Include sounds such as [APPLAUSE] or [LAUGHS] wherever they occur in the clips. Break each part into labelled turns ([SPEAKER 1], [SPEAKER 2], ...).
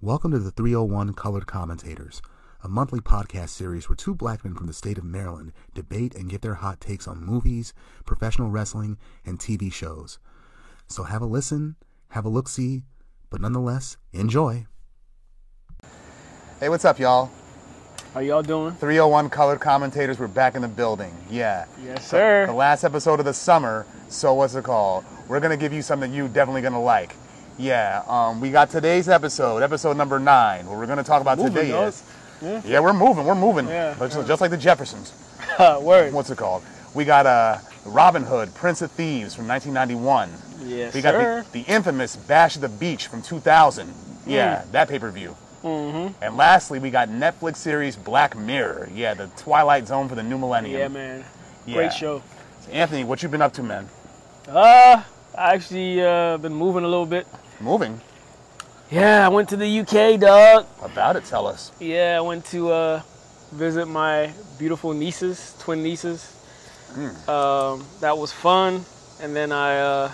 [SPEAKER 1] Welcome to the 301 Colored Commentators, a monthly podcast series where two black men from the state of Maryland debate and give their hot takes on movies, professional wrestling, and TV shows. So have a listen, have a look see, but nonetheless, enjoy.
[SPEAKER 2] Hey, what's up, y'all?
[SPEAKER 3] How y'all doing?
[SPEAKER 2] 301 Colored Commentators, we're back in the building. Yeah.
[SPEAKER 3] Yes, sir.
[SPEAKER 2] The last episode of the summer, so what's it called? We're going to give you something you definitely going to like. Yeah, um, we got today's episode, episode number nine. What we're going to talk about
[SPEAKER 3] Moving,
[SPEAKER 2] today
[SPEAKER 3] dog.
[SPEAKER 2] is. Yeah. we're moving, we're moving.
[SPEAKER 3] Yeah.
[SPEAKER 2] But Just, just like the Jeffersons.
[SPEAKER 3] [LAUGHS] Uh, Word.
[SPEAKER 2] What's it called? We got uh, Robin Hood, Prince of Thieves from 1991.
[SPEAKER 3] Yes,
[SPEAKER 2] We
[SPEAKER 3] sir.
[SPEAKER 2] got the, the infamous Bash of the Beach from 2000. Yeah,
[SPEAKER 3] Mm.
[SPEAKER 2] that pay per view. Mm-hmm. And lastly, we got Netflix series Black Mirror. Yeah, the Twilight Zone for the new millennium.
[SPEAKER 3] yeah, man.
[SPEAKER 2] Yeah.
[SPEAKER 3] Great show.
[SPEAKER 2] Anthony, what you been up to, man?
[SPEAKER 3] Uh, I actually uh been moving a little bit.
[SPEAKER 2] Moving.
[SPEAKER 3] Yeah, I went to the UK, dog.
[SPEAKER 2] About it, tell us.
[SPEAKER 3] Yeah, I went to uh visit my beautiful nieces, twin nieces. Um, that was fun. And then I uh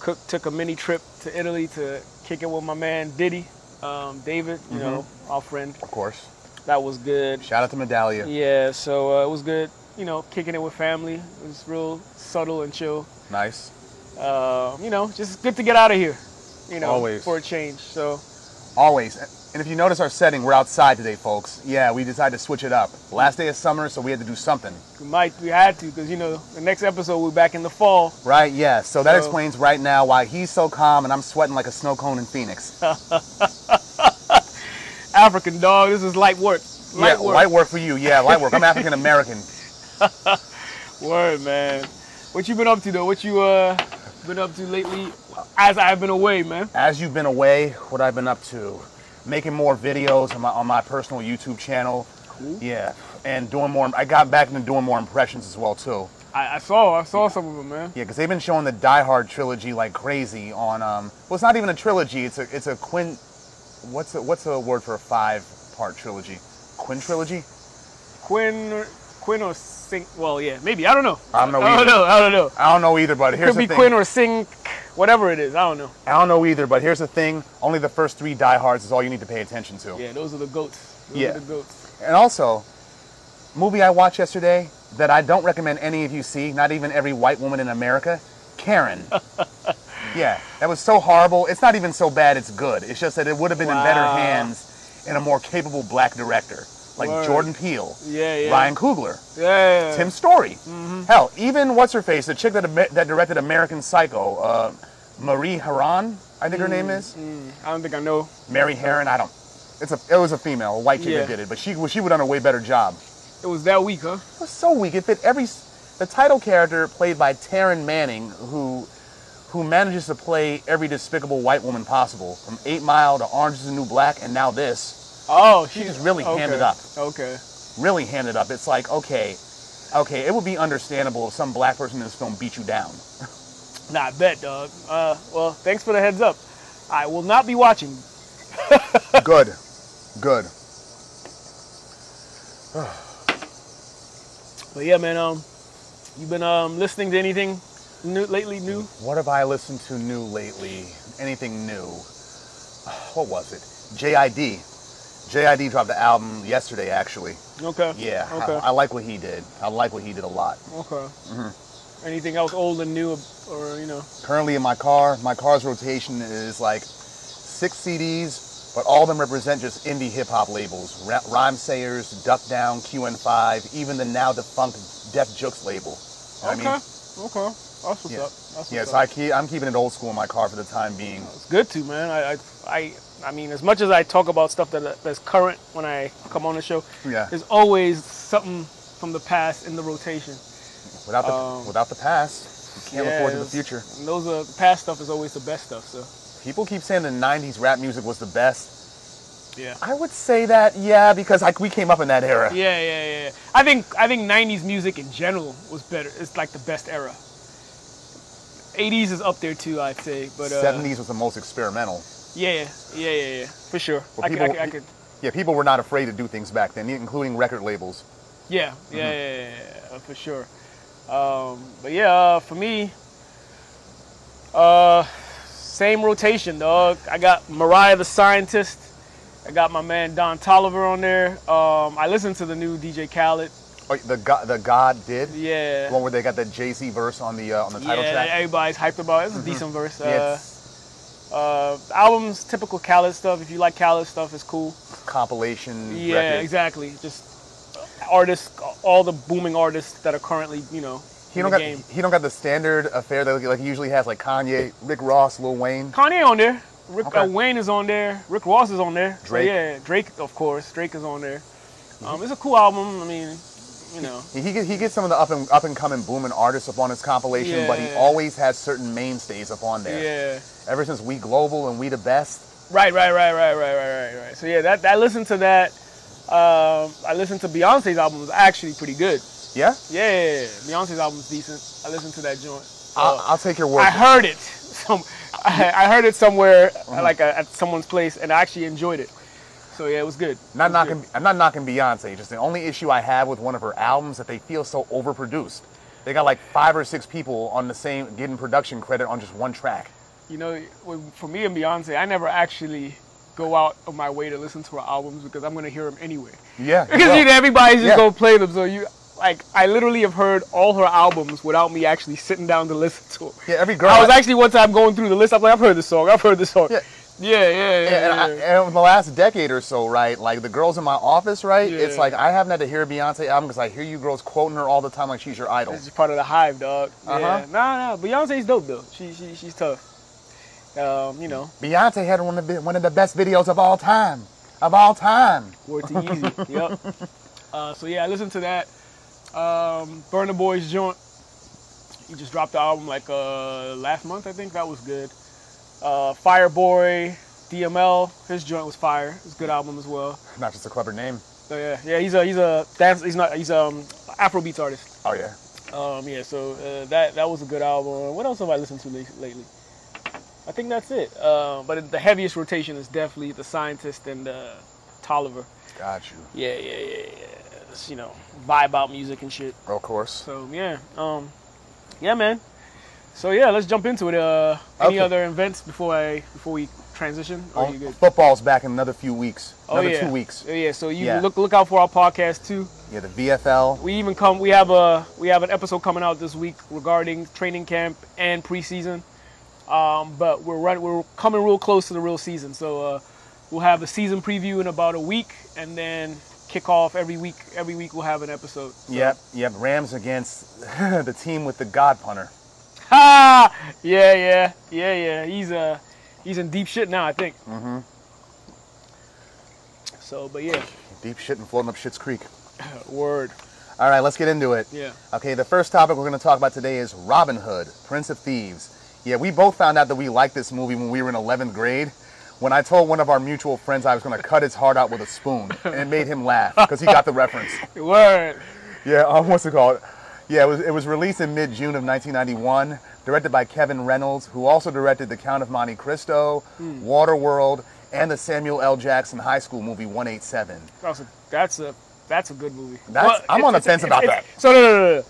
[SPEAKER 3] cook, took a mini trip to Italy to kick it with my man Diddy, um, David. You know, our friend.
[SPEAKER 2] Of course.
[SPEAKER 3] That was good.
[SPEAKER 2] Shout out to Medallia.
[SPEAKER 3] Yeah, so uh, it was good. You know, kicking it with family. It was real subtle and chill.
[SPEAKER 2] Nice.
[SPEAKER 3] Uh, you know, just good to get out of here. You know,
[SPEAKER 2] Always.
[SPEAKER 3] for a change. So
[SPEAKER 2] Always. And if you notice our setting, we're outside today, folks. Yeah, we decided to switch it up. Last day of summer, so we had to do something.
[SPEAKER 3] we might we had to because you know the next episode we're back in the fall.
[SPEAKER 2] Right? Yeah. So that
[SPEAKER 3] So-
[SPEAKER 2] explains right now why he's so calm and I'm sweating like a snow cone in Phoenix.
[SPEAKER 3] Uh, African dog. This is light work. Light
[SPEAKER 2] yeah,
[SPEAKER 3] work.
[SPEAKER 2] light work for you. Yeah, light work. I'm African American.
[SPEAKER 3] Word, man. What you been up to though? What you uh been up to lately? As I've been away, man.
[SPEAKER 2] As you've been away, what I've been up to, making more videos on my on my personal YouTube channel. Yeah, and doing more. I got back into doing more impressions as well too.
[SPEAKER 3] I, I saw I saw some of them, man.
[SPEAKER 2] Yeah, because they've been showing the Die Hard trilogy like crazy on. Um, well, it's not even a trilogy. It's a it's a quin. What's a, what's a word for a five part trilogy? Quin trilogy?
[SPEAKER 3] Quinn or- Quinn or Sink. Well, yeah, maybe I don't know.
[SPEAKER 2] I don't know
[SPEAKER 3] I
[SPEAKER 2] either.
[SPEAKER 3] don't know. I don't know.
[SPEAKER 2] I don't know either, but here's
[SPEAKER 3] Could be
[SPEAKER 2] the thing.
[SPEAKER 3] Quinn or Sink, whatever it is. I don't know.
[SPEAKER 2] I don't know either, but here's the thing. Only the first three Die Hards is all you need to pay attention to.
[SPEAKER 3] Yeah, those are the goats. Those
[SPEAKER 2] Yeah.
[SPEAKER 3] are the goats.
[SPEAKER 2] And also, movie I watched yesterday that I don't recommend any of you see, not even every white woman in America, Karen.
[SPEAKER 3] [LAUGHS]
[SPEAKER 2] yeah, that was so horrible. It's not even so bad, it's good. It's just that it would have been in better
[SPEAKER 3] Wow.
[SPEAKER 2] hands in a more capable black director like
[SPEAKER 3] Word.
[SPEAKER 2] Jordan Peele,
[SPEAKER 3] Yeah, Mm-hmm. yeah.
[SPEAKER 2] Ryan Coogler,
[SPEAKER 3] Yeah.
[SPEAKER 2] Tim Story. Hell, even what's her face, the chick that, ama- that directed American Psycho, uh, Marie Herron, I think her name is.
[SPEAKER 3] I don't think I know.
[SPEAKER 2] Mary Herron, I don't. It's a, it was a female, a white chick
[SPEAKER 3] Yeah.
[SPEAKER 2] that did it, but she, she would have done a way better job.
[SPEAKER 3] It was that week, huh?
[SPEAKER 2] was so weak. It fit every. The title character played by Taryn Manning, who who manages to play every despicable white woman possible, from Eight Mile to Orange Is the New Black, and now this.
[SPEAKER 3] Oh, she
[SPEAKER 2] just really
[SPEAKER 3] okay.
[SPEAKER 2] hammed it up.
[SPEAKER 3] Okay.
[SPEAKER 2] Really hand it up. It's like okay, okay. It would be understandable if some black person in this film beat you down.
[SPEAKER 3] Nah, I bet, dog. Uh, well, thanks for the heads up. I will not be watching.
[SPEAKER 2] [LAUGHS] Good, good.
[SPEAKER 3] But yeah, man. Um, you been um listening to anything new lately? New?
[SPEAKER 2] What have I listened to new lately? Anything new? [SIGHS] What was it? JID. JID dropped an album yesterday, actually.
[SPEAKER 3] Okay.
[SPEAKER 2] Yeah, I-
[SPEAKER 3] Okay.
[SPEAKER 2] I like what he did. I like what he did a lot.
[SPEAKER 3] okay. Anything else old and new, or you know?
[SPEAKER 2] currently in my car. My car's rotation is like six CDs, but all of them represent just indie hip hop labels: Ra- Rhyme Sayers, Duck Down, QN5, even the now defunct Def Jux label. You know what
[SPEAKER 3] okay.
[SPEAKER 2] I mean,
[SPEAKER 3] okay. That's what's
[SPEAKER 2] yeah,
[SPEAKER 3] up. That's what's
[SPEAKER 2] yeah.
[SPEAKER 3] up.
[SPEAKER 2] So I keep, I'm keeping it old school in my car for the time being.
[SPEAKER 3] It's good to, man. I, I, I, I mean, as much as I talk about stuff that that's current when I come on the show,
[SPEAKER 2] Yeah.
[SPEAKER 3] there's always something from the past in the rotation.
[SPEAKER 2] Without the
[SPEAKER 3] Um,
[SPEAKER 2] without the past, you can't look
[SPEAKER 3] Yeah,
[SPEAKER 2] forward to the
[SPEAKER 3] it's-
[SPEAKER 2] future.
[SPEAKER 3] And those are past stuff is always the best stuff. So
[SPEAKER 2] People keep saying the '90s rap music was the best.
[SPEAKER 3] yeah,
[SPEAKER 2] I would say that, yeah, because like we came up in that era.
[SPEAKER 3] yeah, yeah, yeah. I think I think '90s music in general was better. It's like the best era. '80s is up there too, I'd say. But uh,
[SPEAKER 2] '70s was the most experimental.
[SPEAKER 3] yeah, yeah, yeah, yeah, for sure.
[SPEAKER 2] Well,
[SPEAKER 3] I, could, I,
[SPEAKER 2] people-
[SPEAKER 3] could, I could,
[SPEAKER 2] Yeah, people were not afraid to do things back then, including record labels.
[SPEAKER 3] Yeah,
[SPEAKER 2] Mm-hmm.
[SPEAKER 3] yeah, yeah, yeah, yeah, for sure. Um, but yeah, uh, for me, uh, same rotation, dog. I got Mariah the Scientist, I got my man Don Tolliver on there. Um, I listened to the new DJ Khaled.
[SPEAKER 2] Oh, the God, the God did.
[SPEAKER 3] Yeah.
[SPEAKER 2] The one where they got that Jay Z verse on the uh, on the
[SPEAKER 3] yeah,
[SPEAKER 2] title
[SPEAKER 3] that
[SPEAKER 2] track. Mm-hmm.
[SPEAKER 3] everybody's hyped about. It's a decent verse. Uh,
[SPEAKER 2] It's
[SPEAKER 3] uh, albums, typical Khaled stuff. If you like Khaled stuff, it's cool.
[SPEAKER 2] compilation.
[SPEAKER 3] Yeah,
[SPEAKER 2] record.
[SPEAKER 3] exactly. Just artists, all the booming artists that are currently, you know,
[SPEAKER 2] He
[SPEAKER 3] in
[SPEAKER 2] don't
[SPEAKER 3] the
[SPEAKER 2] got
[SPEAKER 3] game.
[SPEAKER 2] he don't got the standard affair that like he usually has like Kanye, Rick Ross, Lil Wayne.
[SPEAKER 3] Kanye on there. Rick
[SPEAKER 2] Okay.
[SPEAKER 3] uh, Wayne is on there. Rick Ross is on there. So,
[SPEAKER 2] Drake. Mm-hmm.
[SPEAKER 3] yeah, Drake of course. Drake is on there. Um, it's a cool album. I mean, you know,
[SPEAKER 2] He, he gets he gets some of the up and up and coming booming artists up on his compilation, but he
[SPEAKER 3] Yeah.
[SPEAKER 2] always has certain mainstays up on there.
[SPEAKER 3] yeah.
[SPEAKER 2] Ever since We Global and We the Best,
[SPEAKER 3] Right, right, right, right, right, right, right, right. So yeah, that I listened to that. Um, I listened to Beyonce's album. It was actually pretty good.
[SPEAKER 2] yeah,
[SPEAKER 3] Yeah, yeah, yeah. Beyonce's album's decent. I listened to that joint.
[SPEAKER 2] I'll, I'll take your word.
[SPEAKER 3] I
[SPEAKER 2] for it.
[SPEAKER 3] heard it. [LAUGHS] Some, I, I heard it somewhere,
[SPEAKER 2] Mm-hmm.
[SPEAKER 3] like uh at someone's place, and I actually enjoyed it. So yeah, it was good.
[SPEAKER 2] Not
[SPEAKER 3] It was
[SPEAKER 2] knocking,
[SPEAKER 3] good.
[SPEAKER 2] I'm not knocking Beyonce. Just the only issue I have with one of her albums that they feel so overproduced. They got like five or six people on the same getting production credit on just one track.
[SPEAKER 3] You know, when- for me and Beyonce, I never actually go out of my way to listen to her albums because I'm gonna hear them anyway. [LAUGHS]
[SPEAKER 2] Yeah,
[SPEAKER 3] Because you know, everybody's just
[SPEAKER 2] Yeah.
[SPEAKER 3] gonna play them. So you, like, I literally have heard all her albums without me actually sitting down to listen to them.
[SPEAKER 2] yeah, every girl.
[SPEAKER 3] [LAUGHS] I was actually one time going through the list. I'm like, I've heard this song. I've heard this song.
[SPEAKER 2] Yeah.
[SPEAKER 3] Yeah, yeah, yeah. yeah,
[SPEAKER 2] and, I, and over the last decade or so, right? Like the girls in my office, right? It's
[SPEAKER 3] Yeah.
[SPEAKER 2] like I haven't had to hear a Beyonce album because I hear you girls quoting her all the time, like she's your idol.
[SPEAKER 3] It's just part of the hive, dog.
[SPEAKER 2] Uh-huh.
[SPEAKER 3] Yeah. Nah, nah. Beyonce's dope though. She, she she's tough. Um, you know,
[SPEAKER 2] Beyonce had one of the one of the best videos of all time, of all time.
[SPEAKER 3] word to easy. [LAUGHS] yep. Uh, so yeah, I listened to that. Um, Burner Boy's joint. He just dropped the album like uh, last month, I think. That was good. Uh, Fireboy, DML, his joint was fire. It's a good album as well.
[SPEAKER 2] Not just a clever name.
[SPEAKER 3] So yeah, yeah. He's a he's a dance. He's not. He's um Afrobeats artist.
[SPEAKER 2] Oh yeah.
[SPEAKER 3] Um, yeah, so uh, that that was a good album. What else have I listened to la- lately? I think that's it. Uh, but the heaviest rotation is definitely the Scientist and uh, Tolliver.
[SPEAKER 2] Got you.
[SPEAKER 3] Yeah, yeah, yeah, yeah. It's, you know, vibe out music and shit.
[SPEAKER 2] Of course.
[SPEAKER 3] So yeah, um, yeah, man. So yeah, let's jump into it. Uh, any
[SPEAKER 2] Okay.
[SPEAKER 3] other events before I before we transition? Or are you good?
[SPEAKER 2] Football's back in another few weeks. another
[SPEAKER 3] yeah.
[SPEAKER 2] two weeks.
[SPEAKER 3] Oh, Yeah, so you
[SPEAKER 2] Yeah.
[SPEAKER 3] look look out for our podcast too.
[SPEAKER 2] Yeah, the VFL.
[SPEAKER 3] We even come. We have a we have an episode coming out this week regarding training camp and preseason. Um, but we're right. We're coming real close to the real season. So uh, we'll have a season preview in about a week, and then kick off every week. Every week we'll have an episode.
[SPEAKER 2] Yep, yep. Rams against [LAUGHS] the team with the God punter.
[SPEAKER 3] [LAUGHS] Ha! Ah, Yeah, yeah, yeah, yeah. He's uh he's in deep shit now. I think. Mm-hmm. So, but yeah,
[SPEAKER 2] Deep shit and floating up Shit's Creek.
[SPEAKER 3] word.
[SPEAKER 2] All right, let's get into it.
[SPEAKER 3] Yeah.
[SPEAKER 2] Okay, the first topic we're going to talk about today is Robin Hood, Prince of Thieves. Yeah, we both found out that we liked this movie when we were in 11th grade. When I told one of our mutual friends I was going to cut his heart out with a spoon, and it made him laugh because he got the reference.
[SPEAKER 3] Word.
[SPEAKER 2] Yeah, [LAUGHS] um, what's it called? Yeah, it was, it was released in mid June of 1991, directed by Kevin Reynolds, who also directed The Count of Monte Cristo,
[SPEAKER 3] Hmm.
[SPEAKER 2] Waterworld, and the Samuel L. Jackson High School movie 187.
[SPEAKER 3] That's a that's a that's a good movie.
[SPEAKER 2] That's- I'm
[SPEAKER 3] it's-
[SPEAKER 2] on the
[SPEAKER 3] it's-
[SPEAKER 2] fence
[SPEAKER 3] it's-
[SPEAKER 2] about
[SPEAKER 3] it's- So no, no, no, no.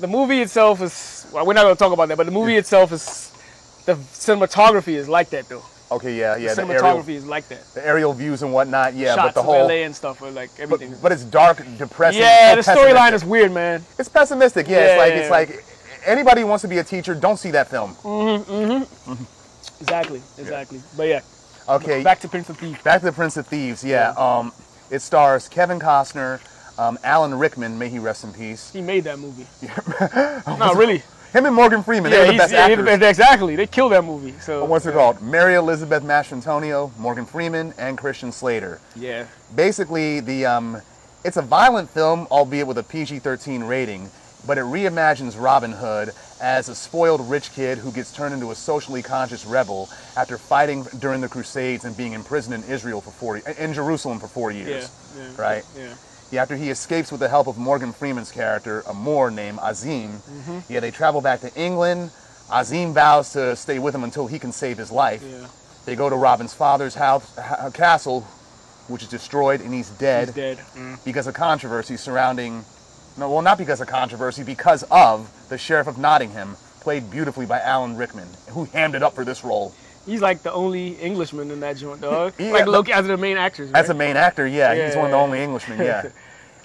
[SPEAKER 3] The movie itself is well, we're not going to talk about that, but the movie itself is the cinematography is like that though.
[SPEAKER 2] Okay, yeah, yeah,
[SPEAKER 3] the
[SPEAKER 2] the aerial,
[SPEAKER 3] cinematography is like that.
[SPEAKER 2] the aerial views and whatnot. Yeah,
[SPEAKER 3] Shots
[SPEAKER 2] but the
[SPEAKER 3] of
[SPEAKER 2] whole
[SPEAKER 3] LA and stuff are like
[SPEAKER 2] but,
[SPEAKER 3] everything.
[SPEAKER 2] but it's dark, depressing.
[SPEAKER 3] yeah, the
[SPEAKER 2] and
[SPEAKER 3] storyline
[SPEAKER 2] pessimistic.
[SPEAKER 3] is weird, man.
[SPEAKER 2] it's pessimistic. Yeah,
[SPEAKER 3] Yeah, yeah, Mm.
[SPEAKER 2] it's like it's like anybody who wants to be a teacher, don't see that film.
[SPEAKER 3] Exactly, exactly. But yeah,
[SPEAKER 2] Okay, back,
[SPEAKER 3] back to Prince of Thieves.
[SPEAKER 2] to the Prince of Thieves. Yeah, um, it stars Kevin Costner, um, Alan Rickman, may he rest in peace.
[SPEAKER 3] He made that
[SPEAKER 2] [LAUGHS]
[SPEAKER 3] movie. no, really.
[SPEAKER 2] Him and Morgan Freeman, they
[SPEAKER 3] Yeah,
[SPEAKER 2] were the
[SPEAKER 3] he's,
[SPEAKER 2] best
[SPEAKER 3] yeah, he-
[SPEAKER 2] actors.
[SPEAKER 3] exactly. They killed that movie. So
[SPEAKER 2] What's it called? Mary Elizabeth Mastrantonio, Morgan Freeman, and Christian Slater.
[SPEAKER 3] Yeah.
[SPEAKER 2] basically the um, it's a violent film, albeit with a PG-13 rating, but it reimagines Robin Hood as a spoiled rich kid who gets turned into a socially conscious rebel after fighting during the Crusades and being imprisoned in Israel for 40 in Jerusalem for four
[SPEAKER 3] Yeah.
[SPEAKER 2] years.
[SPEAKER 3] yeah
[SPEAKER 2] Right.
[SPEAKER 3] Yeah.
[SPEAKER 2] Yeah, after he escapes with the help of Morgan Freeman's character, a Moor named Azim,
[SPEAKER 3] Mm-hmm.
[SPEAKER 2] yeah, they travel back to England. Azim vows to stay with him until he can save his life.
[SPEAKER 3] Yeah.
[SPEAKER 2] They go to Robin's father's house, ha- castle, which is destroyed, and he's dead,
[SPEAKER 3] He's dead. Mm.
[SPEAKER 2] because of controversy surrounding. No, well, not because of controversy, because of the sheriff of Nottingham, played beautifully by Alan Rickman, who hammed it up for this role.
[SPEAKER 3] He's like the only Englishman in that joint, dog.
[SPEAKER 2] [LAUGHS] Yeah,
[SPEAKER 3] like
[SPEAKER 2] look-
[SPEAKER 3] Loki as the main actors.
[SPEAKER 2] As a
[SPEAKER 3] right?
[SPEAKER 2] main actor, yeah, he's one of the
[SPEAKER 3] Yeah.
[SPEAKER 2] only
[SPEAKER 3] [LAUGHS]
[SPEAKER 2] Englishmen, yeah.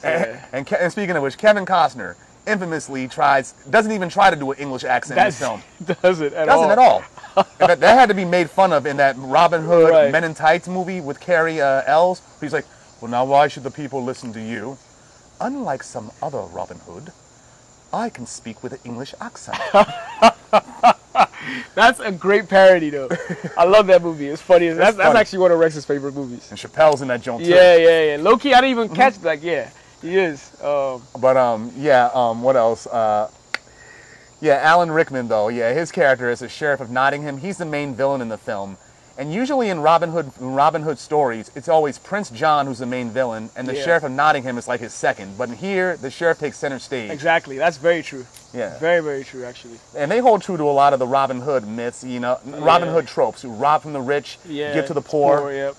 [SPEAKER 2] And, and, Ke- and speaking of which, Kevin Costner infamously tries doesn't even try to do an English accent
[SPEAKER 3] That's-
[SPEAKER 2] in his film.
[SPEAKER 3] [LAUGHS] does it at all.
[SPEAKER 2] Doesn't at
[SPEAKER 3] [LAUGHS]
[SPEAKER 2] all. In fact, that had to be made fun of in that Robin Hood
[SPEAKER 3] Right.
[SPEAKER 2] Men in Tights movie with Carrie uh, Ells. He's like, well, now why should the people listen to you? Unlike some other Robin Hood, I can speak with an English accent.
[SPEAKER 3] That's a great parody,
[SPEAKER 2] [LAUGHS]
[SPEAKER 3] though. I love that movie. It's funny. That's, that's
[SPEAKER 2] funny.
[SPEAKER 3] actually one of Rex's favorite
[SPEAKER 2] [LAUGHS]
[SPEAKER 3] movies.
[SPEAKER 2] and Chappelle's in that joint
[SPEAKER 3] [LAUGHS]
[SPEAKER 2] too.
[SPEAKER 3] Yeah, yeah, yeah. Loki, I didn't
[SPEAKER 2] Mm-hmm.
[SPEAKER 3] even catch. Like, yeah, he is. Um,
[SPEAKER 2] But um, yeah. Um, what else? Uh, yeah, Alan Rickman though. Yeah, his character is the sheriff of Nottingham. He's the main villain in the film, and usually in Robin Hood in Robin Hood stories, it's always Prince John who's the main villain, and the
[SPEAKER 3] Yeah.
[SPEAKER 2] sheriff of Nottingham is like his second. But in here, the sheriff takes center stage.
[SPEAKER 3] exactly. That's very true.
[SPEAKER 2] Yeah.
[SPEAKER 3] Very, very true, actually.
[SPEAKER 2] And they hold true to a lot of the Robin Hood myths, you know, Robin
[SPEAKER 3] Yeah.
[SPEAKER 2] Hood tropes. You rob from the rich,
[SPEAKER 3] Yeah.
[SPEAKER 2] give to the poor.
[SPEAKER 3] yep.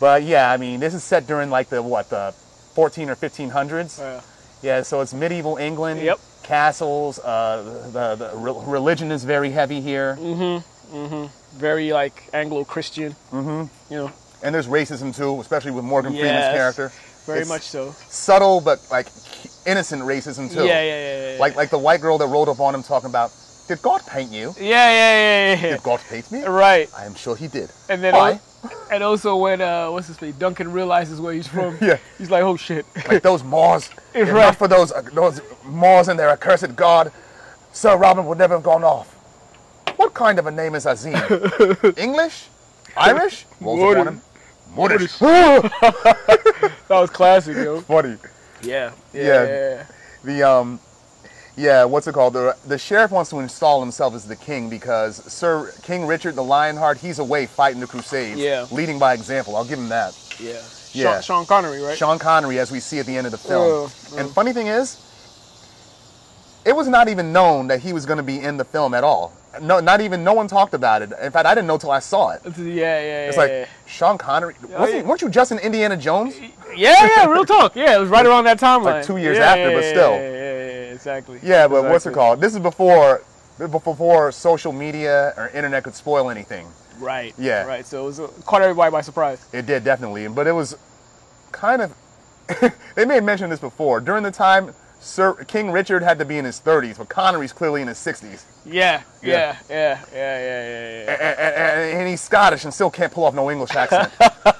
[SPEAKER 2] But yeah, I mean, this is set during like the what the 14 or 1500s.
[SPEAKER 3] Uh,
[SPEAKER 2] Yeah, so it's medieval England.
[SPEAKER 3] Yep.
[SPEAKER 2] Castles. Uh, the, the re- religion is very heavy here,
[SPEAKER 3] Mm-hmm. very like Anglo-Christian. Mm-hmm. You know,
[SPEAKER 2] and there's racism too, especially with Morgan Freeman's
[SPEAKER 3] Yes.
[SPEAKER 2] character.
[SPEAKER 3] very
[SPEAKER 2] It's
[SPEAKER 3] much so.
[SPEAKER 2] Subtle but like innocent racism too.
[SPEAKER 3] Yeah, yeah, yeah, yeah.
[SPEAKER 2] Like like the white girl that rolled up on him talking about, did God paint you?
[SPEAKER 3] yeah, yeah, yeah, yeah.
[SPEAKER 2] Did God paint me?
[SPEAKER 3] yeah. Right.
[SPEAKER 2] I am sure He did.
[SPEAKER 3] And then,
[SPEAKER 2] Why?
[SPEAKER 3] and also when uh, what's his name? Duncan realizes where
[SPEAKER 2] [LAUGHS]
[SPEAKER 3] he's from.
[SPEAKER 2] Yeah.
[SPEAKER 3] He's like, oh shit. [LAUGHS]
[SPEAKER 2] Like those Moors, if
[SPEAKER 3] Right.
[SPEAKER 2] not for those uh, those Moors and their accursed God, Sir Robin would never have gone off. What kind of a name is
[SPEAKER 3] [LAUGHS]
[SPEAKER 2] Azim? English? Irish? Rolls up on him. Moorish. [LAUGHS]
[SPEAKER 3] That was classic, yo.
[SPEAKER 2] Funny.
[SPEAKER 3] Yeah. Yeah.
[SPEAKER 2] Yeah.
[SPEAKER 3] yeah.
[SPEAKER 2] The um, yeah, what's it called? The the sheriff wants to install himself as the king because Sir King Richard the Lionheart, he's away fighting the Crusades,
[SPEAKER 3] Yeah.
[SPEAKER 2] leading by example. I'll give him that.
[SPEAKER 3] yeah.
[SPEAKER 2] Yeah.
[SPEAKER 3] Sean, Sean Connery, right?
[SPEAKER 2] Sean Connery as we see at the end of the film.
[SPEAKER 3] Yeah,
[SPEAKER 2] and funny thing is, it was not even known that he was going to be in the film at all. No, not even no one talked about it. In fact, I didn't know till I saw it.
[SPEAKER 3] It's- Yeah, yeah, yeah.
[SPEAKER 2] It's like Sean Connery. wasn't-
[SPEAKER 3] yeah.
[SPEAKER 2] weren't you just in Indiana Jones?
[SPEAKER 3] yeah, yeah, real talk. Yeah, it was right around that timeline.
[SPEAKER 2] two years
[SPEAKER 3] Yeah,
[SPEAKER 2] after,
[SPEAKER 3] yeah,
[SPEAKER 2] but
[SPEAKER 3] yeah,
[SPEAKER 2] still.
[SPEAKER 3] Yeah, yeah, yeah, exactly.
[SPEAKER 2] Yeah, but what's it
[SPEAKER 3] Exactly.
[SPEAKER 2] called? This is before before social media or internet could spoil anything.
[SPEAKER 3] Right.
[SPEAKER 2] Yeah.
[SPEAKER 3] Right. So it was uh, caught everybody by surprise.
[SPEAKER 2] It did definitely, but it was kind of. [LAUGHS] they may have mentioned this before. During the time, Sir King Richard had to be in his 30s, but Connery's clearly in his 60s,
[SPEAKER 3] Yeah.
[SPEAKER 2] Yeah.
[SPEAKER 3] Yeah. Yeah. Yeah. Yeah. Yeah.
[SPEAKER 2] A-
[SPEAKER 3] yeah,
[SPEAKER 2] a- a- and, he's Scottish and still can't pull off no English accent.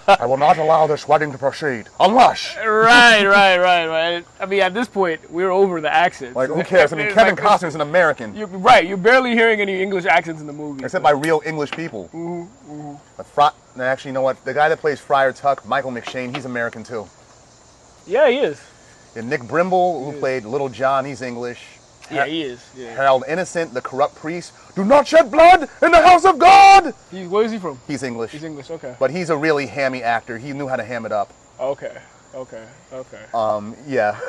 [SPEAKER 2] I will not allow this wedding to proceed unless.
[SPEAKER 3] right. Right. Right. Right. I mean, at this point, we're over the accents. [LAUGHS]
[SPEAKER 2] Like who cares? I mean, Kevin
[SPEAKER 3] Like,
[SPEAKER 2] Costner's an American,
[SPEAKER 3] You're right. You're barely hearing any English accents in the movie.
[SPEAKER 2] except by real English people. The Fri- no, actually, you know what? The guy that plays Friar Tuck, Michael McShane, he's American too.
[SPEAKER 3] yeah, he is.
[SPEAKER 2] And Nick Brimble, who played Little John, he's English.
[SPEAKER 3] Yeah, he is. Yeah.
[SPEAKER 2] Harold Innocent, the corrupt priest, do not shed blood in the house of God.
[SPEAKER 3] He, where is he from?
[SPEAKER 2] He's English,
[SPEAKER 3] He's English. Okay.
[SPEAKER 2] but he's a really hammy actor. He knew how to ham it up.
[SPEAKER 3] Okay. Okay. Okay.
[SPEAKER 2] Um, yeah,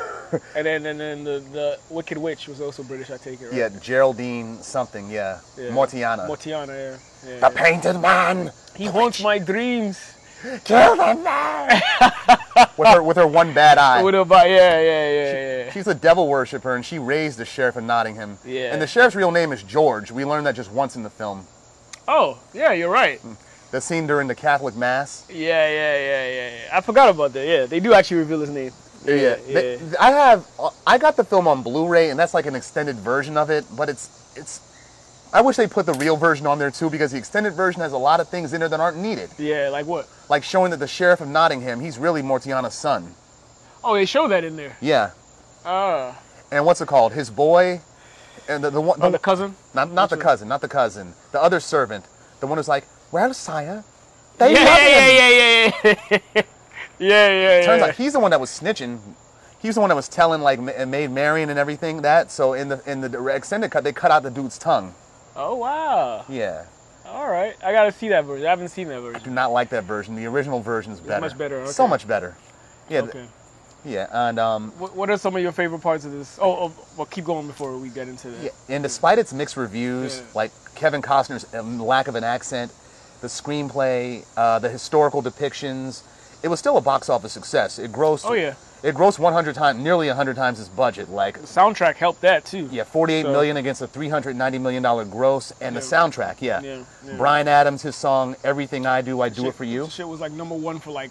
[SPEAKER 3] and then and then the, the Wicked Witch was also British. I take it. Right?
[SPEAKER 2] yeah, Geraldine something, yeah,
[SPEAKER 3] Yeah.
[SPEAKER 2] Mortiana.
[SPEAKER 3] Mortiana. Yeah. yeah,
[SPEAKER 2] the
[SPEAKER 3] yeah.
[SPEAKER 2] painted man,
[SPEAKER 3] He haunts my dreams.
[SPEAKER 2] kill the man. [LAUGHS] with her, with her one bad eye.
[SPEAKER 3] What about? Yeah. Yeah. Yeah. Yeah.
[SPEAKER 2] She's a devil worshiper, and she raised the sheriff of Nottingham.
[SPEAKER 3] Yeah.
[SPEAKER 2] And the sheriff's real name is George. We learned that just once in the film.
[SPEAKER 3] Oh. Yeah. You're right.
[SPEAKER 2] The scene during the Catholic Mass.
[SPEAKER 3] Yeah, yeah, yeah, yeah, yeah. I forgot about that. Yeah, they do actually reveal his name. Yeah, yeah.
[SPEAKER 2] They- I have. I got the film on Blu-ray, and that's like an extended version of it. But it's it's. I wish they put the real version on there too, because the extended version has a lot of things in there that aren't needed,
[SPEAKER 3] Yeah, like what?
[SPEAKER 2] like showing that the sheriff of Nottingham, he's really Mortiana's son.
[SPEAKER 3] Oh, they show that in there.
[SPEAKER 2] Yeah.
[SPEAKER 3] Ah,
[SPEAKER 2] And what's it called? His boy, and the, the one.
[SPEAKER 3] oh, the cousin.
[SPEAKER 2] Not, not the
[SPEAKER 3] Which
[SPEAKER 2] cousin, not the cousin. The other servant, the one who's like, "Well, sire, they
[SPEAKER 3] yeah,
[SPEAKER 2] love
[SPEAKER 3] yeah,
[SPEAKER 2] him."
[SPEAKER 3] yeah, yeah, yeah, yeah, [LAUGHS] yeah, yeah, yeah.
[SPEAKER 2] Turns out he's the one that was snitching. He's the one that was telling like Ma- Maid Marian and everything that. So in the in the direct- extended cut, they cut out the dude's tongue.
[SPEAKER 3] Oh wow.
[SPEAKER 2] Yeah,
[SPEAKER 3] All right, I gotta see that version. I haven't seen that version.
[SPEAKER 2] do not like that version. The original version is better.
[SPEAKER 3] much better,
[SPEAKER 2] So
[SPEAKER 3] okay.
[SPEAKER 2] much better. Yeah, th-
[SPEAKER 3] Okay.
[SPEAKER 2] yeah, and um,
[SPEAKER 3] What, what are some of your favorite parts of this? Oh, oh, well, keep going before we get into that.
[SPEAKER 2] yeah, and despite its mixed reviews,
[SPEAKER 3] Yeah.
[SPEAKER 2] like Kevin Costner's um, lack of an accent, the screenplay, uh, the historical depictions, it was still a box office success. It grossed.
[SPEAKER 3] Oh, yeah.
[SPEAKER 2] It grossed 100 times, nearly 100 times its budget. Like
[SPEAKER 3] Soundtrack helped that too.
[SPEAKER 2] yeah, 48
[SPEAKER 3] So-
[SPEAKER 2] million against a 390 million dollar gross, and the
[SPEAKER 3] Yeah.
[SPEAKER 2] soundtrack. Yeah.
[SPEAKER 3] Yeah, yeah.
[SPEAKER 2] Brian Adams, his song "Everything I Do, I Do It
[SPEAKER 3] Shit-
[SPEAKER 2] for You."
[SPEAKER 3] Shit was like number one for like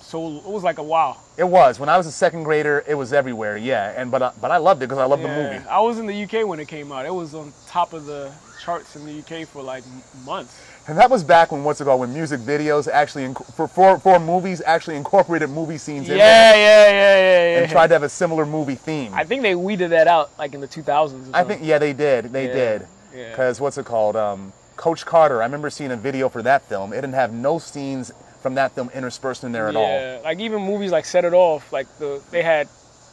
[SPEAKER 3] so it was like a while.
[SPEAKER 2] It was when I was a second grader. It was everywhere. Yeah, and but I, but I loved it because I loved the movie.
[SPEAKER 3] I was in the UK when it came out. It was on top of the charts in the UK for like m- months.
[SPEAKER 2] And that was back when, once ago, when music videos actually, inc- for, for, for movies, actually incorporated movie scenes
[SPEAKER 3] Yeah,
[SPEAKER 2] in there
[SPEAKER 3] yeah, yeah, yeah, yeah.
[SPEAKER 2] and tried to have a similar movie theme.
[SPEAKER 3] I think they weeded that out like in the 2000s. Or
[SPEAKER 2] I think, yeah, they did. They
[SPEAKER 3] Yeah,
[SPEAKER 2] did.
[SPEAKER 3] yeah.
[SPEAKER 2] Because, what's it called? Um, Coach Carter, I remember seeing a video for that film. It didn't have no scenes from that film interspersed in there at all.
[SPEAKER 3] yeah, like even movies like Set It Off, like the they had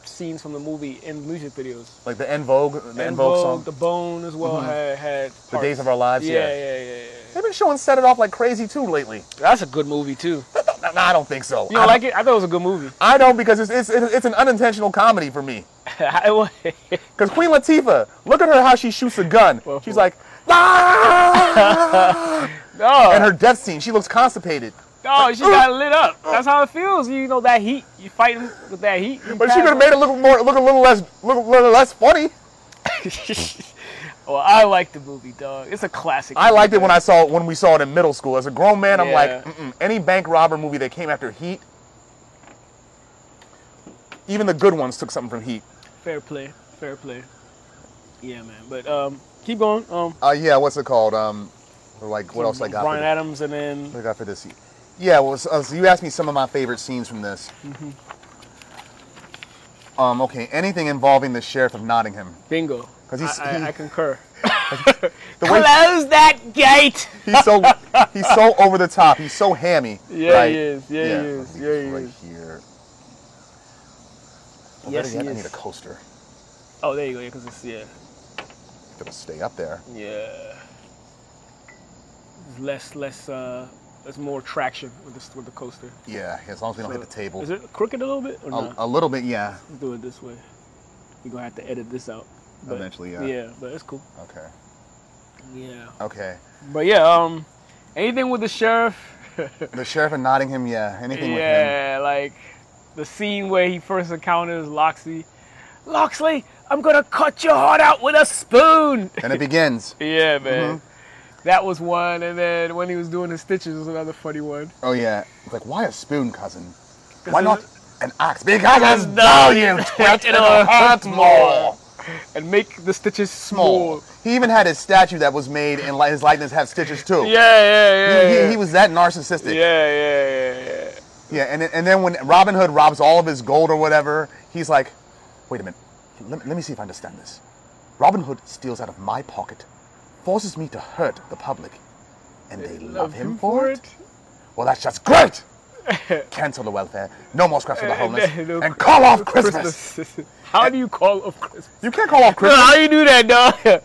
[SPEAKER 3] scenes from the movie in music videos.
[SPEAKER 2] Like the En Vogue, the En Vogue song, Mm-hmm.
[SPEAKER 3] The Bone as well had had
[SPEAKER 2] The
[SPEAKER 3] parts.
[SPEAKER 2] Days of Our Lives, yeah.
[SPEAKER 3] Yeah, yeah, yeah, yeah.
[SPEAKER 2] They've been showing Set It Off like crazy too lately.
[SPEAKER 3] That's a good movie too.
[SPEAKER 2] No, no, I don't think so.
[SPEAKER 3] You
[SPEAKER 2] [LAUGHS]
[SPEAKER 3] don't like it? I thought it was a good movie. [LAUGHS]
[SPEAKER 2] I don't because it's, it's, it's an unintentional comedy for me.
[SPEAKER 3] It wa-
[SPEAKER 2] Because Queen Latifah, look at her how she shoots a gun. She's like, "Ah!"
[SPEAKER 3] no,
[SPEAKER 2] and her death scene, she looks constipated.
[SPEAKER 3] no, Oh, she got lit up. That's how it feels. You know that heat. You fighting with that heat. you
[SPEAKER 2] But she
[SPEAKER 3] pass
[SPEAKER 2] could have made it look more, look a little less, look a little less funny.
[SPEAKER 3] it. [LAUGHS] well, I like the movie, dog. It's a classic.
[SPEAKER 2] I liked it when I saw it when we saw it in middle school. As a grown man, I'm like,
[SPEAKER 3] Yeah.
[SPEAKER 2] Mm-mm. any bank robber movie that came after Heat, even the good ones took something from Heat.
[SPEAKER 3] Fair play. Fair play. Yeah, man. But um, keep going. Um,
[SPEAKER 2] Uh, yeah, what's it called? Um, like what else I got? for
[SPEAKER 3] Brian
[SPEAKER 2] this-
[SPEAKER 3] Adams and then
[SPEAKER 2] What I got for this? Yeah, well, so, so you asked me some of my favorite scenes from this.
[SPEAKER 3] Mm-hmm.
[SPEAKER 2] Um, okay, anything involving the sheriff of Nottingham.
[SPEAKER 3] Bingo.
[SPEAKER 2] 'Cause he's-
[SPEAKER 3] I, I,
[SPEAKER 2] he-
[SPEAKER 3] I concur.
[SPEAKER 2] The
[SPEAKER 3] [LAUGHS]
[SPEAKER 2] way
[SPEAKER 3] Close that gate.
[SPEAKER 2] he's so he's so over the top. He's so hammy.
[SPEAKER 3] Yeah,
[SPEAKER 2] right?
[SPEAKER 3] he is. Yeah, he is.
[SPEAKER 2] let me
[SPEAKER 3] Yeah,
[SPEAKER 2] get
[SPEAKER 3] he
[SPEAKER 2] right
[SPEAKER 3] is.
[SPEAKER 2] here. Oh, Well,
[SPEAKER 3] Yes,
[SPEAKER 2] better yet,
[SPEAKER 3] he
[SPEAKER 2] I
[SPEAKER 3] is.
[SPEAKER 2] need a coaster.
[SPEAKER 3] Oh, there you go. Yeah, because it's yeah,
[SPEAKER 2] Gotta stay up there.
[SPEAKER 3] yeah. There's less, less, uh, there's more traction with this with the coaster.
[SPEAKER 2] Yeah, as long as we don't hit the table.
[SPEAKER 3] Is it crooked a little bit or
[SPEAKER 2] A,
[SPEAKER 3] not?
[SPEAKER 2] a little bit, yeah.
[SPEAKER 3] Let's do it this way. You're gonna have to edit this out. But,
[SPEAKER 2] Eventually, yeah.
[SPEAKER 3] Yeah, but it's cool.
[SPEAKER 2] Okay.
[SPEAKER 3] Yeah.
[SPEAKER 2] Okay.
[SPEAKER 3] But yeah, um, anything with the sheriff.
[SPEAKER 2] The sheriff of Nottingham, yeah. Anything with him.
[SPEAKER 3] Yeah, like the scene where he first encounters Loxley. Loxley, I'm gonna cut your heart out with a spoon. [LAUGHS]
[SPEAKER 2] And it begins.
[SPEAKER 3] yeah, man.
[SPEAKER 2] Mm-hmm.
[SPEAKER 3] That was one, and then when he was doing his stitches was another funny one.
[SPEAKER 2] Oh yeah. It's like why a spoon, cousin?
[SPEAKER 3] 'Cause
[SPEAKER 2] Why
[SPEAKER 3] it-
[SPEAKER 2] not an ox? Because it's dull, you [LAUGHS] twit.
[SPEAKER 3] It'll
[SPEAKER 2] It'll hurt
[SPEAKER 3] hurt
[SPEAKER 2] more.
[SPEAKER 3] And make the stitches small.
[SPEAKER 2] Small. He even had his statue that was made, and like his likeness have stitches too.
[SPEAKER 3] Yeah, yeah, yeah.
[SPEAKER 2] He,
[SPEAKER 3] yeah.
[SPEAKER 2] he, he was that narcissistic.
[SPEAKER 3] yeah, yeah, yeah, yeah.
[SPEAKER 2] Yeah, and then- and then when Robin Hood robs all of his gold or whatever, he's like, "Wait a minute, let, let me see if I understand this." Robin Hood steals out of my pocket, forces me to hurt the public, and they, love him for it. Well, that's just [LAUGHS] great. Cancel the welfare, no more scraps for the
[SPEAKER 3] And-
[SPEAKER 2] homeless,
[SPEAKER 3] and no
[SPEAKER 2] and call off Christmas.
[SPEAKER 3] Christmas. [LAUGHS] How do you call of Christmas?
[SPEAKER 2] You can't call off Christmas.
[SPEAKER 3] How you do that, dog? [LAUGHS]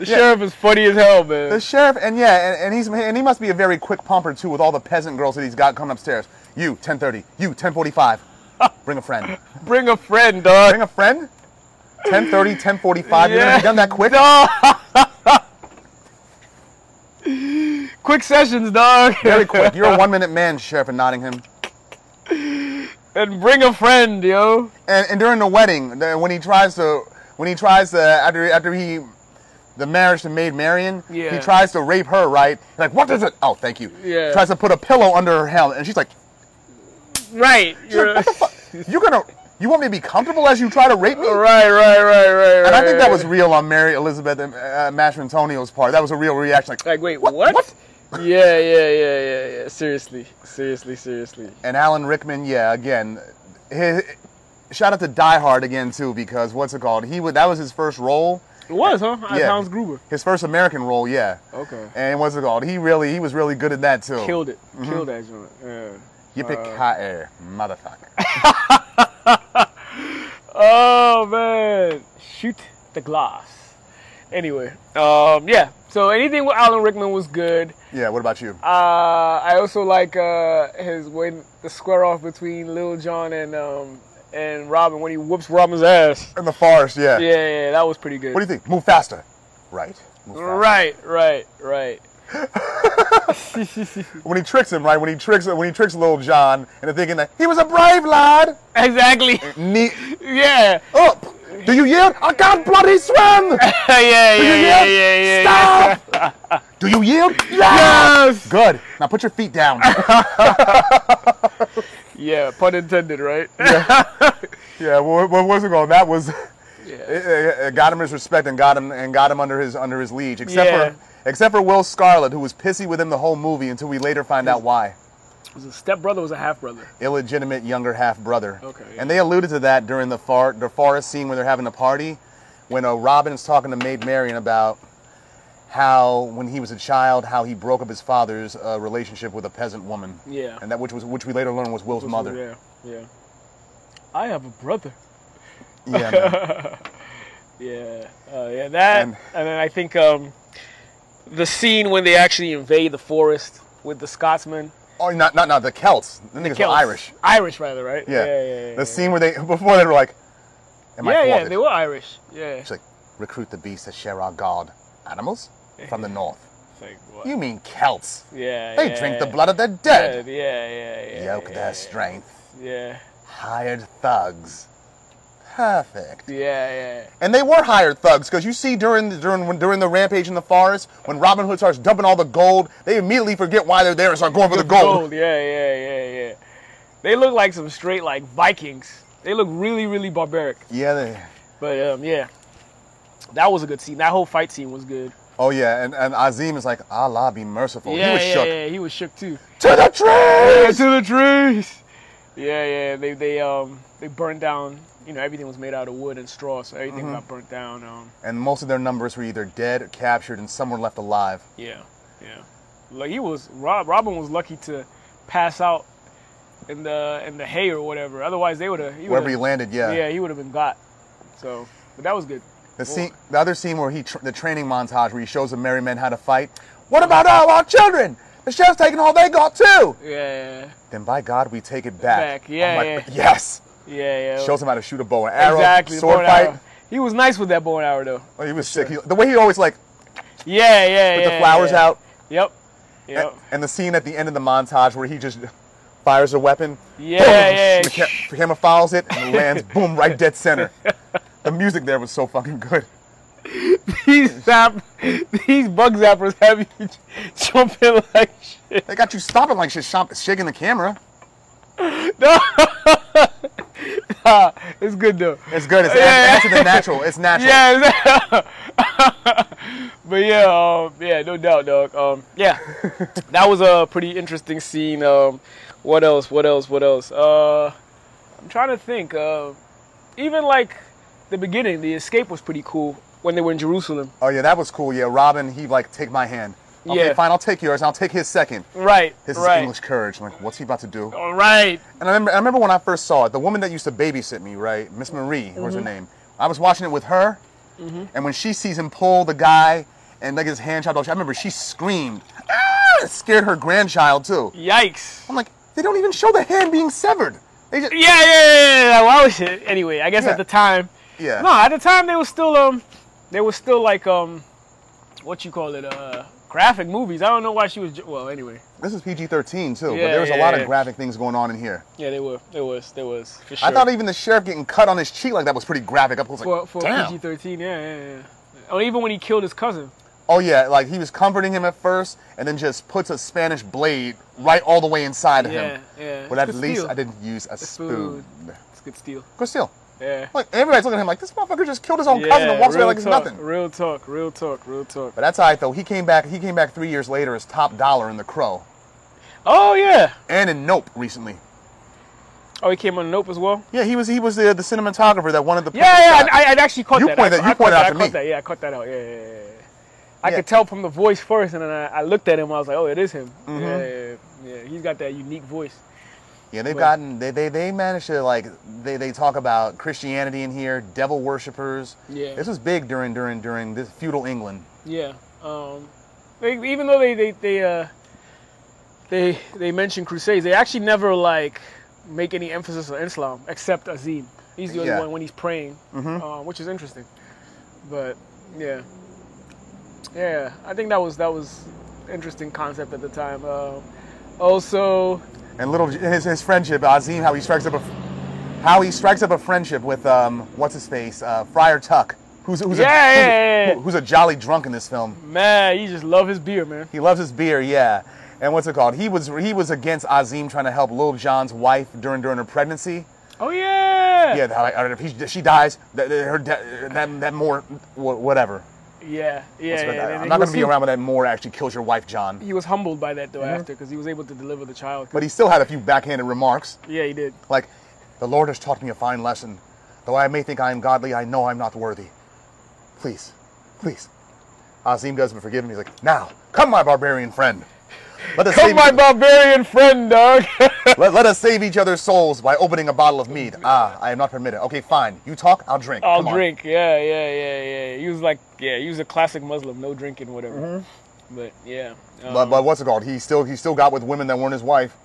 [SPEAKER 3] The sheriff is funny as hell, man.
[SPEAKER 2] The sheriff, and yeah, and, and he's and he must be a very quick pumper too, with all the peasant girls that he's got coming upstairs. You 10:30, you 10:45. Bring a friend.
[SPEAKER 3] Bring a friend, dog.
[SPEAKER 2] Bring a friend? 1030, 1045, you're gonna
[SPEAKER 3] Yeah.
[SPEAKER 2] be done that quick?
[SPEAKER 3] Quick sessions, dog.
[SPEAKER 2] Very quick. You're a one minute man, Sheriff in Nottingham.
[SPEAKER 3] [LAUGHS] and bring a friend, yo.
[SPEAKER 2] And, and during the wedding, the- when he tries to, when he tries to, after, after he, the marriage to Maid Marian, he
[SPEAKER 3] Yeah.
[SPEAKER 2] tries to rape her, right? Like, what is it? Oh, thank you.
[SPEAKER 3] Yeah.
[SPEAKER 2] Tries to put a pillow under her helmet, and she's like,
[SPEAKER 3] Right. You're, right,
[SPEAKER 2] you're gonna, you want me to be comfortable as you try to rape me?
[SPEAKER 3] [LAUGHS] right, right, right, right.
[SPEAKER 2] And I think that was real on Mary Elizabeth uh, Mastrantonio's part. That was a real reaction. Like,
[SPEAKER 3] like, wait, what? yeah, yeah, yeah, yeah, yeah. Seriously, seriously, seriously.
[SPEAKER 2] And Alan Rickman, yeah, again, his, shout out to Die Hard again too because what's it called? He would that was his first role,
[SPEAKER 3] It was, huh?
[SPEAKER 2] Yeah.
[SPEAKER 3] Hans Gruber.
[SPEAKER 2] his first American role, yeah.
[SPEAKER 3] Okay.
[SPEAKER 2] And what's it called? He really he was really good at that too.
[SPEAKER 3] Killed it. Killed that joint. Yeah.
[SPEAKER 2] Yippee ki air, motherfucker.
[SPEAKER 3] Oh man, shoot the glass. Anyway, um, yeah. So anything with Alan Rickman was good.
[SPEAKER 2] yeah. What about you?
[SPEAKER 3] Uh, I also like uh, his when the square off between Lil Jon and um, and Robin when he whoops Robin's ass.
[SPEAKER 2] In the forest, yeah.
[SPEAKER 3] Yeah, yeah, that was pretty good.
[SPEAKER 2] What do you think? Move faster. Right. Move faster. [LAUGHS]
[SPEAKER 3] right, right, right.
[SPEAKER 2] when he tricks him, right? When he tricks when he tricks Little John into thinking that he was a brave lad.
[SPEAKER 3] Exactly. [LAUGHS]
[SPEAKER 2] Knee
[SPEAKER 3] Yeah.
[SPEAKER 2] up. Do you yell? I can't bloody swim.
[SPEAKER 3] yeah, yeah,
[SPEAKER 2] Do you
[SPEAKER 3] yeah, yeah,
[SPEAKER 2] yell?
[SPEAKER 3] yeah, yeah.
[SPEAKER 2] Stop.
[SPEAKER 3] [LAUGHS]
[SPEAKER 2] Do you yell?
[SPEAKER 3] Yes.
[SPEAKER 2] Good. Now put your
[SPEAKER 3] [LAUGHS]
[SPEAKER 2] feet down.
[SPEAKER 3] Yeah, pun intended, right? [LAUGHS]
[SPEAKER 2] yeah. What, what was it called? That was.
[SPEAKER 3] Yeah.
[SPEAKER 2] [LAUGHS] it, it- it got him his respect and got him and got him under his under his liege. Except
[SPEAKER 3] Yeah.
[SPEAKER 2] for except for Will Scarlet, who was pissy with him the whole movie until we later find out why.
[SPEAKER 3] It was a stepbrother, it was a half brother.
[SPEAKER 2] Illegitimate younger half brother.
[SPEAKER 3] Okay, yeah.
[SPEAKER 2] And they alluded to that during the far the forest scene where they're having a party, when uh, Robin's talking to Maid Marian about how when he was a child how he broke up his father's uh, relationship with a peasant woman.
[SPEAKER 3] Yeah.
[SPEAKER 2] And that which was which we later learned was Will's mother.
[SPEAKER 3] Yeah, yeah. I have a brother.
[SPEAKER 2] Yeah. man.
[SPEAKER 3] [LAUGHS] Yeah, uh, yeah, that, and,
[SPEAKER 2] And-
[SPEAKER 3] then I think um, the scene when they actually invade the forest with the Scotsmen.
[SPEAKER 2] Oh, not not not the Celts. The niggas were
[SPEAKER 3] Celts.
[SPEAKER 2] Irish.
[SPEAKER 3] Irish, rather, right?
[SPEAKER 2] Yeah.
[SPEAKER 3] yeah, yeah. yeah,
[SPEAKER 2] The scene where they [LAUGHS] before they were like, "Am
[SPEAKER 3] yeah,
[SPEAKER 2] I
[SPEAKER 3] yeah,
[SPEAKER 2] thwarted?"
[SPEAKER 3] they were Irish. Yeah.
[SPEAKER 2] She's like, "Recruit the beasts that share our god, animals from
[SPEAKER 3] [LAUGHS]
[SPEAKER 2] the north."
[SPEAKER 3] It's like, what?
[SPEAKER 2] You mean Celts?
[SPEAKER 3] yeah,
[SPEAKER 2] They
[SPEAKER 3] yeah,
[SPEAKER 2] drink the blood of the dead.
[SPEAKER 3] Yeah, yeah, yeah. yeah
[SPEAKER 2] Yoke
[SPEAKER 3] yeah,
[SPEAKER 2] their strength,
[SPEAKER 3] Yeah,
[SPEAKER 2] hired thugs. Perfect.
[SPEAKER 3] yeah, yeah.
[SPEAKER 2] And they were hired thugs because you see during the, during when, during the rampage in the forest when Robin Hood starts dumping all the gold, they immediately forget why they're there and start going for the gold.
[SPEAKER 3] Gold, Yeah, yeah, yeah, yeah. They look like some straight like Vikings. They look really, really barbaric.
[SPEAKER 2] Yeah. They,
[SPEAKER 3] But um, yeah, that was a good scene. That whole fight scene was good.
[SPEAKER 2] oh yeah. And and Azim is like, Allah be merciful.
[SPEAKER 3] yeah,
[SPEAKER 2] Oh, he was
[SPEAKER 3] yeah,
[SPEAKER 2] shook.
[SPEAKER 3] yeah, he was shook too.
[SPEAKER 2] To the
[SPEAKER 3] Yeah,
[SPEAKER 2] trees.
[SPEAKER 3] to the trees. Yeah, yeah. They they um they burned down. You know, everything was made out of wood and straw, so everything
[SPEAKER 2] Mm-hmm.
[SPEAKER 3] got burnt down. Um,
[SPEAKER 2] And most of their numbers were either dead, or captured, and some were left alive.
[SPEAKER 3] yeah, yeah. Like he was Rob. Robin was lucky to pass out in the in the hay or whatever. Otherwise, they would have.
[SPEAKER 2] Wherever he landed, yeah.
[SPEAKER 3] Yeah, he would have been got. So, but that was good.
[SPEAKER 2] The scene, the other scene where he, tr- the training montage where he shows the merry men how to fight. What about all our children? The sheriff's taking all they got too.
[SPEAKER 3] Yeah,
[SPEAKER 2] Then by God, we take it back.
[SPEAKER 3] Back, yeah,
[SPEAKER 2] I'm
[SPEAKER 3] yeah.
[SPEAKER 2] Yes.
[SPEAKER 3] yeah, yeah.
[SPEAKER 2] Shows him how to shoot a bow and arrow,
[SPEAKER 3] exactly. the bow
[SPEAKER 2] sword
[SPEAKER 3] and
[SPEAKER 2] fight.
[SPEAKER 3] arrow. He was nice with that bow and arrow though.
[SPEAKER 2] Oh, he was sick. He- the way he always like
[SPEAKER 3] Yeah, yeah,
[SPEAKER 2] put
[SPEAKER 3] yeah.
[SPEAKER 2] the flowers
[SPEAKER 3] yeah.
[SPEAKER 2] out,
[SPEAKER 3] Yep.
[SPEAKER 2] a-
[SPEAKER 3] Yep.
[SPEAKER 2] and, the scene at the end of the montage where he just fires a weapon.
[SPEAKER 3] Yeah,
[SPEAKER 2] boom,
[SPEAKER 3] yeah.
[SPEAKER 2] The, ca- the camera follows it
[SPEAKER 3] [LAUGHS]
[SPEAKER 2] and lands boom right dead center. The music there was so fucking good.
[SPEAKER 3] these zap, these bug zappers have you jumping like shit. [LAUGHS]
[SPEAKER 2] They got you stopping like shit, shop- shaking the camera.
[SPEAKER 3] Nah, it's good though.
[SPEAKER 2] It's good. It's
[SPEAKER 3] Yeah, yeah.
[SPEAKER 2] actually the natural. It's natural.
[SPEAKER 3] Yeah, it's- [LAUGHS] but yeah, um, yeah, no doubt, dog. Um, [LAUGHS] yeah, that was a pretty interesting scene. Um, what else? What else? What else? Uh, I'm trying to think. Uh, even like the beginning, the escape was pretty cool when they were in Jerusalem.
[SPEAKER 2] Oh yeah, that was cool. Yeah, Robin, he like take my hand. Okay,
[SPEAKER 3] Yeah.
[SPEAKER 2] fine, I'll take yours. and I'll take his second.
[SPEAKER 3] Right.
[SPEAKER 2] This
[SPEAKER 3] right.
[SPEAKER 2] is English courage. I'm like, what's he about to do?
[SPEAKER 3] All right.
[SPEAKER 2] And I remember, I remember when I first saw it, the woman that used to babysit me, right, Miss Marie,
[SPEAKER 3] Mm-hmm.
[SPEAKER 2] was her name. I was watching it with her, and when she sees him pull the guy and like his hand chopped off, I remember she screamed. Ah! It scared her grandchild too.
[SPEAKER 3] Yikes.
[SPEAKER 2] I'm like, they don't even show the hand being severed. They just
[SPEAKER 3] Yeah, yeah, yeah, yeah. yeah. Well, I was anyway. I guess
[SPEAKER 2] Yeah.
[SPEAKER 3] at the time,
[SPEAKER 2] yeah.
[SPEAKER 3] no, at the time they were still um, they were still like um, what you call it uh, graphic movies. I don't know why she was. ju- Well, anyway,
[SPEAKER 2] This is PG-13 too, but
[SPEAKER 3] Yeah,
[SPEAKER 2] there was
[SPEAKER 3] yeah,
[SPEAKER 2] a lot
[SPEAKER 3] yeah.
[SPEAKER 2] of graphic things going on in here.
[SPEAKER 3] yeah, they were, they was, they was for sure.
[SPEAKER 2] I thought even the sheriff getting cut on his cheek like that was pretty graphic. I was like,
[SPEAKER 3] for for
[SPEAKER 2] damn.
[SPEAKER 3] PG thirteen, yeah, yeah, yeah. Or even when he killed his cousin.
[SPEAKER 2] Oh yeah, like he was comforting him at first, and then just puts a Spanish blade right all the way inside of
[SPEAKER 3] Yeah,
[SPEAKER 2] him.
[SPEAKER 3] yeah.
[SPEAKER 2] But
[SPEAKER 3] [LAUGHS]
[SPEAKER 2] at
[SPEAKER 3] It's good
[SPEAKER 2] least
[SPEAKER 3] steel.
[SPEAKER 2] I didn't use a
[SPEAKER 3] spoon.
[SPEAKER 2] spoon.
[SPEAKER 3] It's good steal.
[SPEAKER 2] Because still,
[SPEAKER 3] Yeah.
[SPEAKER 2] like everybody's looking at him like this motherfucker just killed his own cousin
[SPEAKER 3] Yeah,
[SPEAKER 2] and walks away
[SPEAKER 3] real
[SPEAKER 2] like it's
[SPEAKER 3] talk,
[SPEAKER 2] nothing.
[SPEAKER 3] Real talk, real talk, real talk.
[SPEAKER 2] But that's alright though. He came back. He came back three years later as top dollar in The Crow
[SPEAKER 3] Oh yeah.
[SPEAKER 2] and in Nope recently.
[SPEAKER 3] Oh, he came on Nope as well.
[SPEAKER 2] Yeah, he was he was the, the cinematographer that wanted the
[SPEAKER 3] Yeah, yeah, I, I I'd actually caught
[SPEAKER 2] You
[SPEAKER 3] that.
[SPEAKER 2] pointed-
[SPEAKER 3] I, I
[SPEAKER 2] you
[SPEAKER 3] caught
[SPEAKER 2] pointed
[SPEAKER 3] that, I
[SPEAKER 2] out to
[SPEAKER 3] caught
[SPEAKER 2] me.
[SPEAKER 3] that. Yeah, I caught that out. Yeah, yeah, yeah. yeah. I
[SPEAKER 2] Yeah.
[SPEAKER 3] could tell from the voice first, and then I, I looked at him. I was like, "Oh, it is him."
[SPEAKER 2] Mm-hmm.
[SPEAKER 3] Yeah, yeah, yeah, yeah. He's got that unique voice.
[SPEAKER 2] Yeah, they've
[SPEAKER 3] But-
[SPEAKER 2] gotten they, they they managed to like they, they talk about Christianity in here, devil worshippers.
[SPEAKER 3] Yeah.
[SPEAKER 2] This was big during during during this feudal England.
[SPEAKER 3] Yeah. Um, they, even though they they they uh, they they mention crusades, they actually never like make any emphasis on Islam except Azim. He's the only
[SPEAKER 2] Yeah. Mm-hmm.
[SPEAKER 3] one when he's praying, uh, which is interesting. But yeah, yeah. I think that was that was interesting concept at the time. Uh, also,
[SPEAKER 2] And little his, his friendship, Azim, how he strikes up a how he strikes up a friendship with um what's his face uh, Friar Tuck, who's who's, a,
[SPEAKER 3] Yeah,
[SPEAKER 2] who's,
[SPEAKER 3] yeah, yeah, yeah.
[SPEAKER 2] who- who's a jolly drunk in this film.
[SPEAKER 3] man, you just love his beer, man.
[SPEAKER 2] He loves his beer, yeah. And what's it called? He was he was against Azim trying to help Lil Jon's wife during during her pregnancy.
[SPEAKER 3] Oh yeah.
[SPEAKER 2] Yeah, how- I don't know if he, she dies, that that- her de- that that more wh- whatever.
[SPEAKER 3] Yeah, yeah. yeah. And
[SPEAKER 2] I'm
[SPEAKER 3] he
[SPEAKER 2] not
[SPEAKER 3] was-
[SPEAKER 2] gonna be around Mm-hmm. when that more actually kills your wife, John.
[SPEAKER 3] He was humbled by that though after because he was able to deliver the child.
[SPEAKER 2] But he still had a few backhanded remarks
[SPEAKER 3] yeah, he did.
[SPEAKER 2] like, "The Lord has taught me a fine lesson. Though I may think I am godly, I know I'm not worthy. Please, please." Azim doesn't forgive him. He's like, "Now, come, my barbarian friend. Let us
[SPEAKER 3] Come,
[SPEAKER 2] save
[SPEAKER 3] my barbarian friend, dog. [LAUGHS]
[SPEAKER 2] Let, let us save each other's souls by opening a bottle of mead. Ah, I am not permitted. Okay, fine. You talk, I'll drink.
[SPEAKER 3] I'll
[SPEAKER 2] Come on.
[SPEAKER 3] drink. Yeah, yeah, yeah, yeah. He was like, yeah, he was a classic Muslim, no drinking, whatever.
[SPEAKER 2] Mm-hmm.
[SPEAKER 3] But yeah. Um,
[SPEAKER 2] But, but what's it called? He still he still got with women that weren't his wife.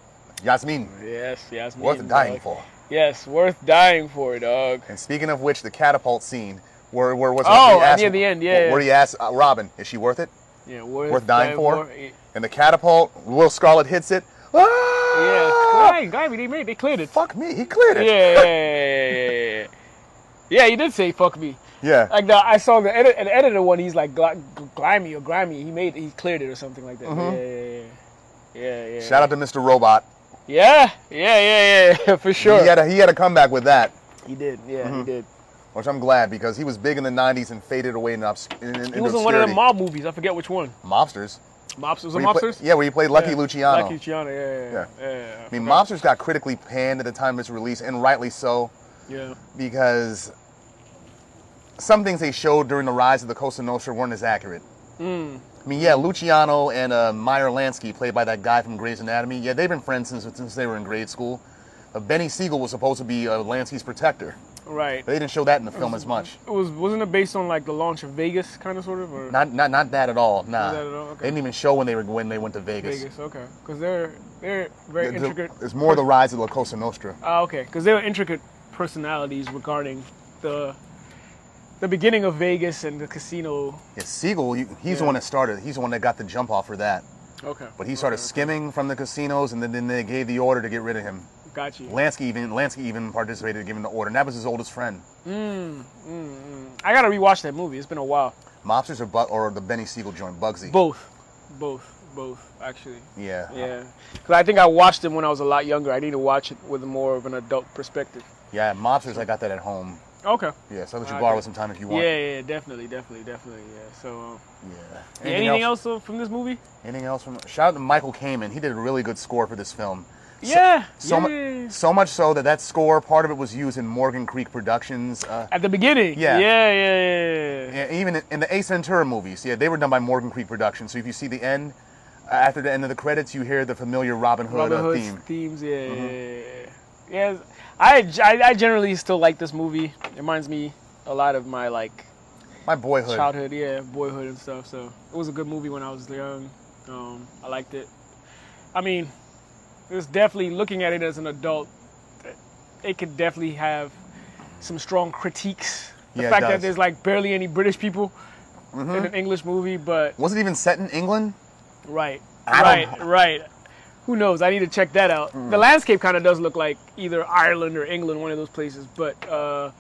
[SPEAKER 2] Yasmin,
[SPEAKER 3] yes, yes.
[SPEAKER 2] worth
[SPEAKER 3] meeting,
[SPEAKER 2] dying
[SPEAKER 3] dog.
[SPEAKER 2] for.
[SPEAKER 3] Yes, worth dying for, dog.
[SPEAKER 2] And speaking of which, the catapult scene where where was
[SPEAKER 3] Oh,
[SPEAKER 2] he asked,
[SPEAKER 3] near the end, yeah,
[SPEAKER 2] Where,
[SPEAKER 3] yeah.
[SPEAKER 2] where he asked uh, Robin, is she worth it?
[SPEAKER 3] Yeah, worth,
[SPEAKER 2] Worth dying for?
[SPEAKER 3] Yeah,
[SPEAKER 2] And the catapult, Will Scarlet hits it. Ah!
[SPEAKER 3] dying, dying. They made, they cleared it.
[SPEAKER 2] Fuck me, he cleared
[SPEAKER 3] Yeah,
[SPEAKER 2] it.
[SPEAKER 3] yeah, yeah, yeah, yeah, yeah. Yeah, he did say "fuck me."
[SPEAKER 2] Yeah.
[SPEAKER 3] Like the, I saw the edit, an editor one. He's like gl- gl- "grimy" or "grimy." He made, he cleared it or something like that. Yeah, yeah, yeah, yeah. Yeah, yeah.
[SPEAKER 2] Mm-hmm. Shout out to Mr. Robot.
[SPEAKER 3] Yeah, yeah, yeah, yeah, [LAUGHS] for sure.
[SPEAKER 2] He had a, he had a comeback with that.
[SPEAKER 3] He did, yeah, he did.
[SPEAKER 2] Which I'm glad because he was big in the '90s and faded away in, obs- in, in
[SPEAKER 3] He
[SPEAKER 2] into
[SPEAKER 3] was in one of the
[SPEAKER 2] obscurity.
[SPEAKER 3] mob movies. I forget which one.
[SPEAKER 2] mobsters.
[SPEAKER 3] Mobsters, was it
[SPEAKER 2] Where you play-
[SPEAKER 3] mobsters?
[SPEAKER 2] yeah, where you played Lucky Luciano.
[SPEAKER 3] Lucky Luciano, yeah, yeah, yeah. yeah,
[SPEAKER 2] I mean, Mobsters got critically panned at the time of its release, and rightly so,
[SPEAKER 3] yeah.
[SPEAKER 2] because some things they showed during the rise of the Cosa Nostra weren't as accurate.
[SPEAKER 3] Hmm.
[SPEAKER 2] I mean, yeah, Luciano and uh, Meyer Lansky, played by that guy from Grey's Anatomy, yeah, they've been friends since, since they were in grade school. Uh, Benny Siegel was supposed to be uh, Lansky's protector,
[SPEAKER 3] Right.
[SPEAKER 2] but they didn't show that in the film as much.
[SPEAKER 3] It was wasn't it based on like the launch of Vegas, kind of, sort of, or
[SPEAKER 2] Not, not, not that at all. Nah,
[SPEAKER 3] that at all? Okay.
[SPEAKER 2] they didn't even show when they were when they went to Vegas.
[SPEAKER 3] Vegas? Okay, because they're they're very
[SPEAKER 2] The- the-
[SPEAKER 3] intricate.
[SPEAKER 2] it's more the rise of the Cosa Nostra.
[SPEAKER 3] Ah, okay, because they were intricate personalities regarding the the beginning of Vegas and the casino.
[SPEAKER 2] Yeah, Siegel, you- he's the
[SPEAKER 3] Yeah.
[SPEAKER 2] one that started. He's the one that got the jump off for that.
[SPEAKER 3] Okay.
[SPEAKER 2] But he started skimming from the casinos, and then, then they gave the order to get rid of him.
[SPEAKER 3] Got you.
[SPEAKER 2] Lansky even Lansky even participated in giving the order, and that was his oldest friend.
[SPEAKER 3] I gotta rewatch that movie. It's been a while.
[SPEAKER 2] Mobsters or Bu- or the Benny Siegel joint, Bugsy.
[SPEAKER 3] Both, both, both, actually.
[SPEAKER 2] yeah.
[SPEAKER 3] Yeah, because I think I watched it when I was a lot younger. I need to watch it with more of an adult perspective.
[SPEAKER 2] Yeah, Mobsters. I got that at home.
[SPEAKER 3] Okay.
[SPEAKER 2] Yeah, so I'll let
[SPEAKER 3] I
[SPEAKER 2] you
[SPEAKER 3] got
[SPEAKER 2] borrow
[SPEAKER 3] it.
[SPEAKER 2] it sometime if you
[SPEAKER 3] Yeah,
[SPEAKER 2] want.
[SPEAKER 3] yeah, definitely, definitely, definitely. Yeah. So, um,
[SPEAKER 2] Yeah.
[SPEAKER 3] yeah, anything else uh, from this movie?
[SPEAKER 2] Anything else from? Shout out to Michael Kamen. He did a really good score for this film. So-
[SPEAKER 3] yeah.
[SPEAKER 2] So,
[SPEAKER 3] yeah,
[SPEAKER 2] mu-
[SPEAKER 3] yeah, yeah.
[SPEAKER 2] so much so that that score, part of it was used in Morgan Creek Productions. Uh,
[SPEAKER 3] At the beginning.
[SPEAKER 2] Yeah.
[SPEAKER 3] Yeah, yeah, yeah. yeah.
[SPEAKER 2] Yeah, even in the Ace Ventura movies, yeah, they were done by Morgan Creek Productions. So if you see the end, uh, after the end of the credits, you hear the familiar Robin Hood
[SPEAKER 3] Robin
[SPEAKER 2] uh,
[SPEAKER 3] Hood's
[SPEAKER 2] theme. Mm-hmm.
[SPEAKER 3] themes. Yeah, yeah, yeah, yeah. Yes, I, I I generally still like this movie. It reminds me a lot of my like
[SPEAKER 2] My boyhood.
[SPEAKER 3] childhood, yeah, boyhood and stuff. So it was a good movie when I was young. Um, I liked it. I mean, it's definitely looking at it as an adult. It could definitely have some strong critiques. The
[SPEAKER 2] Yeah, it
[SPEAKER 3] fact that
[SPEAKER 2] does. Mm-hmm.
[SPEAKER 3] there's like barely any British people in an English movie, but
[SPEAKER 2] Was it even set in England?
[SPEAKER 3] right,
[SPEAKER 2] I
[SPEAKER 3] right, right. Who knows? I need to check that out. The landscape kind of does look like either Ireland or England, one of those places. But uh,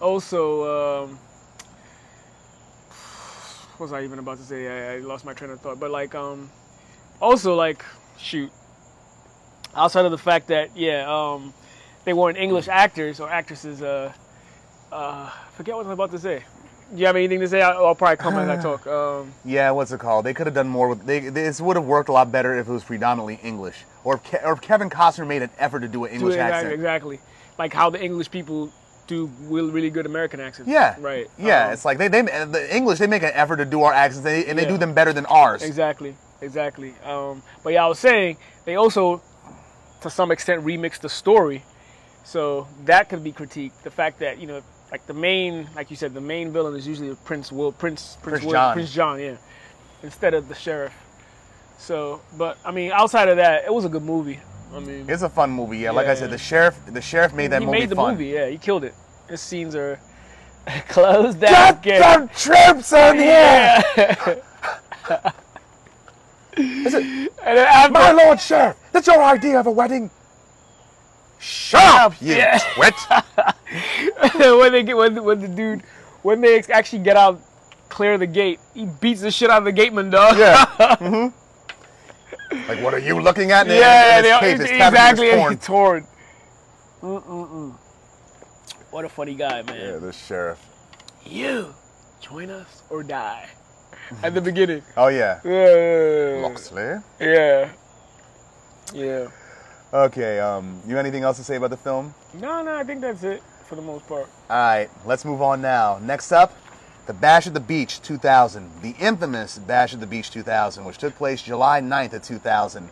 [SPEAKER 3] also, um, what was I even about to say? I, I lost my train of thought. But like, um, also like, shoot. Outside of the fact that yeah, um, they weren't English actors or actresses. Uh, uh, forget what I was about to say. You have anything to say? I'll, I'll probably come as I talk. Um,
[SPEAKER 2] Yeah, what's it called? They could have done more with. They, this would have worked a lot better if it was predominantly English, or if, Ke- or if Kevin Costner made an effort to do
[SPEAKER 3] Do
[SPEAKER 2] an
[SPEAKER 3] it
[SPEAKER 2] English
[SPEAKER 3] exactly,
[SPEAKER 2] accent.
[SPEAKER 3] exactly. Like how the English people do will- really good American accents.
[SPEAKER 2] Yeah.
[SPEAKER 3] Right.
[SPEAKER 2] Yeah,
[SPEAKER 3] Um,
[SPEAKER 2] it's like they, they the English they make an effort to do our accents, they, and they
[SPEAKER 3] Yeah.
[SPEAKER 2] do them better than ours.
[SPEAKER 3] exactly. Exactly. Um, but yeah, I was saying they also, to some extent, remix the story, so that could be critiqued. The fact that you know, like the main, like you said, the main villain is usually Prince Will, Prince, Prince,
[SPEAKER 2] Prince
[SPEAKER 3] Will,
[SPEAKER 2] John.
[SPEAKER 3] Prince John, yeah, instead of the sheriff. So, but I mean, outside of that, it was a good movie. I mean,
[SPEAKER 2] It's a fun movie. Yeah, like
[SPEAKER 3] Yeah.
[SPEAKER 2] I said, the sheriff the sheriff made that
[SPEAKER 3] he
[SPEAKER 2] movie
[SPEAKER 3] made the
[SPEAKER 2] fun.
[SPEAKER 3] movie. Yeah, he killed it. His scenes are [LAUGHS] closed down. [LAUGHS]
[SPEAKER 2] Got some troops on here. Is it?
[SPEAKER 3] And then after,
[SPEAKER 1] My lord sheriff, that's your idea of a wedding.
[SPEAKER 2] Shut up, you [LAUGHS]
[SPEAKER 3] Yeah.
[SPEAKER 2] twit.
[SPEAKER 3] [LAUGHS] when they get when, when the dude when they ex- actually get out clear the gate he beats the shit out of the gateman dog
[SPEAKER 2] Yeah. hmm Like, what are you looking at? And
[SPEAKER 3] [LAUGHS] yeah
[SPEAKER 2] it's
[SPEAKER 3] they,
[SPEAKER 2] tape, it's tapping
[SPEAKER 3] exactly
[SPEAKER 2] his
[SPEAKER 3] [LAUGHS]
[SPEAKER 2] horn.
[SPEAKER 3] and he torn Mm-mm-mm. what a funny guy
[SPEAKER 2] Yeah,
[SPEAKER 3] man
[SPEAKER 2] this sheriff.
[SPEAKER 3] you join us or die at the beginning
[SPEAKER 2] Oh yeah.
[SPEAKER 3] yeah
[SPEAKER 2] Loxley.
[SPEAKER 3] yeah yeah
[SPEAKER 2] Okay. Um, you anything else to say about the film?
[SPEAKER 3] no no I think that's it for the most part
[SPEAKER 2] All right, let's move on now. Next up, the Bash at the Beach 2000, the infamous Bash at the Beach 2000, which took place July 9th of 2000.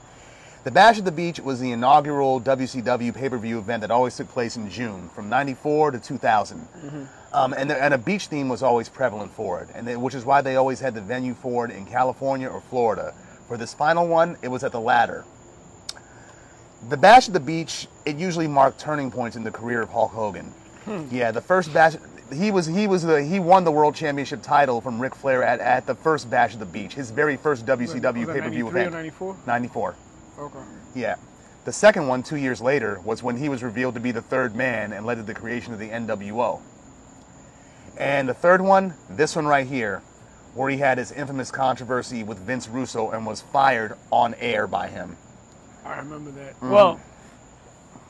[SPEAKER 2] The Bash at the Beach was the inaugural WCW pay-per-view event that always took place in June, from '94 to 2000. Um, and, the, and a beach theme was always prevalent for it, and they, which is why they always had the venue for it in California or Florida. For this final one, it was at the latter. The Bash at the Beach, it usually marked turning points in the career of Hulk Hogan. Yeah, the first Bash, he was he was the he won the World Championship title from Ric Flair at, at the first Bash at the Beach, his very first
[SPEAKER 3] Was
[SPEAKER 2] WCW
[SPEAKER 3] that 93
[SPEAKER 2] pay-per-view
[SPEAKER 3] or
[SPEAKER 2] event.
[SPEAKER 3] 94
[SPEAKER 2] 94.
[SPEAKER 3] okay
[SPEAKER 2] Yeah. The second one, two years later, was when he was revealed to be the third man and led to the creation of the NWO. And the third one, this one right here, where he had his infamous controversy with Vince Russo and was fired on air by him.
[SPEAKER 3] I remember that
[SPEAKER 2] Mm-hmm.
[SPEAKER 3] well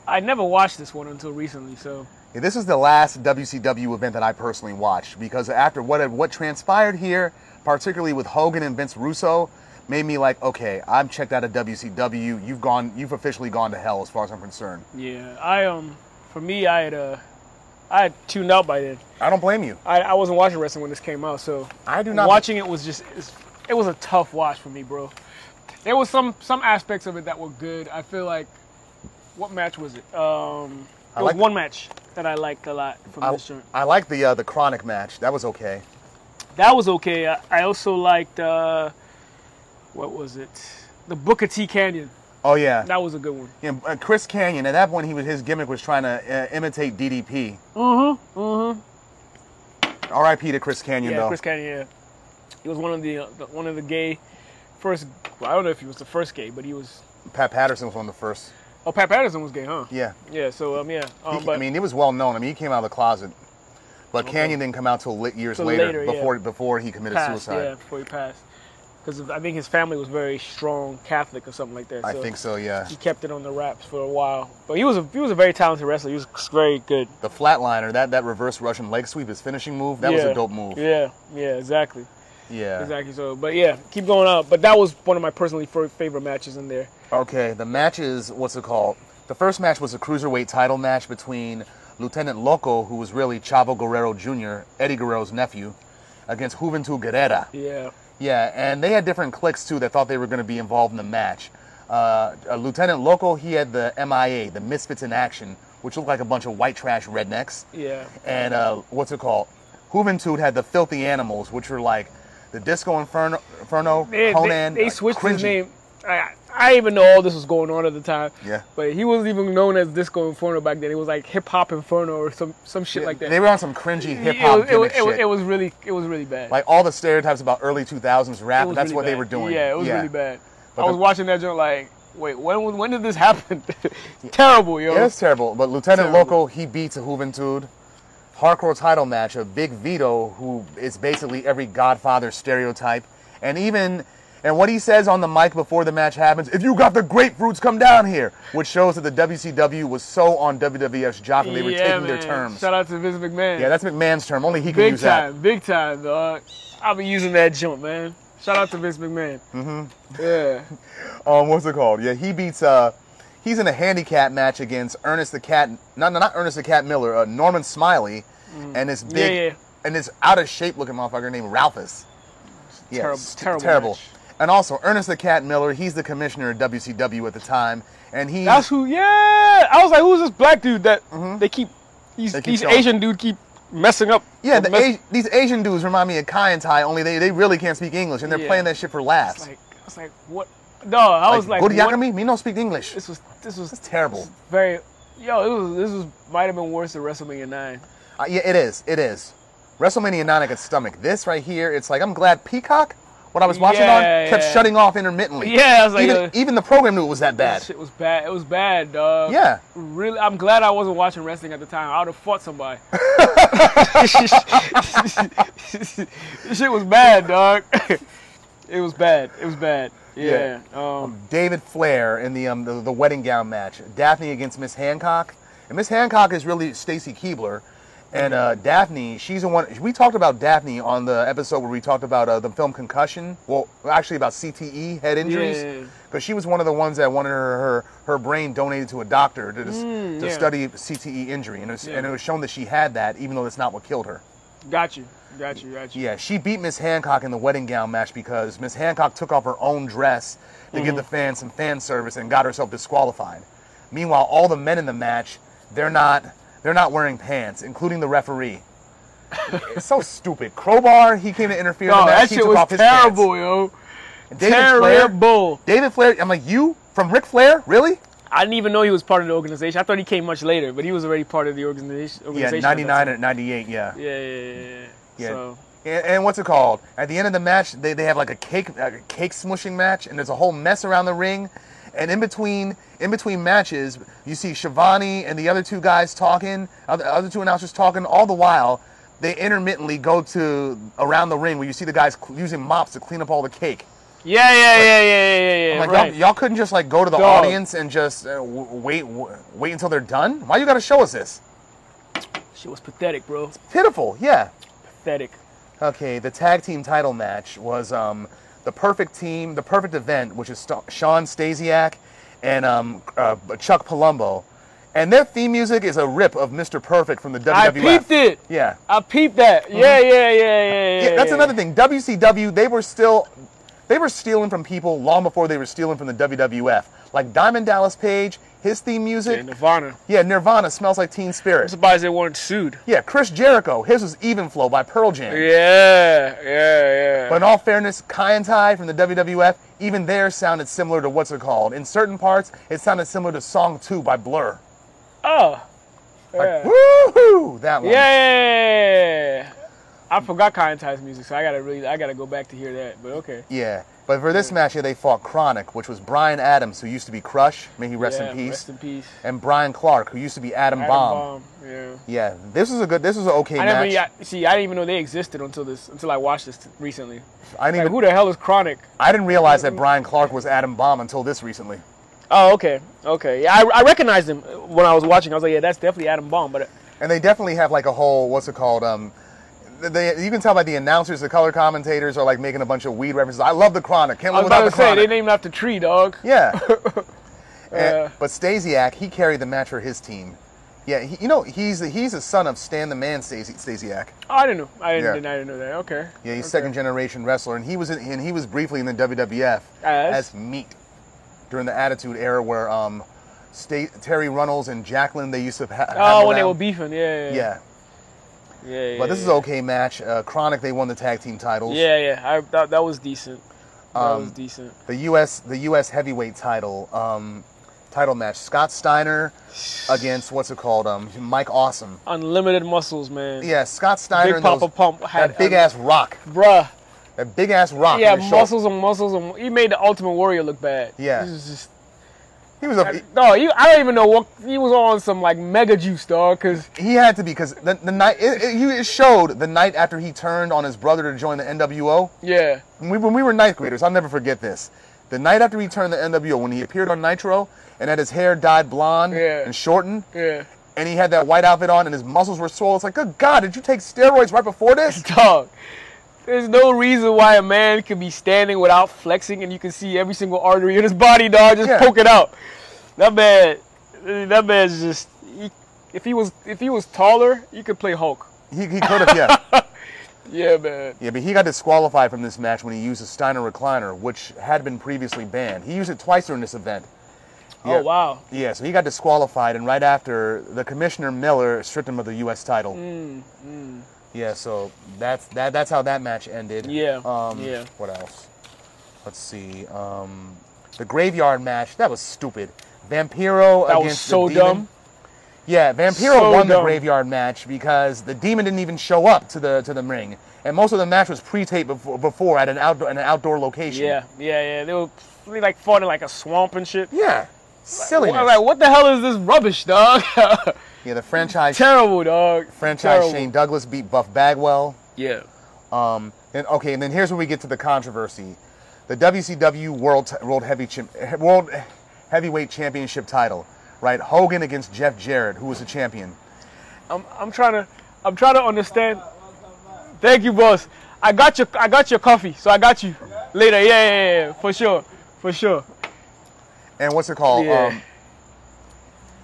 [SPEAKER 3] I never watched this one until recently so
[SPEAKER 2] Yeah, This is the last WCW event that I personally watched because after what what transpired here, particularly with Hogan and Vince Russo, made me like, okay, I'm checked out of WCW. You've gone, you've officially gone to hell as far as I'm concerned.
[SPEAKER 3] Yeah, I um, for me, I had uh, I had tuned out by then.
[SPEAKER 2] I don't blame you.
[SPEAKER 3] I, I wasn't watching wrestling when this came out, so
[SPEAKER 2] I do not-
[SPEAKER 3] watching it was just it's, it was a tough watch for me, bro. There was some some aspects of it that were good. I feel like what match was it? Um,
[SPEAKER 2] I
[SPEAKER 3] there was
[SPEAKER 2] like-
[SPEAKER 3] one match that I liked a lot from
[SPEAKER 2] I,
[SPEAKER 3] this joint.
[SPEAKER 2] I like the uh, the chronic match. That was okay.
[SPEAKER 3] That was okay. I, I also liked uh, what was it? The Booker T Canyon.
[SPEAKER 2] Oh yeah.
[SPEAKER 3] That was a good one.
[SPEAKER 2] Yeah, uh, Chris Canyon. At that point, he was his gimmick was trying to uh, imitate DDP. Mm-hmm. Mm-hmm. R.I.P. to Chris Canyon
[SPEAKER 3] Yeah,
[SPEAKER 2] though.
[SPEAKER 3] Chris Canyon. Yeah, he was one of the, uh, the one of the gay first. Well, I don't know if he was the first gay, but he was.
[SPEAKER 2] Pat Patterson was one of the first.
[SPEAKER 3] Oh, Pat Patterson was gay, huh?
[SPEAKER 2] Yeah.
[SPEAKER 3] Yeah. So um, yeah. Um,
[SPEAKER 2] He-
[SPEAKER 3] but
[SPEAKER 2] I mean, it was well known. I mean, he came out of the closet, but Canyon didn't come out till li- years
[SPEAKER 3] Till
[SPEAKER 2] later,
[SPEAKER 3] later, yeah.
[SPEAKER 2] before before he committed
[SPEAKER 3] passed.
[SPEAKER 2] suicide.
[SPEAKER 3] Yeah, before he passed, because I think his family was very strong Catholic or something like that.
[SPEAKER 2] I think so. Yeah,
[SPEAKER 3] He kept it on the wraps for a while, but he was a he was a very talented wrestler. He was very good.
[SPEAKER 2] the flatliner, that that reverse Russian leg sweep, his finishing move, that was
[SPEAKER 3] Yeah.
[SPEAKER 2] a dope move.
[SPEAKER 3] Yeah. Yeah. Exactly.
[SPEAKER 2] Yeah.
[SPEAKER 3] Exactly. So, but yeah, keep going up. But that was one of my personally fir- favorite matches in there.
[SPEAKER 2] Okay, the matches, what's it called? The first match was a cruiserweight title match between Lieutenant Loco, who was really Chavo Guerrero Jr., Eddie Guerrero's nephew, against Juventud Guerrera.
[SPEAKER 3] Yeah.
[SPEAKER 2] Yeah, and they had different cliques too that thought they were going to be involved in the match. Uh, uh, Lieutenant Loco, he had the MIA, the Misfits in Action, which looked like a bunch of white trash rednecks.
[SPEAKER 3] Yeah.
[SPEAKER 2] And uh, what's it called? Juventud had the Filthy Animals, which were like the Disco Inferno, Inferno
[SPEAKER 3] They- they-
[SPEAKER 2] Conan.
[SPEAKER 3] They,
[SPEAKER 2] like,
[SPEAKER 3] switched his
[SPEAKER 2] cringy.
[SPEAKER 3] name. I, I even know all this was going on at the time.
[SPEAKER 2] Yeah.
[SPEAKER 3] But he wasn't even known as Disco Inferno back then. It was like Hip Hop Inferno or some, some shit like that.
[SPEAKER 2] They were on some cringy
[SPEAKER 3] It
[SPEAKER 2] hip hop
[SPEAKER 3] was- it was,
[SPEAKER 2] gimmick
[SPEAKER 3] it, was,
[SPEAKER 2] shit.
[SPEAKER 3] it was really it was really bad.
[SPEAKER 2] like all the stereotypes about early 2000s
[SPEAKER 3] It
[SPEAKER 2] rap,
[SPEAKER 3] was
[SPEAKER 2] that's
[SPEAKER 3] really
[SPEAKER 2] what they
[SPEAKER 3] bad.
[SPEAKER 2] were doing.
[SPEAKER 3] Yeah, it was really bad.
[SPEAKER 2] But
[SPEAKER 3] I was
[SPEAKER 2] the-
[SPEAKER 3] watching that joint like, wait, when was- when did this happen? [LAUGHS] Terrible, yo.
[SPEAKER 2] Yeah, it's terrible. But Lieutenant
[SPEAKER 3] Terrible.
[SPEAKER 2] Loco, he beats a Juventud. Hardcore title match of Big Vito, who is basically every Godfather stereotype. And even, and what he says on the mic before the match happens, if you got the grapefruits, come down here, which shows that the WCW was so on WWF's jock and they were
[SPEAKER 3] Yeah,
[SPEAKER 2] taking their
[SPEAKER 3] man.
[SPEAKER 2] terms.
[SPEAKER 3] Shout out to Vince McMahon.
[SPEAKER 2] Yeah, that's McMahon's term. Only he can
[SPEAKER 3] big
[SPEAKER 2] use
[SPEAKER 3] time, big time, dog. I'll be using that joint, man. Shout out to Vince McMahon. Mm-hmm. Yeah.
[SPEAKER 2] that. Um, what's it called? Yeah, he beats, uh, he's in a handicap match against Ernest the Cat, no, no, not Ernest the Cat Miller, uh, Norman Smiley, and this big,
[SPEAKER 3] Mm. yeah.
[SPEAKER 2] and this out of shape looking motherfucker named Ralphus. Yeah,
[SPEAKER 3] Terrible-
[SPEAKER 2] it's
[SPEAKER 3] terrible
[SPEAKER 2] terrible.
[SPEAKER 3] match.
[SPEAKER 2] And also Ernest the Cat Miller, he's the commissioner of WCW at the time, and he
[SPEAKER 3] That's who. Yeah, I was like, who's this black dude that they keep these
[SPEAKER 2] Mm-hmm. They keep
[SPEAKER 3] these
[SPEAKER 2] showing.
[SPEAKER 3] Asian dude keep messing up?
[SPEAKER 2] yeah, the
[SPEAKER 3] Mess-
[SPEAKER 2] Asi- these Asian dudes remind me of Kai and Tai, only they, they really can't speak English, and they're
[SPEAKER 3] Yeah.
[SPEAKER 2] playing that shit for laughs.
[SPEAKER 3] Like, I was like, what? No, I was like,
[SPEAKER 2] "Good
[SPEAKER 3] what-
[SPEAKER 2] Yakami, me no speak English.
[SPEAKER 3] This was this was
[SPEAKER 2] It's terrible.
[SPEAKER 3] very. Yo, it was, this was might have been worse than WrestleMania nine.
[SPEAKER 2] Uh, yeah, it is. It is. WrestleMania 9, I could stomach. This right here, it's like, I'm glad Peacock what I was watching
[SPEAKER 3] Yeah,
[SPEAKER 2] on kept
[SPEAKER 3] yeah.
[SPEAKER 2] shutting off intermittently.
[SPEAKER 3] Yeah, I was like,
[SPEAKER 2] even,
[SPEAKER 3] uh,
[SPEAKER 2] even the program knew it was that bad.
[SPEAKER 3] That shit was bad. It was bad, dog.
[SPEAKER 2] Yeah.
[SPEAKER 3] Really, I'm glad I wasn't watching wrestling at the time. I would have fought
[SPEAKER 2] [LAUGHS]
[SPEAKER 3] somebody. this shit was bad, dog. [LAUGHS] it was bad. It was bad. Yeah. Um,
[SPEAKER 2] David Flair in the, um, the the wedding gown match. Daphne against Miss Hancock, and Miss Hancock is really Stacy Keebler, and uh, Daphne. She's the one. We talked about Daphne on the episode where we talked about uh, the film Concussion. Well, actually about CTE head injuries,
[SPEAKER 3] Yeah, yeah, yeah.
[SPEAKER 2] because she was one of the ones that wanted her her, her brain donated to a doctor to dis- to
[SPEAKER 3] Mm, yeah.
[SPEAKER 2] study CTE injury, and it, was, and
[SPEAKER 3] Yeah.
[SPEAKER 2] it was shown that she had that, even though that's not what killed her.
[SPEAKER 3] got you. Got you. Got you.
[SPEAKER 2] Yeah, she beat Miss Hancock in the wedding gown match because Miss Hancock took off her own dress to give
[SPEAKER 3] Mm-hmm.
[SPEAKER 2] the fans some fan service and got herself disqualified. Meanwhile, all the men in the match, they're not they're not wearing pants, including the referee. it's so stupid. Crowbar, he came to interfere in
[SPEAKER 3] No,
[SPEAKER 2] the match.
[SPEAKER 3] that
[SPEAKER 2] he
[SPEAKER 3] shit
[SPEAKER 2] took
[SPEAKER 3] was
[SPEAKER 2] off his pants.
[SPEAKER 3] terrible, yo.
[SPEAKER 2] David Flair,
[SPEAKER 3] terrible.
[SPEAKER 2] David Flair, I'm like, you from Ric Flair? Really?
[SPEAKER 3] I didn't even know he was part of the organization. I thought he came much later, but he was already part of the organization.
[SPEAKER 2] Yeah,
[SPEAKER 3] organization at that
[SPEAKER 2] 99
[SPEAKER 3] time.
[SPEAKER 2] and 98, yeah.
[SPEAKER 3] Yeah, yeah, yeah, yeah.
[SPEAKER 2] Yeah.
[SPEAKER 3] So,
[SPEAKER 2] And, and what's it called? At the end of the match, they, they have like a cake like a cake smushing match, and there's a whole mess around the ring. And in between in between matches, you see Shivani and the other two guys talking, other, other two announcers talking. All the while, they intermittently go to around the ring where you see the guys cl- using mops to clean up all the cake.
[SPEAKER 3] yeah, yeah, yeah, yeah, yeah, yeah, yeah.
[SPEAKER 2] I'm like
[SPEAKER 3] right.
[SPEAKER 2] y'all, y'all couldn't just like go to the
[SPEAKER 3] Dog.
[SPEAKER 2] audience and just uh, w- wait w- wait until they're done. Why you got to show us this?
[SPEAKER 3] Shit was pathetic, bro.
[SPEAKER 2] Pitiful, yeah.
[SPEAKER 3] Pathetic.
[SPEAKER 2] Okay, the tag team title match was um, the perfect team, the perfect event, which is St- Sean Stasiak and um, uh, Chuck Palumbo. And their theme music is a rip of Mr. Perfect from the
[SPEAKER 3] I
[SPEAKER 2] WWF.
[SPEAKER 3] peeped it.
[SPEAKER 2] Yeah.
[SPEAKER 3] I peeped that. Yeah, yeah, yeah, yeah, yeah.
[SPEAKER 2] Uh-huh. yeah. That's another thing. WCW, they were still, they were stealing from people long before they were stealing from the WWF. Like Diamond Dallas Page, his theme music.
[SPEAKER 3] Yeah, Nirvana.
[SPEAKER 2] yeah, Nirvana smells like Teen Spirit.
[SPEAKER 3] Somebody that weren't sued.
[SPEAKER 2] Yeah, Chris Jericho, his was Even Flow by Pearl Jam.
[SPEAKER 3] Yeah, yeah, yeah.
[SPEAKER 2] But in all fairness, Kai and Tai from the WWF, even theirs sounded similar to what's it called. In certain parts, it sounded similar to Song 2 by Blur.
[SPEAKER 3] oh.
[SPEAKER 2] Like,
[SPEAKER 3] Yeah.
[SPEAKER 2] woohoo! That
[SPEAKER 3] Yeah,
[SPEAKER 2] one.
[SPEAKER 3] yeah, yeah, yeah. I forgot Kai and Ty's music, so I gotta really, I gotta go back to hear that. But okay.
[SPEAKER 2] Yeah. But for this match here, they fought Chronic, which was Brian Adams, who used to be Crush, may he rest
[SPEAKER 3] yeah,
[SPEAKER 2] in peace,
[SPEAKER 3] Rest in peace.
[SPEAKER 2] and Brian Clark, who used to be Adam,
[SPEAKER 3] Adam
[SPEAKER 2] Bomb.
[SPEAKER 3] Bomb. Yeah.
[SPEAKER 2] Yeah, this was a good, this was an okay
[SPEAKER 3] I
[SPEAKER 2] match.
[SPEAKER 3] never yeah, see. I didn't even know they existed until this, until I watched this recently.
[SPEAKER 2] I,
[SPEAKER 3] Like,
[SPEAKER 2] didn't even,
[SPEAKER 3] who the hell is Chronic?
[SPEAKER 2] I didn't realize that Brian Clark was Adam Bomb until this recently.
[SPEAKER 3] Oh, okay, okay. Yeah, I, I recognized him when I was watching. I was like, yeah, that's definitely Adam Bomb. But uh,
[SPEAKER 2] And they definitely have like a whole what's it called? Um, they, you can tell by the announcers, the color commentators are like making a bunch of weed references. I love the Chronic. Can't
[SPEAKER 3] I
[SPEAKER 2] live
[SPEAKER 3] was about
[SPEAKER 2] without the
[SPEAKER 3] to say they
[SPEAKER 2] Chronic.
[SPEAKER 3] named after Tree Dog.
[SPEAKER 2] yeah.
[SPEAKER 3] [LAUGHS]
[SPEAKER 2] And-
[SPEAKER 3] Uh,
[SPEAKER 2] but Stasiak, he carried the match for his team. Yeah, he, you know he's the, he's the son of Stan the Man Stasi- Stasiak.
[SPEAKER 3] Oh, I didn't know. I didn't,
[SPEAKER 2] Yeah.
[SPEAKER 3] I didn't know that. Okay.
[SPEAKER 2] Yeah, he's
[SPEAKER 3] Okay.
[SPEAKER 2] second generation wrestler, and he was in, and he was briefly in the WWF
[SPEAKER 3] As?
[SPEAKER 2] Meat during the Attitude Era, where um, Sta- Terry Runnels and Jacqueline they used to ha- have
[SPEAKER 3] Oh, when they
[SPEAKER 2] around.
[SPEAKER 3] were beefing. Yeah. Yeah.
[SPEAKER 2] yeah.
[SPEAKER 3] yeah. yeah, yeah
[SPEAKER 2] But this is an okay match. Uh, Chronic they won the tag team titles.
[SPEAKER 3] Yeah, yeah. I, that, that was decent. That
[SPEAKER 2] Um,
[SPEAKER 3] was decent.
[SPEAKER 2] the U.S. the U.S. heavyweight title um, title match. Scott Steiner against what's it called? Um, Mike Awesome.
[SPEAKER 3] Unlimited muscles, man.
[SPEAKER 2] Yeah, Scott Steiner.
[SPEAKER 3] Big
[SPEAKER 2] and
[SPEAKER 3] Papa
[SPEAKER 2] those-
[SPEAKER 3] Pump had
[SPEAKER 2] that big
[SPEAKER 3] un-
[SPEAKER 2] ass rock.
[SPEAKER 3] Bruh.
[SPEAKER 2] That big ass rock.
[SPEAKER 3] Yeah,
[SPEAKER 2] in his shoulder.
[SPEAKER 3] muscles and muscles and he made the Ultimate Warrior look bad.
[SPEAKER 2] Yeah.
[SPEAKER 3] He was just
[SPEAKER 2] He was a.
[SPEAKER 3] no. You, I don't even know what he was on. Some like mega juice, dog. Cause
[SPEAKER 2] He had to be because the, the night it, it, he- it showed the night after he turned on his brother to join the NWO.
[SPEAKER 3] yeah,
[SPEAKER 2] When we, when we were ninth graders, I'll never forget this. The night after he turned the NWO, when he appeared on Nitro and had his hair dyed blonde
[SPEAKER 3] Yeah.
[SPEAKER 2] and shortened,
[SPEAKER 3] yeah.
[SPEAKER 2] and he had that white outfit on and his muscles were swollen. It's like, good God, did you take steroids right before
[SPEAKER 3] [LAUGHS]
[SPEAKER 2] this?
[SPEAKER 3] Dog. There's no reason why a man could be standing without flexing and you can see every single artery in his body, dog, just
[SPEAKER 2] Yeah.
[SPEAKER 3] poke it out. That man that man's just he, if he was if he was taller, you could play Hulk.
[SPEAKER 2] He, he could have, yeah.
[SPEAKER 3] Yeah, man.
[SPEAKER 2] [LAUGHS] Yeah, but he got disqualified from this match when he used a Steiner recliner, which had been previously banned. He used it twice during this event. Yeah.
[SPEAKER 3] Oh wow.
[SPEAKER 2] Yeah, so he got disqualified, and right after, the commissioner Miller stripped him of the U.S. title.
[SPEAKER 3] Mm,
[SPEAKER 2] Yeah, so that's that. That's how that match ended.
[SPEAKER 3] Yeah,
[SPEAKER 2] Um,
[SPEAKER 3] yeah.
[SPEAKER 2] What else? Let's see. Um, the graveyard match. That was stupid. Vampiro
[SPEAKER 3] That
[SPEAKER 2] against
[SPEAKER 3] was so
[SPEAKER 2] the Demon.
[SPEAKER 3] dumb.
[SPEAKER 2] Yeah, Vampiro
[SPEAKER 3] So
[SPEAKER 2] won the
[SPEAKER 3] dumb.
[SPEAKER 2] graveyard match because the demon didn't even show up to the to the ring, And most of the match was pre-taped before, before at an outdoor in an outdoor location.
[SPEAKER 3] Yeah, yeah, yeah. They were they like fought in like a swamp and shit.
[SPEAKER 2] Yeah. Silliness.
[SPEAKER 3] Like, what the hell is this rubbish, dog? [LAUGHS]
[SPEAKER 2] yeah, the franchise
[SPEAKER 3] Terrible, dog.
[SPEAKER 2] franchise
[SPEAKER 3] Terrible.
[SPEAKER 2] Shane Douglas beat Buff Bagwell.
[SPEAKER 3] Yeah.
[SPEAKER 2] Um, and okay, and then here's where we get to the controversy: the WCW World Ti- World Heavy Chim- World Heavyweight Championship title, right? Hogan against Jeff Jarrett, who was the champion.
[SPEAKER 3] I'm I'm trying to I'm trying to understand. Thank you, boss. I got your I got your coffee, so I got you later. Yeah, yeah, yeah, for sure, for sure.
[SPEAKER 2] And what's it called?
[SPEAKER 3] Yeah.
[SPEAKER 2] Um,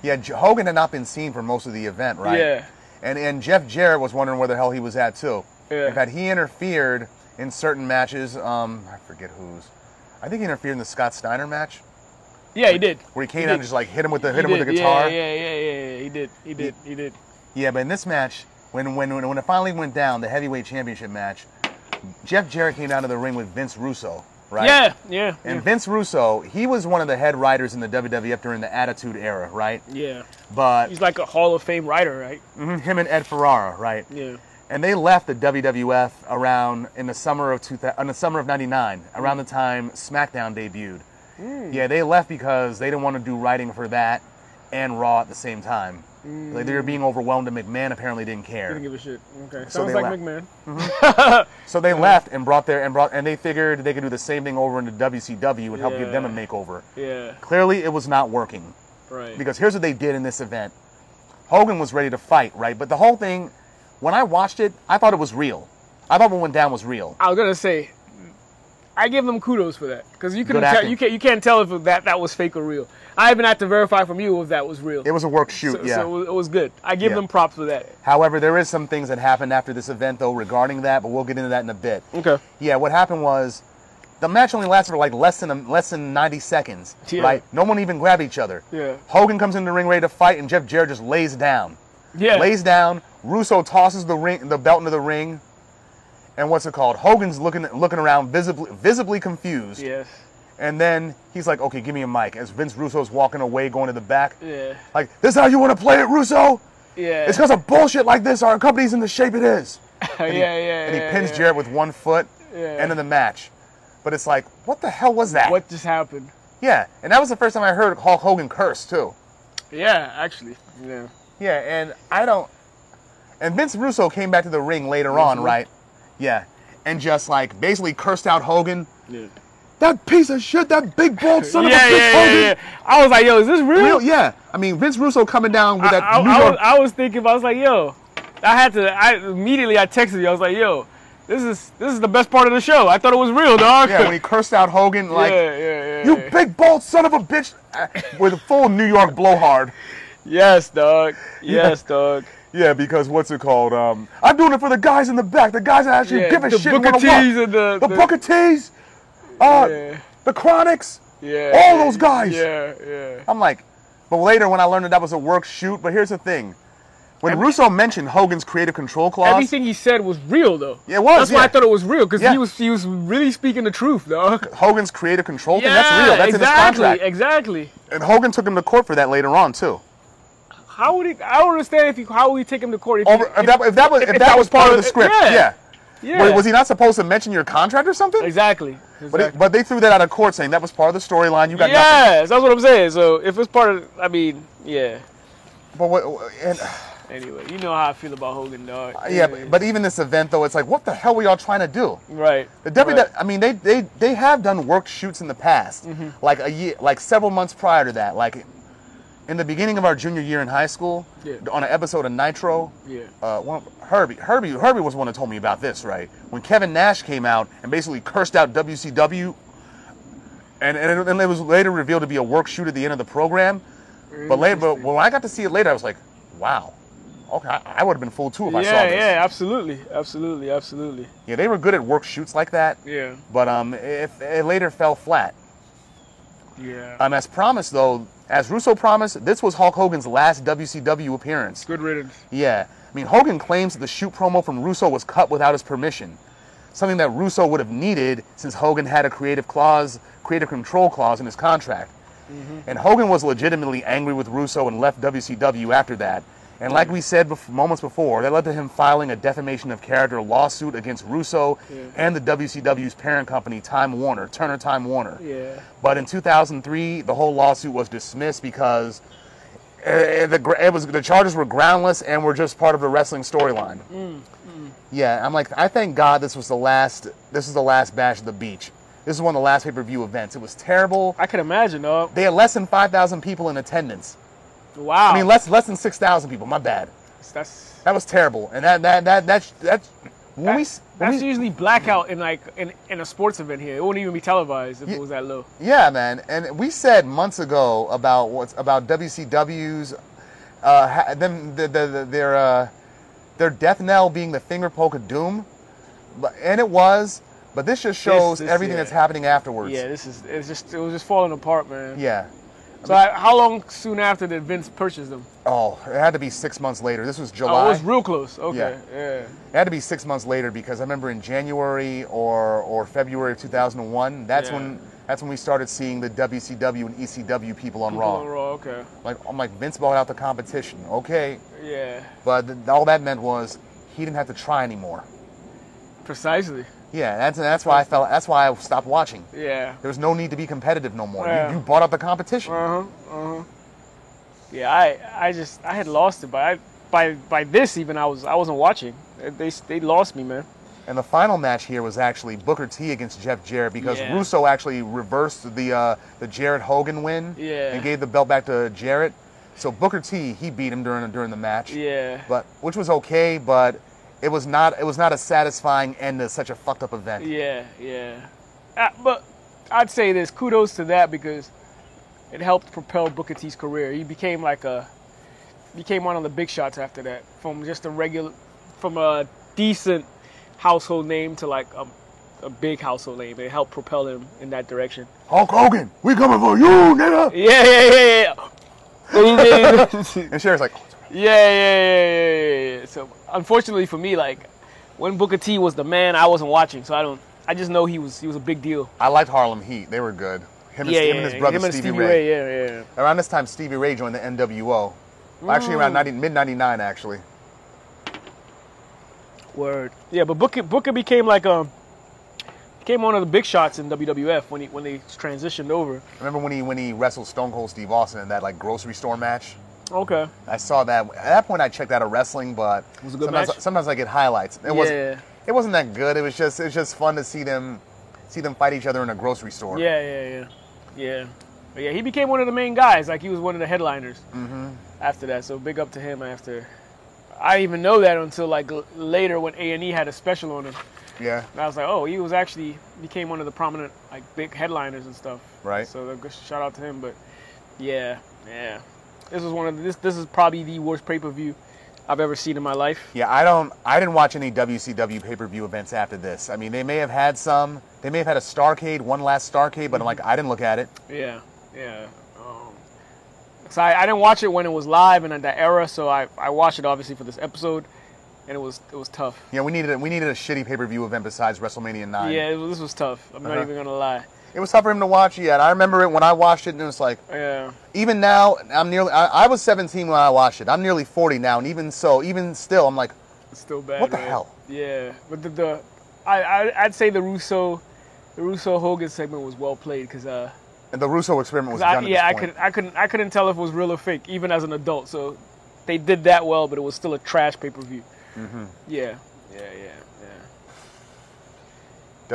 [SPEAKER 2] yeah, J- Hogan had not been seen for most of the event, right?
[SPEAKER 3] Yeah.
[SPEAKER 2] And and Jeff Jarrett was wondering where the hell he was at too.
[SPEAKER 3] Yeah.
[SPEAKER 2] In fact, he interfered in certain matches. Um, I forget whose. I think he interfered in the Scott Steiner match
[SPEAKER 3] Yeah, he did.
[SPEAKER 2] where he
[SPEAKER 3] He
[SPEAKER 2] came
[SPEAKER 3] did.
[SPEAKER 2] out and just like hit him with the
[SPEAKER 3] He
[SPEAKER 2] hit him with the
[SPEAKER 3] did.
[SPEAKER 2] guitar.
[SPEAKER 3] Yeah, yeah, yeah, yeah, yeah. He did. He did. He did.
[SPEAKER 2] Yeah, but in this match, when when when when it finally went down, the heavyweight championship match, Jeff Jarrett came down to the ring with Vince Russo, right?
[SPEAKER 3] Yeah, yeah,
[SPEAKER 2] And
[SPEAKER 3] yeah.
[SPEAKER 2] Vince Russo, he was one of the head writers in the WWF during the Attitude Era, right?
[SPEAKER 3] yeah.
[SPEAKER 2] But
[SPEAKER 3] He's like a Hall of Fame writer, right?
[SPEAKER 2] mhm, him and Ed Ferrara, right?
[SPEAKER 3] Yeah.
[SPEAKER 2] And they left the WWF around in the summer of 2000, in the summer of '99, around the time SmackDown debuted.
[SPEAKER 3] Mm.
[SPEAKER 2] Yeah, they left because they didn't want to do writing for that and Raw at the same time. Like they were being overwhelmed, and McMahon apparently didn't care.
[SPEAKER 3] Mm. Didn't give a shit. Okay.
[SPEAKER 2] So
[SPEAKER 3] Sounds
[SPEAKER 2] they
[SPEAKER 3] like
[SPEAKER 2] laugh.
[SPEAKER 3] McMahon.
[SPEAKER 2] So they left and brought their and brought and they figured they could do the same thing over into WCW and help give them a
[SPEAKER 3] Yeah.
[SPEAKER 2] makeover.
[SPEAKER 3] Yeah.
[SPEAKER 2] Clearly, it was not working
[SPEAKER 3] Right.
[SPEAKER 2] because here's what they did in this event. Hogan was ready to fight, right? But the whole thing, when I watched it, I thought it was real. I thought what went down was real.
[SPEAKER 3] I was gonna say, I give them kudos for that because you couldn't
[SPEAKER 2] Good
[SPEAKER 3] tell
[SPEAKER 2] acting.
[SPEAKER 3] you can't you can't tell if that that was fake or real. I even had to verify from you if that was real.
[SPEAKER 2] It was a work shoot,
[SPEAKER 3] so,
[SPEAKER 2] yeah.
[SPEAKER 3] so it, was, it was good. I give
[SPEAKER 2] Yeah.
[SPEAKER 3] them props for that.
[SPEAKER 2] However, there is some things that happened after this event though regarding that, but we'll get into that in a bit.
[SPEAKER 3] Okay.
[SPEAKER 2] Yeah, what happened was the match only lasted for like less than less than 90 seconds,
[SPEAKER 3] Yeah.
[SPEAKER 2] right? No one even grabbed each other.
[SPEAKER 3] Yeah.
[SPEAKER 2] Hogan comes in the ring ready to fight, and Jeff Jarrett just lays down.
[SPEAKER 3] Yeah.
[SPEAKER 2] [LAUGHS] lays down. Russo tosses the ring, the belt into the ring, and what's it called? Hogan's looking looking around, visibly visibly confused.
[SPEAKER 3] Yes.
[SPEAKER 2] And then he's like, "Okay, give me a mic." As Vince Russo's walking away, going to the back,
[SPEAKER 3] Yeah.
[SPEAKER 2] like, "This how you want to play it, Russo?
[SPEAKER 3] Yeah. [LAUGHS]
[SPEAKER 2] It's because of bullshit like this our company's in the shape it is."
[SPEAKER 3] yeah. Yeah. Yeah.
[SPEAKER 2] And he
[SPEAKER 3] yeah,
[SPEAKER 2] pins Jarrett with one foot,
[SPEAKER 3] Yeah.
[SPEAKER 2] end of the match. But it's like, what the hell was that?
[SPEAKER 3] What just happened?
[SPEAKER 2] Yeah, and that was the first time I heard Hulk Hogan curse too.
[SPEAKER 3] Yeah. Actually. Yeah.
[SPEAKER 2] Yeah, and I don't. And Vince Russo came back to the ring later
[SPEAKER 3] Mm-hmm.
[SPEAKER 2] on, right? Yeah, and just like basically cursed out Hogan.
[SPEAKER 3] Yeah.
[SPEAKER 2] That piece of shit,
[SPEAKER 3] [LAUGHS]
[SPEAKER 2] that big bald son of a
[SPEAKER 3] yeah,
[SPEAKER 2] bitch,
[SPEAKER 3] yeah,
[SPEAKER 2] Hogan.
[SPEAKER 3] yeah, yeah. I was like, yo, is this real?
[SPEAKER 2] Real- yeah, I mean Vince Russo coming down with
[SPEAKER 3] I,
[SPEAKER 2] that
[SPEAKER 3] I,
[SPEAKER 2] New
[SPEAKER 3] I
[SPEAKER 2] York.
[SPEAKER 3] was, I was thinking, I was like, yo, I had to. I immediately I texted you. I was like, yo, this is this is the best part of the show. I thought it was real, dog.
[SPEAKER 2] yeah, when he cursed out Hogan,
[SPEAKER 3] [LAUGHS]
[SPEAKER 2] like
[SPEAKER 3] yeah, yeah, yeah.
[SPEAKER 2] you
[SPEAKER 3] yeah.
[SPEAKER 2] big bald son of a bitch, [LAUGHS] uh, with a full New York blowhard.
[SPEAKER 3] Yes, dog. Yes, dog.
[SPEAKER 2] Yeah, because what's it called? Um, I'm doing it for the guys in the back, the guys that actually
[SPEAKER 3] Yeah,
[SPEAKER 2] give a
[SPEAKER 3] the
[SPEAKER 2] shit. and
[SPEAKER 3] Booker
[SPEAKER 2] wanna watch.
[SPEAKER 3] T's and the,
[SPEAKER 2] the Booker T's, uh,
[SPEAKER 3] Yeah.
[SPEAKER 2] the Chronics.
[SPEAKER 3] Yeah.
[SPEAKER 2] all those guys.
[SPEAKER 3] Yeah, yeah.
[SPEAKER 2] I'm like, but later when I learned that that was a work shoot, but here's the thing. When Russo mentioned Hogan's creative control clause,
[SPEAKER 3] Everything he said was real, though.
[SPEAKER 2] It was,
[SPEAKER 3] That's why
[SPEAKER 2] yeah.
[SPEAKER 3] I thought it was real, because
[SPEAKER 2] Yeah.
[SPEAKER 3] he was he was really speaking the truth, dog.
[SPEAKER 2] Hogan's creative control thing,
[SPEAKER 3] yeah,
[SPEAKER 2] that's real. That's
[SPEAKER 3] exactly,
[SPEAKER 2] in his contract.
[SPEAKER 3] exactly.
[SPEAKER 2] And Hogan took him to court for that later on, too.
[SPEAKER 3] How would he? I don't understand if he. How would he take him to court? If he-
[SPEAKER 2] Over, if, that, if that was, if, that was part of the script, yeah.
[SPEAKER 3] yeah.
[SPEAKER 2] Wait, was he not supposed to mention your contract or something?
[SPEAKER 3] Exactly.
[SPEAKER 2] But, it,
[SPEAKER 3] exactly.
[SPEAKER 2] but they threw that out of court saying that was part of the storyline. You got nothing.
[SPEAKER 3] yes, that's what I'm saying. So if it's part of, I mean, yeah.
[SPEAKER 2] But what, and,
[SPEAKER 3] Anyway, you know how I feel about Hogan, dog.
[SPEAKER 2] Uh, yeah, but, but even this event, though, it's like, what the hell were y'all trying to do?
[SPEAKER 3] right.
[SPEAKER 2] The W,
[SPEAKER 3] right.
[SPEAKER 2] I mean, they, they they have done work shoots in the past,
[SPEAKER 3] Mm-hmm.
[SPEAKER 2] like a year, like several months prior to that, like in the beginning of our junior year in high school,
[SPEAKER 3] Yeah.
[SPEAKER 2] on an episode of Nitro.
[SPEAKER 3] Yeah.
[SPEAKER 2] Uh, one, Herbie, Herbie, Herbie was the one that told me about this, right? When Kevin Nash came out and basically cursed out WCW, and and it, and it was later revealed to be a work shoot at the end of the program. But later, but when I got to see it later, I was like, wow, okay, I, I would have been fooled too if I saw
[SPEAKER 3] yeah,
[SPEAKER 2] this.
[SPEAKER 3] yeah, absolutely, absolutely, absolutely.
[SPEAKER 2] yeah, they were good at work shoots like that.
[SPEAKER 3] Yeah,
[SPEAKER 2] But um, it, it later fell flat.
[SPEAKER 3] yeah.
[SPEAKER 2] Um, as promised, though, as Russo promised, this was Hulk Hogan's last WCW appearance.
[SPEAKER 3] Good riddance.
[SPEAKER 2] Yeah, I mean, Hogan claims that the shoot promo from Russo was cut without his permission, something that Russo would have needed since Hogan had a creative clause, creative control clause in his contract. And Hogan was legitimately angry with Russo and left WCW after that, And like we said bef- moments before, that led to him filing a defamation of character lawsuit against Russo and the WCW's parent company, Time Warner, Turner Time Warner.
[SPEAKER 3] Yeah.
[SPEAKER 2] But in 2003, the whole lawsuit was dismissed because uh, the gr- it was the charges were groundless and were just part of the wrestling storyline. Yeah, I'm like, I thank God this was the last. This is the last bash at the beach. This is one of the last pay-per-view events. It was terrible.
[SPEAKER 3] I can imagine, dog.
[SPEAKER 2] They had less than 5,000 people in attendance.
[SPEAKER 3] Wow.
[SPEAKER 2] I mean, less less than 6,000 people. My bad.
[SPEAKER 3] that's
[SPEAKER 2] That was terrible. And that that that that that's when we s- when
[SPEAKER 3] that's
[SPEAKER 2] we-
[SPEAKER 3] usually blackout in like in, in a sports event here. It wouldn't even be televised if it was that low.
[SPEAKER 2] Yeah, man. And we said months ago about what's about WCW's uh, ha- them the, the, the, their uh, their death knell being the finger poke of doom, but and it was. But this just shows
[SPEAKER 3] this-
[SPEAKER 2] everything
[SPEAKER 3] yeah.
[SPEAKER 2] that's happening afterwards.
[SPEAKER 3] Yeah, this is it's just it was just falling apart, man.
[SPEAKER 2] Yeah.
[SPEAKER 3] So I, how long soon after did Vince purchase them?
[SPEAKER 2] Oh, it had to be six months later. This was July.
[SPEAKER 3] Oh, it was real close. Okay. Yeah.
[SPEAKER 2] It had to be six months later because I remember in January or, or February of 2001. That's
[SPEAKER 3] Yeah.
[SPEAKER 2] when that's when we started seeing the WCW and ECW people on
[SPEAKER 3] People
[SPEAKER 2] Raw.
[SPEAKER 3] on Raw. Okay.
[SPEAKER 2] Like I'm like Vince bought out the competition. Okay,
[SPEAKER 3] Yeah.
[SPEAKER 2] but th- all that meant was he didn't have to try anymore.
[SPEAKER 3] Precisely.
[SPEAKER 2] Yeah, that's that's why I felt that's why I stopped watching.
[SPEAKER 3] Yeah.
[SPEAKER 2] There was no need to be competitive no more.
[SPEAKER 3] Yeah.
[SPEAKER 2] You, you bought out the competition.
[SPEAKER 3] Uh huh. Uh huh. Yeah, I I just I had lost it, but I, by by this even I was I wasn't watching. They they lost me, man.
[SPEAKER 2] And the final match here was actually Booker T against Jeff Jarrett because
[SPEAKER 3] Yeah.
[SPEAKER 2] Russo actually reversed the uh, the Jarrett Hogan win
[SPEAKER 3] Yeah.
[SPEAKER 2] and gave the belt back to Jarrett. So Booker T he beat him during during the match.
[SPEAKER 3] Yeah.
[SPEAKER 2] But which was okay, but it was not it was not a satisfying end to such a fucked up event.
[SPEAKER 3] Yeah, yeah. Uh, but I'd say this kudos to that because it helped propel Booker T's career. He became like a he came one of the big shots after that from just a regular from a decent household name to like a, a big household name. It helped propel him in that direction.
[SPEAKER 2] Hulk Hogan, we coming for
[SPEAKER 3] [LAUGHS]
[SPEAKER 2] you, nigga.
[SPEAKER 3] Yeah, yeah, yeah,
[SPEAKER 2] [LAUGHS]
[SPEAKER 3] yeah. yeah,
[SPEAKER 2] And Sherry's like,
[SPEAKER 3] yeah, yeah, yeah, yeah, yeah. So unfortunately for me, like when Booker T was the man, I wasn't watching, so I don't. I just know he was he was a big deal.
[SPEAKER 2] I liked Harlem Heat. They were good. Him and,
[SPEAKER 3] yeah, yeah,
[SPEAKER 2] him and his
[SPEAKER 3] yeah.
[SPEAKER 2] brother
[SPEAKER 3] Him and
[SPEAKER 2] Stevie, Ray.
[SPEAKER 3] Ray. Yeah, yeah.
[SPEAKER 2] Around this time, Stevie Ray joined the NWO. Well, Actually, around 90, mid '99, actually.
[SPEAKER 3] Word. Yeah, but Booker Booker became like um became one of the big shots in WWF when he when they transitioned over.
[SPEAKER 2] Remember when he when he wrestled Stone Cold Steve Austin in that like grocery store match?
[SPEAKER 3] Okay.
[SPEAKER 2] I saw that. At that point, I checked out of wrestling, but
[SPEAKER 3] was a good
[SPEAKER 2] sometimes,
[SPEAKER 3] match?
[SPEAKER 2] sometimes I get highlights. It wasn't.
[SPEAKER 3] Yeah.
[SPEAKER 2] It wasn't that good. It was just it was just fun to see them see them fight each other in a grocery store.
[SPEAKER 3] Yeah, yeah, yeah, yeah. But yeah, he became one of the main guys. Like he was one of the headliners
[SPEAKER 2] Mm-hmm.
[SPEAKER 3] after that. So big up to him after. I didn't even know that until like l- later when A and E had a special on him.
[SPEAKER 2] Yeah.
[SPEAKER 3] And I was like, oh, he was actually became one of the prominent like big headliners and stuff.
[SPEAKER 2] Right.
[SPEAKER 3] So a good shout out to him. But yeah, yeah, this was one of the, this this is probably the worst pay per view I've ever seen in my life.
[SPEAKER 2] Yeah, I don't. I didn't watch any WCW pay-per-view events after this. I mean, they may have had some. They may have had a Starcade, one last Starcade,
[SPEAKER 3] Mm-hmm.
[SPEAKER 2] but I'm like, I didn't look at it.
[SPEAKER 3] Yeah, yeah. Um, so I, I didn't watch it when it was live and at that era. So I, I watched it obviously for this episode, and it was it was tough.
[SPEAKER 2] Yeah, we needed a, we needed a shitty pay-per-view event besides WrestleMania Nine.
[SPEAKER 3] Yeah, it was, this was tough. I'm
[SPEAKER 2] Uh-huh.
[SPEAKER 3] not even gonna lie.
[SPEAKER 2] it was tough for him to watch. Yeah, and I remember it when I watched it, and it was like,
[SPEAKER 3] Yeah,
[SPEAKER 2] even now, I'm nearly. I, I was 17 when I watched it. I'm nearly 40 now, and even so, even still, I'm like,
[SPEAKER 3] it's still bad.
[SPEAKER 2] What the
[SPEAKER 3] right?
[SPEAKER 2] hell?
[SPEAKER 3] Yeah, but the, the I, I I'd say the Russo, the Russo Hogan segment was well played because uh.
[SPEAKER 2] and the Russo experiment was
[SPEAKER 3] I-
[SPEAKER 2] done.
[SPEAKER 3] yeah,
[SPEAKER 2] at
[SPEAKER 3] I
[SPEAKER 2] this
[SPEAKER 3] could,
[SPEAKER 2] point.
[SPEAKER 3] I couldn't, I couldn't tell if it was real or fake, even as an adult. So they did that well, but it was still a trash pay per view.
[SPEAKER 2] Mm-hmm.
[SPEAKER 3] Yeah, yeah, yeah, yeah.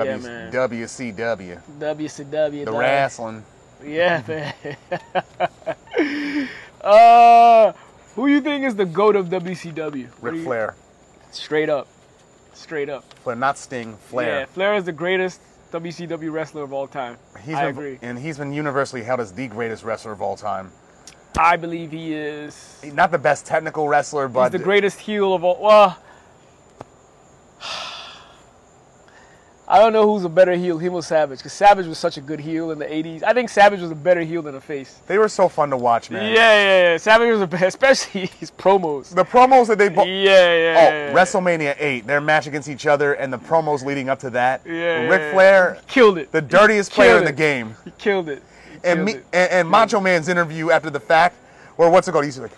[SPEAKER 3] yeah, man.
[SPEAKER 2] W, WCW,
[SPEAKER 3] WCW.
[SPEAKER 2] the
[SPEAKER 3] dog.
[SPEAKER 2] wrestling.
[SPEAKER 3] Yeah, man. [LAUGHS] uh, who you think is the goat of WCW? What do
[SPEAKER 2] Ric
[SPEAKER 3] you-
[SPEAKER 2] Flair,
[SPEAKER 3] Straight up, straight up.
[SPEAKER 2] Flair, not Sting, Flair.
[SPEAKER 3] Yeah, Flair is the greatest WCW wrestler of all time.
[SPEAKER 2] He's
[SPEAKER 3] I
[SPEAKER 2] been,
[SPEAKER 3] agree.
[SPEAKER 2] And he's been universally held as the greatest wrestler of all time.
[SPEAKER 3] I believe he is.
[SPEAKER 2] Not the best technical wrestler, but
[SPEAKER 3] He's the greatest heel of all. Well, [SIGHS] I don't know who's a better heel, him or Savage, because Savage was such a good heel in the '80s. I think Savage was a better heel than a face.
[SPEAKER 2] they were so fun to watch,
[SPEAKER 3] Yeah,
[SPEAKER 2] man.
[SPEAKER 3] yeah, yeah. Savage was a better, [LAUGHS] especially his promos.
[SPEAKER 2] The promos that they
[SPEAKER 3] Yeah,
[SPEAKER 2] both.
[SPEAKER 3] yeah.
[SPEAKER 2] Oh,
[SPEAKER 3] yeah.
[SPEAKER 2] WrestleMania 8, their match against each other, and the promos leading up to that.
[SPEAKER 3] Yeah,
[SPEAKER 2] Ric
[SPEAKER 3] yeah,
[SPEAKER 2] Flair,
[SPEAKER 3] Killed it.
[SPEAKER 2] the dirtiest player
[SPEAKER 3] Killed
[SPEAKER 2] in the
[SPEAKER 3] it.
[SPEAKER 2] game.
[SPEAKER 3] He killed it. He
[SPEAKER 2] And
[SPEAKER 3] killed
[SPEAKER 2] me
[SPEAKER 3] it. [LAUGHS]
[SPEAKER 2] and, and Macho Man's interview after the fact, or what's it called? He's like,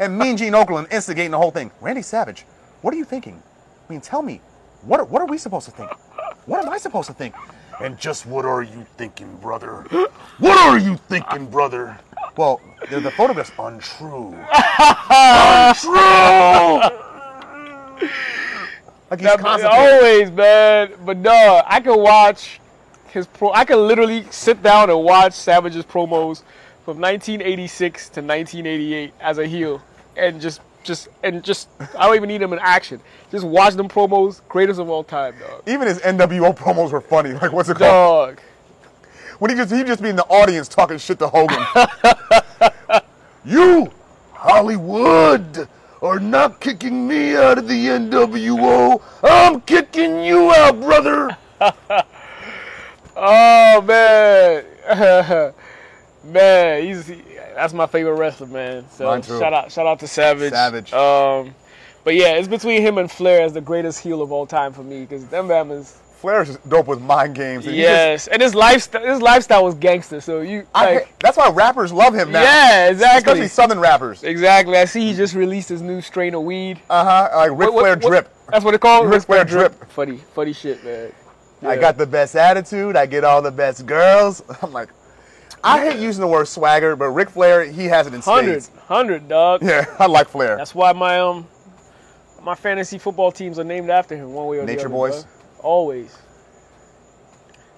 [SPEAKER 2] and Mean Gene Oakland instigating the whole thing. Randy Savage, what are you thinking? I mean, tell me, what are, what are we supposed to think? What am I supposed to think? And just what are you thinking, brother? [GASPS] What are you thinking, brother? Well, the, the photograph's untrue. untrue. Like he's
[SPEAKER 3] That-
[SPEAKER 2] constantly-
[SPEAKER 3] always, man. But no, I could watch his pro. I could literally sit down and watch Savage's promos from 1986 to 1988 as a heel, and just, just, and just. I don't even need him in action. Just watch them promos, greatest of all time, dog.
[SPEAKER 2] Even his NWO promos were funny. Like, what's it called?
[SPEAKER 3] Dog.
[SPEAKER 2] When he just he just be in the audience talking shit to Hogan. [LAUGHS] you, Hollywood, are not kicking me out of the NWO. I'm kicking you out, brother.
[SPEAKER 3] Oh man, [LAUGHS] man, he's he- that's my favorite wrestler, man. So
[SPEAKER 2] Mine too.
[SPEAKER 3] shout out, shout out to Savage.
[SPEAKER 2] Savage.
[SPEAKER 3] Um, but yeah, it's between him and Flair as the greatest heel of all time for me because them Bama's.
[SPEAKER 2] Flair's just dope with mind games. and he just-
[SPEAKER 3] Yes, and his lifestyle, his lifestyle was gangster. So you
[SPEAKER 2] I,
[SPEAKER 3] like,
[SPEAKER 2] that's why rappers love him now.
[SPEAKER 3] yeah,
[SPEAKER 2] Especially
[SPEAKER 3] exactly,
[SPEAKER 2] Southern rappers.
[SPEAKER 3] exactly. I see he just released his new strain of weed.
[SPEAKER 2] Uh huh. Like Ric
[SPEAKER 3] What- what-
[SPEAKER 2] Flair
[SPEAKER 3] what-
[SPEAKER 2] drip.
[SPEAKER 3] That's what it called.
[SPEAKER 2] Ric Flair drip.
[SPEAKER 3] Funny, funny shit, man.
[SPEAKER 2] I
[SPEAKER 3] Yeah.
[SPEAKER 2] got the best attitude. I get all the best girls. [LAUGHS] I'm like, I hate using the word swagger, but Ric Flair, he has it in
[SPEAKER 3] hundred,
[SPEAKER 2] spades.
[SPEAKER 3] hundred, dog.
[SPEAKER 2] Yeah, [LAUGHS] I like Flair.
[SPEAKER 3] That's why my um my fantasy football teams are named after him one way or the
[SPEAKER 2] Nature
[SPEAKER 3] other.
[SPEAKER 2] Boys?
[SPEAKER 3] bruh. Always.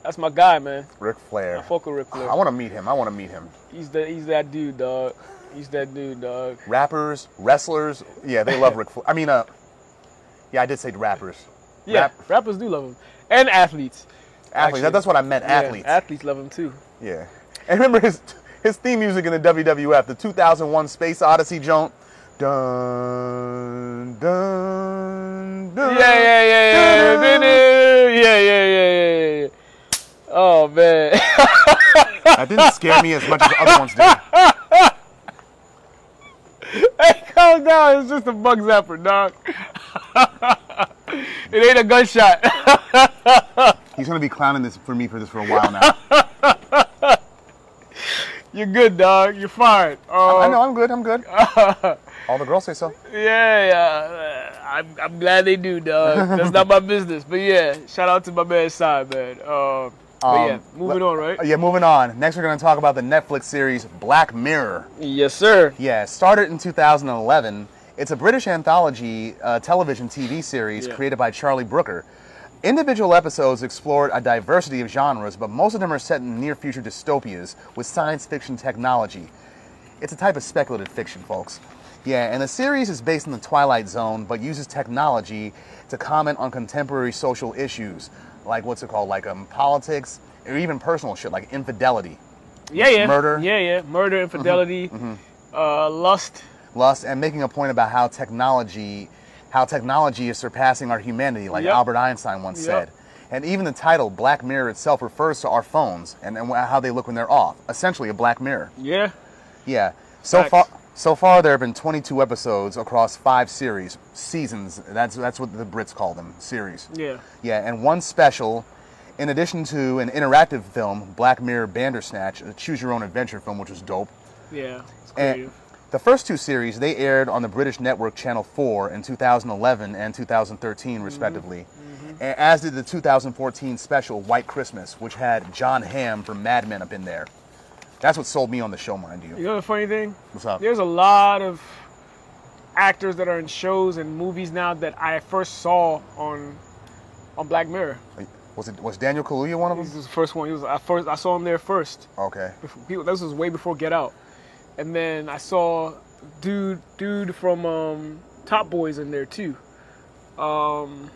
[SPEAKER 3] That's my guy, man.
[SPEAKER 2] Ric Flair.
[SPEAKER 3] Fuck with Ric Flair.
[SPEAKER 2] I want to meet him. I want to meet him.
[SPEAKER 3] He's the he's that dude, dog. He's that dude, dog.
[SPEAKER 2] Rappers, wrestlers, yeah, they
[SPEAKER 3] [LAUGHS]
[SPEAKER 2] love Ric Flair. I mean, uh, yeah, I did say rappers.
[SPEAKER 3] Yeah,
[SPEAKER 2] Rap-
[SPEAKER 3] rappers do love him, and athletes.
[SPEAKER 2] athletes.
[SPEAKER 3] Actually.
[SPEAKER 2] that's what I meant.
[SPEAKER 3] Yeah,
[SPEAKER 2] Athletes.
[SPEAKER 3] athletes love him too.
[SPEAKER 2] Yeah. And remember his his theme music in the WWF, the 2001 Space Odyssey joint. Dun dun
[SPEAKER 3] Yeah,
[SPEAKER 2] dun.
[SPEAKER 3] yeah, yeah, yeah, yeah,
[SPEAKER 2] dun,
[SPEAKER 3] yeah, yeah, yeah, yeah, yeah. Oh man, [LAUGHS]
[SPEAKER 2] That didn't scare me as much as the other ones did.
[SPEAKER 3] hey, calm down. It's just a bug zapper, dog. [LAUGHS] it ain't a gunshot. [LAUGHS]
[SPEAKER 2] He's gonna be clowning this for me for this for a while now.
[SPEAKER 3] You're good, dog. You're fired. Uh,
[SPEAKER 2] I know. I'm good.
[SPEAKER 3] [LAUGHS]
[SPEAKER 2] I'm good. All the girls say so.
[SPEAKER 3] Yeah, yeah. uh, I'm, I'm glad they do, dog.
[SPEAKER 2] [LAUGHS]
[SPEAKER 3] That's not my business. But yeah, shout out to my man Side, man. Um, but yeah,
[SPEAKER 2] Um,
[SPEAKER 3] moving
[SPEAKER 2] le-
[SPEAKER 3] on, right?
[SPEAKER 2] Uh, Yeah, moving on. Next, we're gonna talk about the Netflix series Black Mirror.
[SPEAKER 3] Yes, sir.
[SPEAKER 2] Yeah, it started in 2011. It's a British anthology uh, television TV series
[SPEAKER 3] Yeah.
[SPEAKER 2] created by Charlie Brooker. Individual episodes explored a diversity of genres, but most of them are set in near future dystopias with science fiction technology. It's a type of speculative fiction, folks. Yeah, and the series is based on the Twilight Zone, but uses technology to comment on contemporary social issues, like what's it called, like um, politics, or even personal shit, like infidelity,
[SPEAKER 3] Yeah, yeah.
[SPEAKER 2] Murder. Mm-hmm.
[SPEAKER 3] Yeah, yeah. Murder, infidelity, Uh, lust.
[SPEAKER 2] lust and making a point about how technology how technology is surpassing our humanity like
[SPEAKER 3] Yep.
[SPEAKER 2] albert einstein once
[SPEAKER 3] Yep.
[SPEAKER 2] said and even the title black mirror itself refers to our phones and, and how they look when they're off essentially a black mirror
[SPEAKER 3] Yeah.
[SPEAKER 2] yeah so
[SPEAKER 3] Facts.
[SPEAKER 2] far so far there have been 22 episodes across five series seasons that's that's what the brits call them series
[SPEAKER 3] Yeah.
[SPEAKER 2] yeah, and one special, in addition to an interactive film, Black Mirror Bandersnatch, a choose your own adventure film, which was dope.
[SPEAKER 3] Yeah. It's
[SPEAKER 2] And
[SPEAKER 3] creative.
[SPEAKER 2] the first two series they aired on the British network Channel 4 in 2011 and 2013,
[SPEAKER 3] Mm-hmm.
[SPEAKER 2] respectively, and as did the 2014 special White Christmas, which had John Hamm from Mad Men up in there. That's what sold me on the show, mind you.
[SPEAKER 3] You know the funny thing?
[SPEAKER 2] What's up?
[SPEAKER 3] There's a lot of actors that are in shows and movies now that I first saw on on Black Mirror.
[SPEAKER 2] Was it was Daniel Kaluuya one of
[SPEAKER 3] This
[SPEAKER 2] them?
[SPEAKER 3] is the first one. He was I first I saw him there first.
[SPEAKER 2] Okay.
[SPEAKER 3] [LAUGHS] before- people- this was way before Get Out. And then I saw dude dude from um, Top Boys in there too. Um,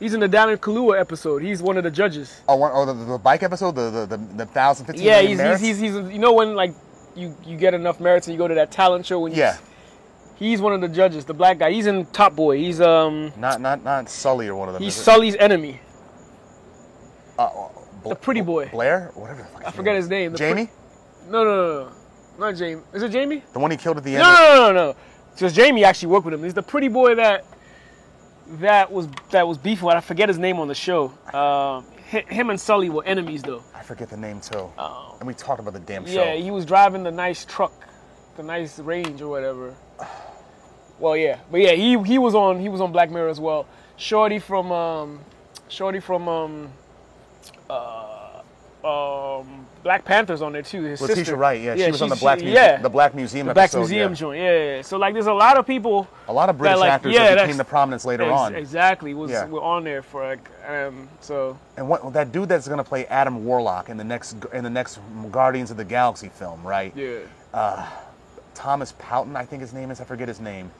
[SPEAKER 3] he's in the Diamond Kalua episode. He's one of the judges.
[SPEAKER 2] Oh, one, oh the, the bike episode, the the the, the thousand fifteen.
[SPEAKER 3] Yeah,
[SPEAKER 2] million
[SPEAKER 3] he's,
[SPEAKER 2] merits?
[SPEAKER 3] he's, he's he's you know when like you you get enough merits and you go to that talent show and you-
[SPEAKER 2] yeah.
[SPEAKER 3] he's one of the judges, the black guy. He's in Top Boy. He's um
[SPEAKER 2] Not not not Sully or one of them.
[SPEAKER 3] he's
[SPEAKER 2] is it?
[SPEAKER 3] Sully's enemy.
[SPEAKER 2] Uh, Bla-
[SPEAKER 3] The pretty boy.
[SPEAKER 2] Blair, whatever. The fuck I
[SPEAKER 3] forget his name. The
[SPEAKER 2] Jamie,
[SPEAKER 3] No, no, no, no, not Jamie. Is it Jamie?
[SPEAKER 2] the one he killed at the end.
[SPEAKER 3] No,
[SPEAKER 2] of-
[SPEAKER 3] no, no, no. Because Jamie actually worked with him. He's the pretty boy that that was that was beefing with. I forget his name on the show. Um, hi- him and Sully were enemies though. Oh.
[SPEAKER 2] I forget the name too. And we talked about the damn show.
[SPEAKER 3] Yeah, he was driving the nice truck. the nice range or whatever. Well, yeah, but yeah, he he was on he was on Black Mirror as well. Shorty from um, Shorty from um, uh, um, Black Panthers on there too. His
[SPEAKER 2] Letitia
[SPEAKER 3] sister.
[SPEAKER 2] Wright, yeah, she was on
[SPEAKER 3] she's-
[SPEAKER 2] the Black
[SPEAKER 3] she-
[SPEAKER 2] Muse-
[SPEAKER 3] yeah
[SPEAKER 2] the Black Museum
[SPEAKER 3] the Black
[SPEAKER 2] episode,
[SPEAKER 3] Museum
[SPEAKER 2] yeah.
[SPEAKER 3] joint. Yeah, yeah, yeah. So like, there's a lot of people.
[SPEAKER 2] A lot of British
[SPEAKER 3] like,
[SPEAKER 2] actors
[SPEAKER 3] yeah,
[SPEAKER 2] that
[SPEAKER 3] that's-
[SPEAKER 2] became the prominence later
[SPEAKER 3] ex-
[SPEAKER 2] on.
[SPEAKER 3] Exactly, was
[SPEAKER 2] Yeah.
[SPEAKER 3] were on there for like um. So
[SPEAKER 2] And what that dude that's gonna play Adam Warlock in the next in the next Guardians of the Galaxy film, right?
[SPEAKER 3] yeah,
[SPEAKER 2] Thomas Poughton, I think his name is. I forget his name.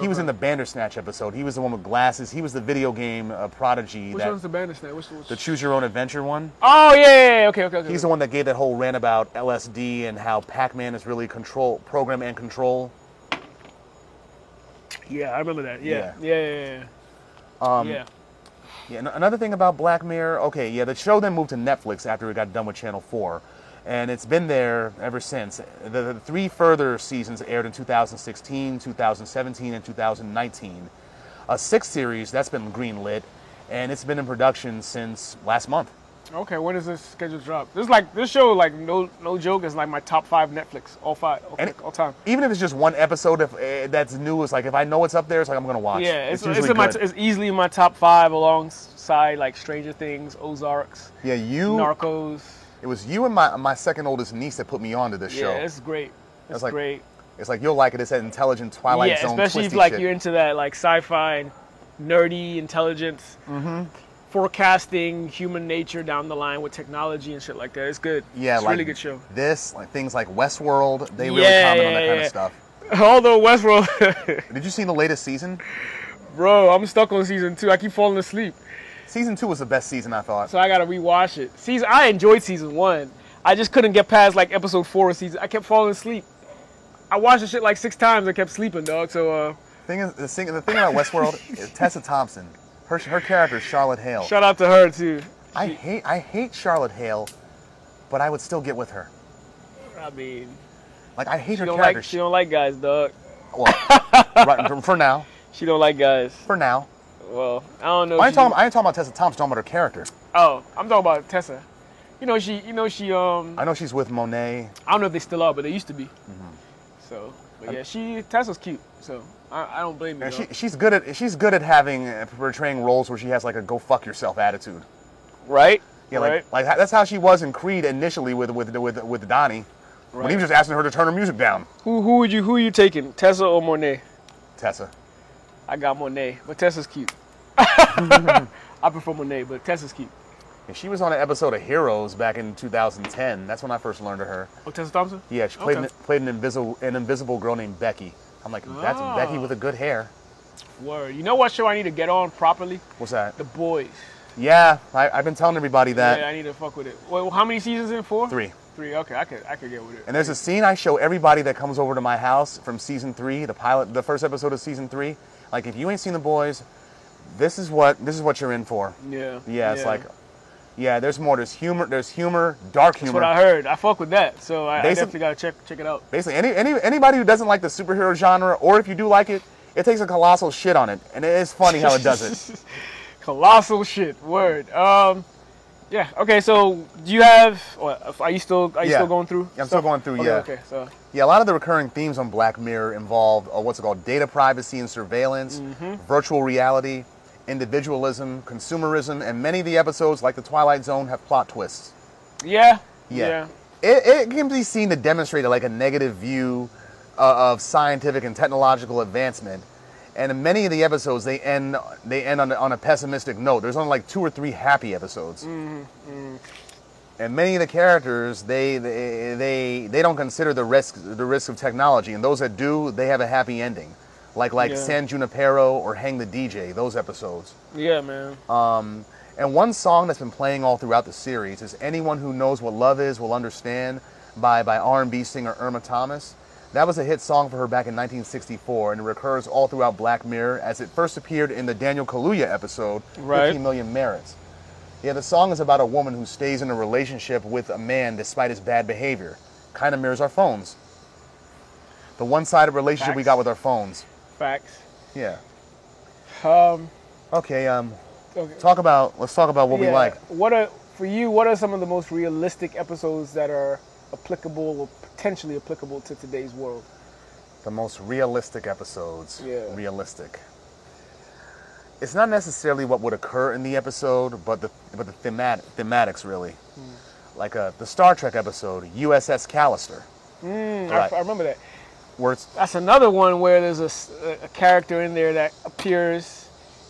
[SPEAKER 2] He was in the Bandersnatch episode. He was the one with glasses. He was the video game uh, prodigy.
[SPEAKER 3] which
[SPEAKER 2] that,
[SPEAKER 3] one's the Bandersnatch? Which, which...
[SPEAKER 2] the Choose Your Own Adventure one.
[SPEAKER 3] oh yeah, yeah, yeah, okay, okay, okay.
[SPEAKER 2] He's the one that gave that whole rant about LSD and how Pac-Man is really control program and control.
[SPEAKER 3] yeah, I remember that. Yeah, yeah, yeah, yeah. yeah.
[SPEAKER 2] Um,
[SPEAKER 3] yeah.
[SPEAKER 2] Yeah, and another thing about Black Mirror, okay, yeah, the show then moved to Netflix after it got done with Channel 4, and it's been there ever since. The, the three further seasons aired in 2016, 2017, and 2019. A sixth series that's been greenlit, and it's been in production since last month.
[SPEAKER 3] Okay, when is this scheduled to drop? This is like this show, like no no joke, is like my top five Netflix all five all,
[SPEAKER 2] And it-
[SPEAKER 3] all time.
[SPEAKER 2] Even if it's just one episode if, eh, that's new, it's like if I know it's up there, it's like I'm gonna watch.
[SPEAKER 3] Yeah, it's it's,
[SPEAKER 2] usually
[SPEAKER 3] in my
[SPEAKER 2] good.
[SPEAKER 3] it's easily in my top five alongside like Stranger Things, Ozarks,
[SPEAKER 2] yeah, you.
[SPEAKER 3] Narcos.
[SPEAKER 2] It was you and my my second oldest niece that put me onto this show.
[SPEAKER 3] Yeah, it's great. It's
[SPEAKER 2] like
[SPEAKER 3] great.
[SPEAKER 2] It's like you'll like it. It's that intelligent Twilight
[SPEAKER 3] yeah,
[SPEAKER 2] Zone
[SPEAKER 3] especially if
[SPEAKER 2] twisty
[SPEAKER 3] like
[SPEAKER 2] shit.
[SPEAKER 3] you're into that like sci-fi, and nerdy intelligence,
[SPEAKER 2] Mm-hmm.
[SPEAKER 3] forecasting human nature down the line with technology and shit like that. It's good.
[SPEAKER 2] Yeah,
[SPEAKER 3] it's a
[SPEAKER 2] like
[SPEAKER 3] really good show. [LAUGHS]
[SPEAKER 2] This, like things like Westworld, they really
[SPEAKER 3] Yeah,
[SPEAKER 2] comment on
[SPEAKER 3] yeah,
[SPEAKER 2] that kind
[SPEAKER 3] yeah.
[SPEAKER 2] of stuff.
[SPEAKER 3] Although Westworld, [LAUGHS]
[SPEAKER 2] Did you see the latest season?
[SPEAKER 3] bro, I'm stuck on season two. I keep falling asleep.
[SPEAKER 2] Season two was the best season I thought.
[SPEAKER 3] so I gotta rewatch it. Season I enjoyed season one. I just couldn't get past like episode four of season. I kept falling asleep. I watched the shit like six times. I kept sleeping, dog. So uh,
[SPEAKER 2] thing is, the, thing, the
[SPEAKER 3] [LAUGHS]
[SPEAKER 2] thing about Westworld is Tessa Thompson. Her her character is Charlotte Hale.
[SPEAKER 3] shout out to her too.
[SPEAKER 2] I hate I hate Charlotte Hale, but I would still get with her.
[SPEAKER 3] I mean,
[SPEAKER 2] Like I hate
[SPEAKER 3] she
[SPEAKER 2] her
[SPEAKER 3] don't
[SPEAKER 2] character.
[SPEAKER 3] like she don't like guys, dog. [LAUGHS]
[SPEAKER 2] well, right, for now,
[SPEAKER 3] She don't like guys.
[SPEAKER 2] for now.
[SPEAKER 3] Well, I don't know.
[SPEAKER 2] I
[SPEAKER 3] if
[SPEAKER 2] ain't,
[SPEAKER 3] she-
[SPEAKER 2] talking, I ain't talking about Tessa Thompson. I'm talking about her character.
[SPEAKER 3] oh, I'm talking about Tessa. You know she. You know she. Um,
[SPEAKER 2] I know she's with Monet.
[SPEAKER 3] I don't know if they still are, but they used to be.
[SPEAKER 2] Mm-hmm.
[SPEAKER 3] So, but yeah, she Tessa's cute. So I, I don't blame you.
[SPEAKER 2] And she,
[SPEAKER 3] dog.
[SPEAKER 2] she's good at she's good at having uh, portraying roles where she has like a go fuck yourself attitude.
[SPEAKER 3] right?
[SPEAKER 2] Yeah, like,
[SPEAKER 3] right.
[SPEAKER 2] like that's how she was in Creed initially with with with with Donnie, when he was just asking her to turn her music down.
[SPEAKER 3] who who would you who you taking? Tessa or Monet?
[SPEAKER 2] Tessa,
[SPEAKER 3] I got Monet, but Tessa's cute. [LAUGHS] I prefer Monet, but Tessa's cute.
[SPEAKER 2] and she was on an episode of Heroes back in 2010. That's when I first learned of her.
[SPEAKER 3] Oh, Tessa Thompson?
[SPEAKER 2] Yeah, she played
[SPEAKER 3] Okay.
[SPEAKER 2] an, played an invisible an invisible girl named Becky. I'm like, that's
[SPEAKER 3] Ah.
[SPEAKER 2] Becky with a good hair.
[SPEAKER 3] Word. You know what show I need to get on properly?
[SPEAKER 2] What's that?
[SPEAKER 3] The Boys.
[SPEAKER 2] Yeah, I, I've been telling everybody that.
[SPEAKER 3] yeah, I need to fuck with it. Well, how many seasons in? Four?
[SPEAKER 2] Three.
[SPEAKER 3] Three. Okay, I could I could get with it.
[SPEAKER 2] And there's a scene I show everybody that comes over to my house from season three, the pilot, the first episode of season three. Like, if you ain't seen the boys, this is what this is what you're in for.
[SPEAKER 3] yeah.
[SPEAKER 2] Yeah, it's like, yeah, there's more. There's humor. There's humor. Dark humor.
[SPEAKER 3] That's what I heard. I fuck with that, so I, I
[SPEAKER 2] Basic-
[SPEAKER 3] definitely gotta check check it out.
[SPEAKER 2] Basically, any, any anybody who doesn't like the superhero genre, or if you do like it, it takes a colossal shit on it, and it is funny how it does
[SPEAKER 3] [LAUGHS]
[SPEAKER 2] it.
[SPEAKER 3] Colossal shit. Word. Um, yeah. Okay. So do you have? What, are you still Are you
[SPEAKER 2] Yeah.
[SPEAKER 3] still going through?
[SPEAKER 2] I'm still going through,
[SPEAKER 3] Okay,
[SPEAKER 2] yeah.
[SPEAKER 3] Okay. So
[SPEAKER 2] Yeah, a lot of the recurring themes on Black Mirror involve uh, what's it called data privacy and surveillance,
[SPEAKER 3] Mm-hmm.
[SPEAKER 2] virtual reality, individualism, consumerism, and many of the episodes, like the Twilight Zone, have plot twists.
[SPEAKER 3] yeah.
[SPEAKER 2] Yeah. It, it can be seen to demonstrate like a negative view uh, of scientific and technological advancement. And in many of the episodes, they end they end on, a- on a pessimistic note. There's only like two or three happy episodes. And many of the characters, they, they they they don't consider the risk the risk of technology. And those that do, they have a happy ending, like like
[SPEAKER 3] Yeah.
[SPEAKER 2] San Junipero or Hang the DJ. Those episodes.
[SPEAKER 3] Yeah, man.
[SPEAKER 2] Uh, And one song that's been playing all throughout the series is "Anyone Who Knows What Love Is Will Understand" by by R&B singer Irma Thomas. That was a hit song for her back in 1964, and it recurs all throughout Black Mirror as it first appeared in the Daniel Kaluuya episode
[SPEAKER 3] Right.
[SPEAKER 2] 15 Million Merits. Yeah, the song is about a woman who stays in a relationship with a man despite his bad behavior. Kind of mirrors our phones. The one-sided relationship we
[SPEAKER 3] Facts.
[SPEAKER 2] got with our phones.
[SPEAKER 3] Facts.
[SPEAKER 2] Yeah.
[SPEAKER 3] Um,
[SPEAKER 2] Okay. Um.
[SPEAKER 3] okay.
[SPEAKER 2] Talk about. Let's talk about what we
[SPEAKER 3] Yeah.
[SPEAKER 2] like.
[SPEAKER 3] What are for you? What are some of the most realistic episodes that are applicable or potentially applicable to today's world?
[SPEAKER 2] the most realistic episodes.
[SPEAKER 3] Yeah.
[SPEAKER 2] Realistic. It's not necessarily what would occur in the episode, but the but the themat thematics really.
[SPEAKER 3] Hmm.
[SPEAKER 2] Like uh, the Star Trek episode USS Callister,
[SPEAKER 3] Mm, I-
[SPEAKER 2] Right.
[SPEAKER 3] I, remember that.
[SPEAKER 2] where it's
[SPEAKER 3] That's another one where there's a, s- a- a character in there that appears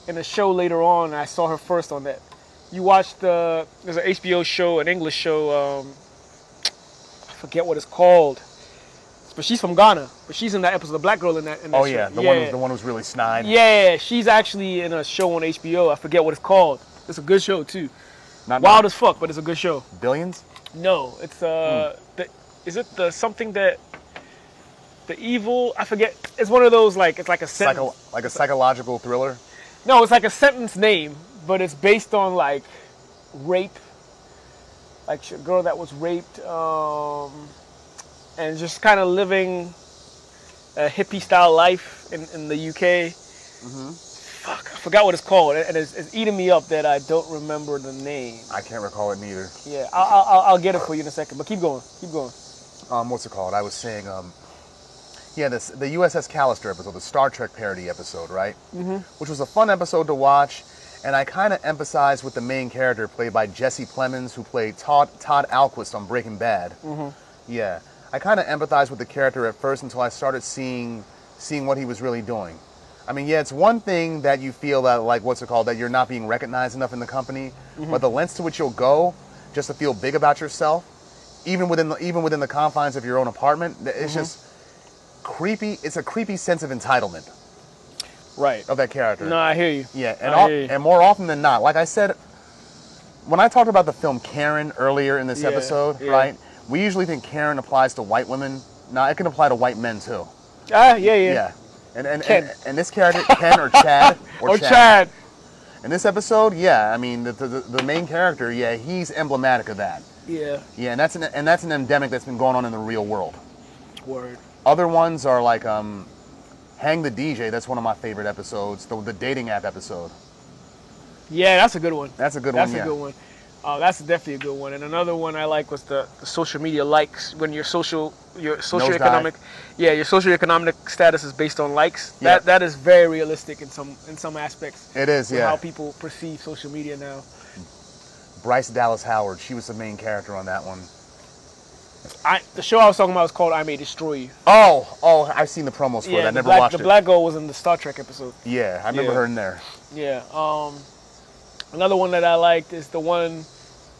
[SPEAKER 3] in a show later on. and I saw her first on that. You watched the there's an HBO show, an English show. Um, I forget what it's called, but she's from Ghana. But she's in that episode, the black girl in that. In that
[SPEAKER 2] oh
[SPEAKER 3] show.
[SPEAKER 2] yeah, the one who's, the one who's really snide.
[SPEAKER 3] Yeah, she's actually in a show on HBO. I forget what it's called. It's a good show too.
[SPEAKER 2] Not
[SPEAKER 3] Wild as fuck, but it's a good show.
[SPEAKER 2] billions.
[SPEAKER 3] No, it's uh, the, is it the something that the evil? I forget. It's one of those like it's like a sentence.
[SPEAKER 2] Psycho, like a psychological thriller.
[SPEAKER 3] No, it's like a sentence name, but it's based on like rape, like a girl that was raped, um, and just kind of living a hippie style life in, in the UK. Fuck, I forgot what it's called, and it's, it's eating me up that I don't remember the name.
[SPEAKER 2] I can't recall it neither.
[SPEAKER 3] Yeah, I'll, I'll, I'll get it for you in a second, but keep going, keep going.
[SPEAKER 2] um, what's it called? I was saying, um, yeah, this the USS Callister episode, the Star Trek parody episode, right? Mm-hmm. Which was a fun episode to watch, and I kind of emphasized with the main character played by Jesse Plemons, who played Todd Todd Alquist on Breaking Bad. Mm-hmm. Yeah, I kind of empathized with the character at first until I started seeing seeing what he was really doing. I mean, yeah, it's one thing that you feel that like what's it called that you're not being recognized enough in the company, but the lengths to which you'll go just to feel big about yourself even within the, even within the confines of your own apartment, th-
[SPEAKER 3] Mm-hmm.
[SPEAKER 2] it's just creepy. It's a creepy sense of entitlement
[SPEAKER 3] Right.
[SPEAKER 2] of that character.
[SPEAKER 3] No, I hear you.
[SPEAKER 2] Yeah, and
[SPEAKER 3] I
[SPEAKER 2] al-
[SPEAKER 3] hear you.
[SPEAKER 2] and more often than not, like I said, when I talked about the film Karen earlier in this
[SPEAKER 3] Yeah,
[SPEAKER 2] episode,
[SPEAKER 3] yeah.
[SPEAKER 2] right? We usually think Karen applies to white women. Now it can apply to white men too.
[SPEAKER 3] Ah, yeah, yeah.
[SPEAKER 2] Yeah. And, and,
[SPEAKER 3] Ken.
[SPEAKER 2] and and this character Ken or
[SPEAKER 3] [LAUGHS]
[SPEAKER 2] Chad
[SPEAKER 3] Or Chad.
[SPEAKER 2] In this episode, yeah, I mean the, the the main character, yeah, he's emblematic of that.
[SPEAKER 3] Yeah.
[SPEAKER 2] Yeah, and that's an and that's an endemic that's been going on in the real world.
[SPEAKER 3] Word.
[SPEAKER 2] Other ones are like um, Hang the DJ. That's one of my favorite episodes. The, the dating app episode.
[SPEAKER 3] Yeah, that's a good one.
[SPEAKER 2] That's a good
[SPEAKER 3] That's
[SPEAKER 2] one. yeah.
[SPEAKER 3] a good one. Uh, that's definitely a good one. And another one I like was the, the social media likes when your social your socioeconomic yeah your socioeconomic status is based on likes.
[SPEAKER 2] Yeah.
[SPEAKER 3] That that is very realistic in some in some aspects.
[SPEAKER 2] It is,
[SPEAKER 3] with
[SPEAKER 2] yeah.
[SPEAKER 3] How people perceive social media now.
[SPEAKER 2] Bryce Dallas Howard. She was the main character on that one.
[SPEAKER 3] I the show I was talking about was called I May Destroy You.
[SPEAKER 2] Oh, oh, I've seen the promos for it. I
[SPEAKER 3] the
[SPEAKER 2] never
[SPEAKER 3] black,
[SPEAKER 2] watched
[SPEAKER 3] the
[SPEAKER 2] it.
[SPEAKER 3] black girl was in the Star Trek episode.
[SPEAKER 2] yeah, I remember
[SPEAKER 3] Yeah.
[SPEAKER 2] her in there.
[SPEAKER 3] Yeah. Um, another one that I liked is the one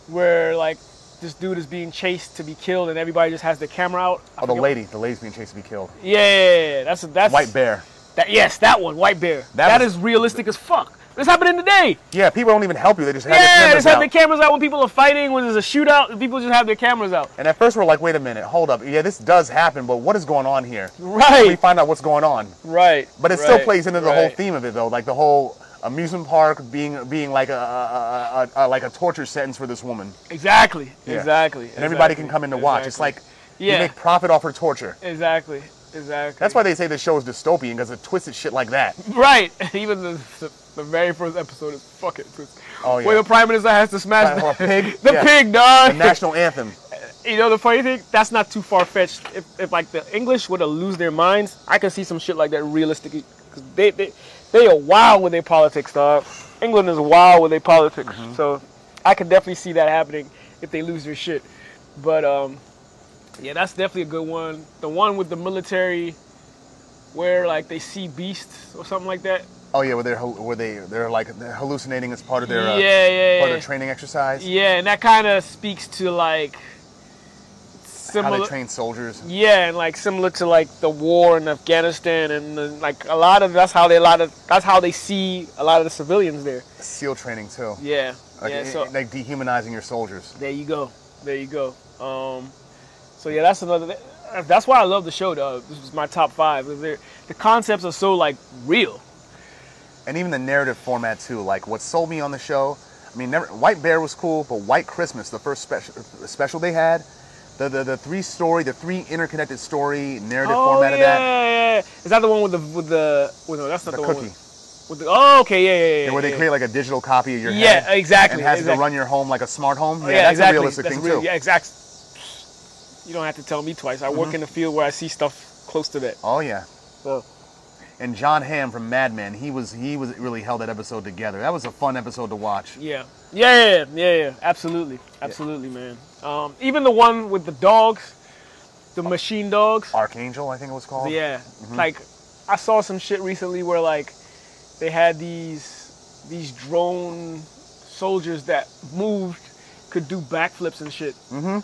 [SPEAKER 3] where like this dude is being chased to be killed, and everybody just has the camera out. I
[SPEAKER 2] Oh, the
[SPEAKER 3] forget-
[SPEAKER 2] lady. The lady's being chased to be killed.
[SPEAKER 3] Yeah, yeah, yeah, yeah. that's that's
[SPEAKER 2] White Bear.
[SPEAKER 3] That yes, that one, white bear.
[SPEAKER 2] That
[SPEAKER 3] that
[SPEAKER 2] was-
[SPEAKER 3] is realistic as fuck. This happening today.
[SPEAKER 2] Yeah, people don't even help you. They just have
[SPEAKER 3] yeah,
[SPEAKER 2] their
[SPEAKER 3] they
[SPEAKER 2] cameras
[SPEAKER 3] just have
[SPEAKER 2] out.
[SPEAKER 3] their cameras out when people are fighting, when there's a shootout, people just have their cameras out.
[SPEAKER 2] and at first we're like, wait a minute, hold up. Yeah, this does happen, but what is going on here? We
[SPEAKER 3] Right,
[SPEAKER 2] find out what's going on.
[SPEAKER 3] right.
[SPEAKER 2] But it still plays into the whole theme of it, though, like the whole amusement park being being like a, a, a, a, a like a torture sentence for this woman,
[SPEAKER 3] Exactly,
[SPEAKER 2] Yeah.
[SPEAKER 3] exactly.
[SPEAKER 2] and everybody can come in to watch. It's like you
[SPEAKER 3] Yeah.
[SPEAKER 2] make profit off her torture.
[SPEAKER 3] exactly, exactly.
[SPEAKER 2] That's why they say the show is dystopian because it twisted shit like that.
[SPEAKER 3] Right, [LAUGHS] even the, the, the very first episode is fucking.
[SPEAKER 2] Oh, yeah.
[SPEAKER 3] Where the prime minister has to smash
[SPEAKER 2] Or a
[SPEAKER 3] the,
[SPEAKER 2] pig.
[SPEAKER 3] [LAUGHS] the
[SPEAKER 2] Yeah.
[SPEAKER 3] pig, dog.
[SPEAKER 2] The national anthem.
[SPEAKER 3] [LAUGHS] you know the funny thing? That's not too far fetched. If, if like the English were to lose their minds, I could see some shit like that realistically. Cause they they they are wild with their politics, dog. England is wild with their politics,
[SPEAKER 2] Mm-hmm.
[SPEAKER 3] so I could definitely see that happening if they lose their shit. But um, yeah, that's definitely a good one. The one with the military, where like they see beasts or something like that.
[SPEAKER 2] Oh yeah, where they're hal- where they they're like they're hallucinating as part of their uh,
[SPEAKER 3] yeah, yeah,
[SPEAKER 2] part
[SPEAKER 3] yeah.
[SPEAKER 2] of their training exercise.
[SPEAKER 3] yeah, and that kind of speaks to like
[SPEAKER 2] How they
[SPEAKER 3] similar.
[SPEAKER 2] train soldiers.
[SPEAKER 3] Yeah, and like similar to like the war in Afghanistan, and the, like a lot of that's how they a lot of that's how they see a lot of the civilians there.
[SPEAKER 2] SEAL training too.
[SPEAKER 3] Yeah,
[SPEAKER 2] Like,
[SPEAKER 3] yeah.
[SPEAKER 2] it-
[SPEAKER 3] So
[SPEAKER 2] like dehumanizing your soldiers.
[SPEAKER 3] there you go, there you go. Um, so yeah, that's another. That's why I love the show, though. This is my top five. 'cause they're- The concepts are so like real.
[SPEAKER 2] and even the narrative format too. Like what sold me on the show, I mean, never, White Bear was cool, but White Christmas, the first special special they had, the the, the three story, the three interconnected story narrative
[SPEAKER 3] Oh
[SPEAKER 2] format
[SPEAKER 3] yeah,
[SPEAKER 2] of that,
[SPEAKER 3] yeah, yeah. Is that the one with the with the? Well, no, that's not
[SPEAKER 2] the
[SPEAKER 3] the, one
[SPEAKER 2] cookie,
[SPEAKER 3] with, with the. Oh, okay, yeah, yeah, yeah.
[SPEAKER 2] and where
[SPEAKER 3] yeah,
[SPEAKER 2] they
[SPEAKER 3] yeah.
[SPEAKER 2] create like a digital copy of your
[SPEAKER 3] Yeah,
[SPEAKER 2] head
[SPEAKER 3] exactly,
[SPEAKER 2] and has it to
[SPEAKER 3] exactly.
[SPEAKER 2] run your home like a smart home.
[SPEAKER 3] Oh,
[SPEAKER 2] Yeah, that's a realistic
[SPEAKER 3] That's
[SPEAKER 2] thing
[SPEAKER 3] real-
[SPEAKER 2] too.
[SPEAKER 3] Yeah, exact. You don't have to tell me twice. I work in the field where I see stuff close to that.
[SPEAKER 2] Oh Mm-hmm. yeah.
[SPEAKER 3] So
[SPEAKER 2] And John Hamm from Mad Men, he was he was really held that episode together. That was a fun episode to watch.
[SPEAKER 3] yeah, yeah, yeah, yeah, yeah. absolutely, absolutely, man. Um, even the one with the dogs, the machine dogs.
[SPEAKER 2] Archangel, I think it was called.
[SPEAKER 3] Yeah,
[SPEAKER 2] Mm-hmm.
[SPEAKER 3] like I saw some shit recently where like they had these these drone soldiers that moved could do backflips and shit. Mm-hmm.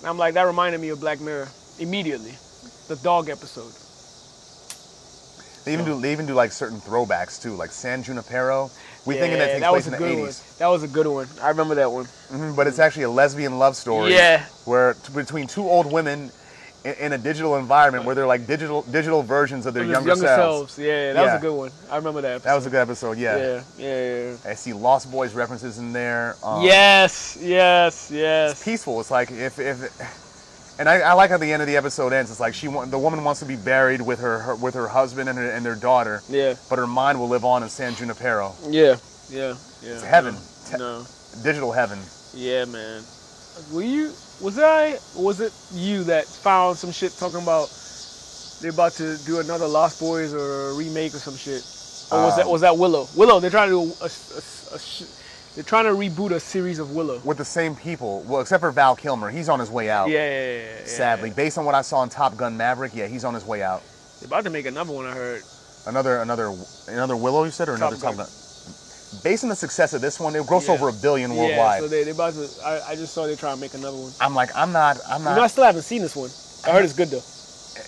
[SPEAKER 3] And I'm like, that reminded me of Black Mirror immediately, the dog episode.
[SPEAKER 2] They even do they even do like certain throwbacks too, like San Junipero. We thinking
[SPEAKER 3] Yeah,
[SPEAKER 2] that takes
[SPEAKER 3] that
[SPEAKER 2] place
[SPEAKER 3] was
[SPEAKER 2] in
[SPEAKER 3] a
[SPEAKER 2] the
[SPEAKER 3] good one.
[SPEAKER 2] eighties.
[SPEAKER 3] That was a good one. I remember that one.
[SPEAKER 2] Mhm, but it's actually a lesbian love story.
[SPEAKER 3] Yeah.
[SPEAKER 2] Where t- between two old women in, in a digital environment where they're like digital digital versions of their
[SPEAKER 3] Those
[SPEAKER 2] younger, selves.
[SPEAKER 3] Yeah, that
[SPEAKER 2] Yeah.
[SPEAKER 3] was a good one. I remember that.
[SPEAKER 2] That was a good episode. Yeah.
[SPEAKER 3] episode. yeah, yeah. yeah.
[SPEAKER 2] I see Lost Boys references in there. Um,
[SPEAKER 3] yes, yes, yes.
[SPEAKER 2] Peaceful. It's like if if. And I, I like how the end of the episode ends. It's like she wa- the woman wants to be buried with her, her with her husband and, her, and their daughter.
[SPEAKER 3] Yeah.
[SPEAKER 2] But her mind will live on in San Junipero,
[SPEAKER 3] Yeah, yeah, yeah. It's
[SPEAKER 2] heaven. Te-
[SPEAKER 3] No,
[SPEAKER 2] digital heaven.
[SPEAKER 3] yeah, man. Were you? Was I? Was it you that found some shit talking about they're about to do another Lost Boys or a remake or some shit? Or was
[SPEAKER 2] Um,
[SPEAKER 3] that was that Willow? Willow. They're trying to do a, a- a- a sh- they're trying to reboot a series of Willow.
[SPEAKER 2] with the same people. Well, except for Val Kilmer, he's on his way out.
[SPEAKER 3] Yeah, yeah, yeah, yeah, yeah.
[SPEAKER 2] Sadly, based on what I saw in Top Gun Maverick, yeah, he's on his way out.
[SPEAKER 3] They're about to make another one. I heard.
[SPEAKER 2] Another, another, another Willow, you said, or another
[SPEAKER 3] Top
[SPEAKER 2] Top
[SPEAKER 3] Gun.
[SPEAKER 2] Gun. Based on the success of this one, it grossed
[SPEAKER 3] Yeah.
[SPEAKER 2] over a billion
[SPEAKER 3] Yeah,
[SPEAKER 2] worldwide.
[SPEAKER 3] so they they about to. I, I just saw they trying to make another one.
[SPEAKER 2] I'm like, I'm not, I'm
[SPEAKER 3] You
[SPEAKER 2] not.
[SPEAKER 3] know, I still haven't seen this one. I heard it's good though.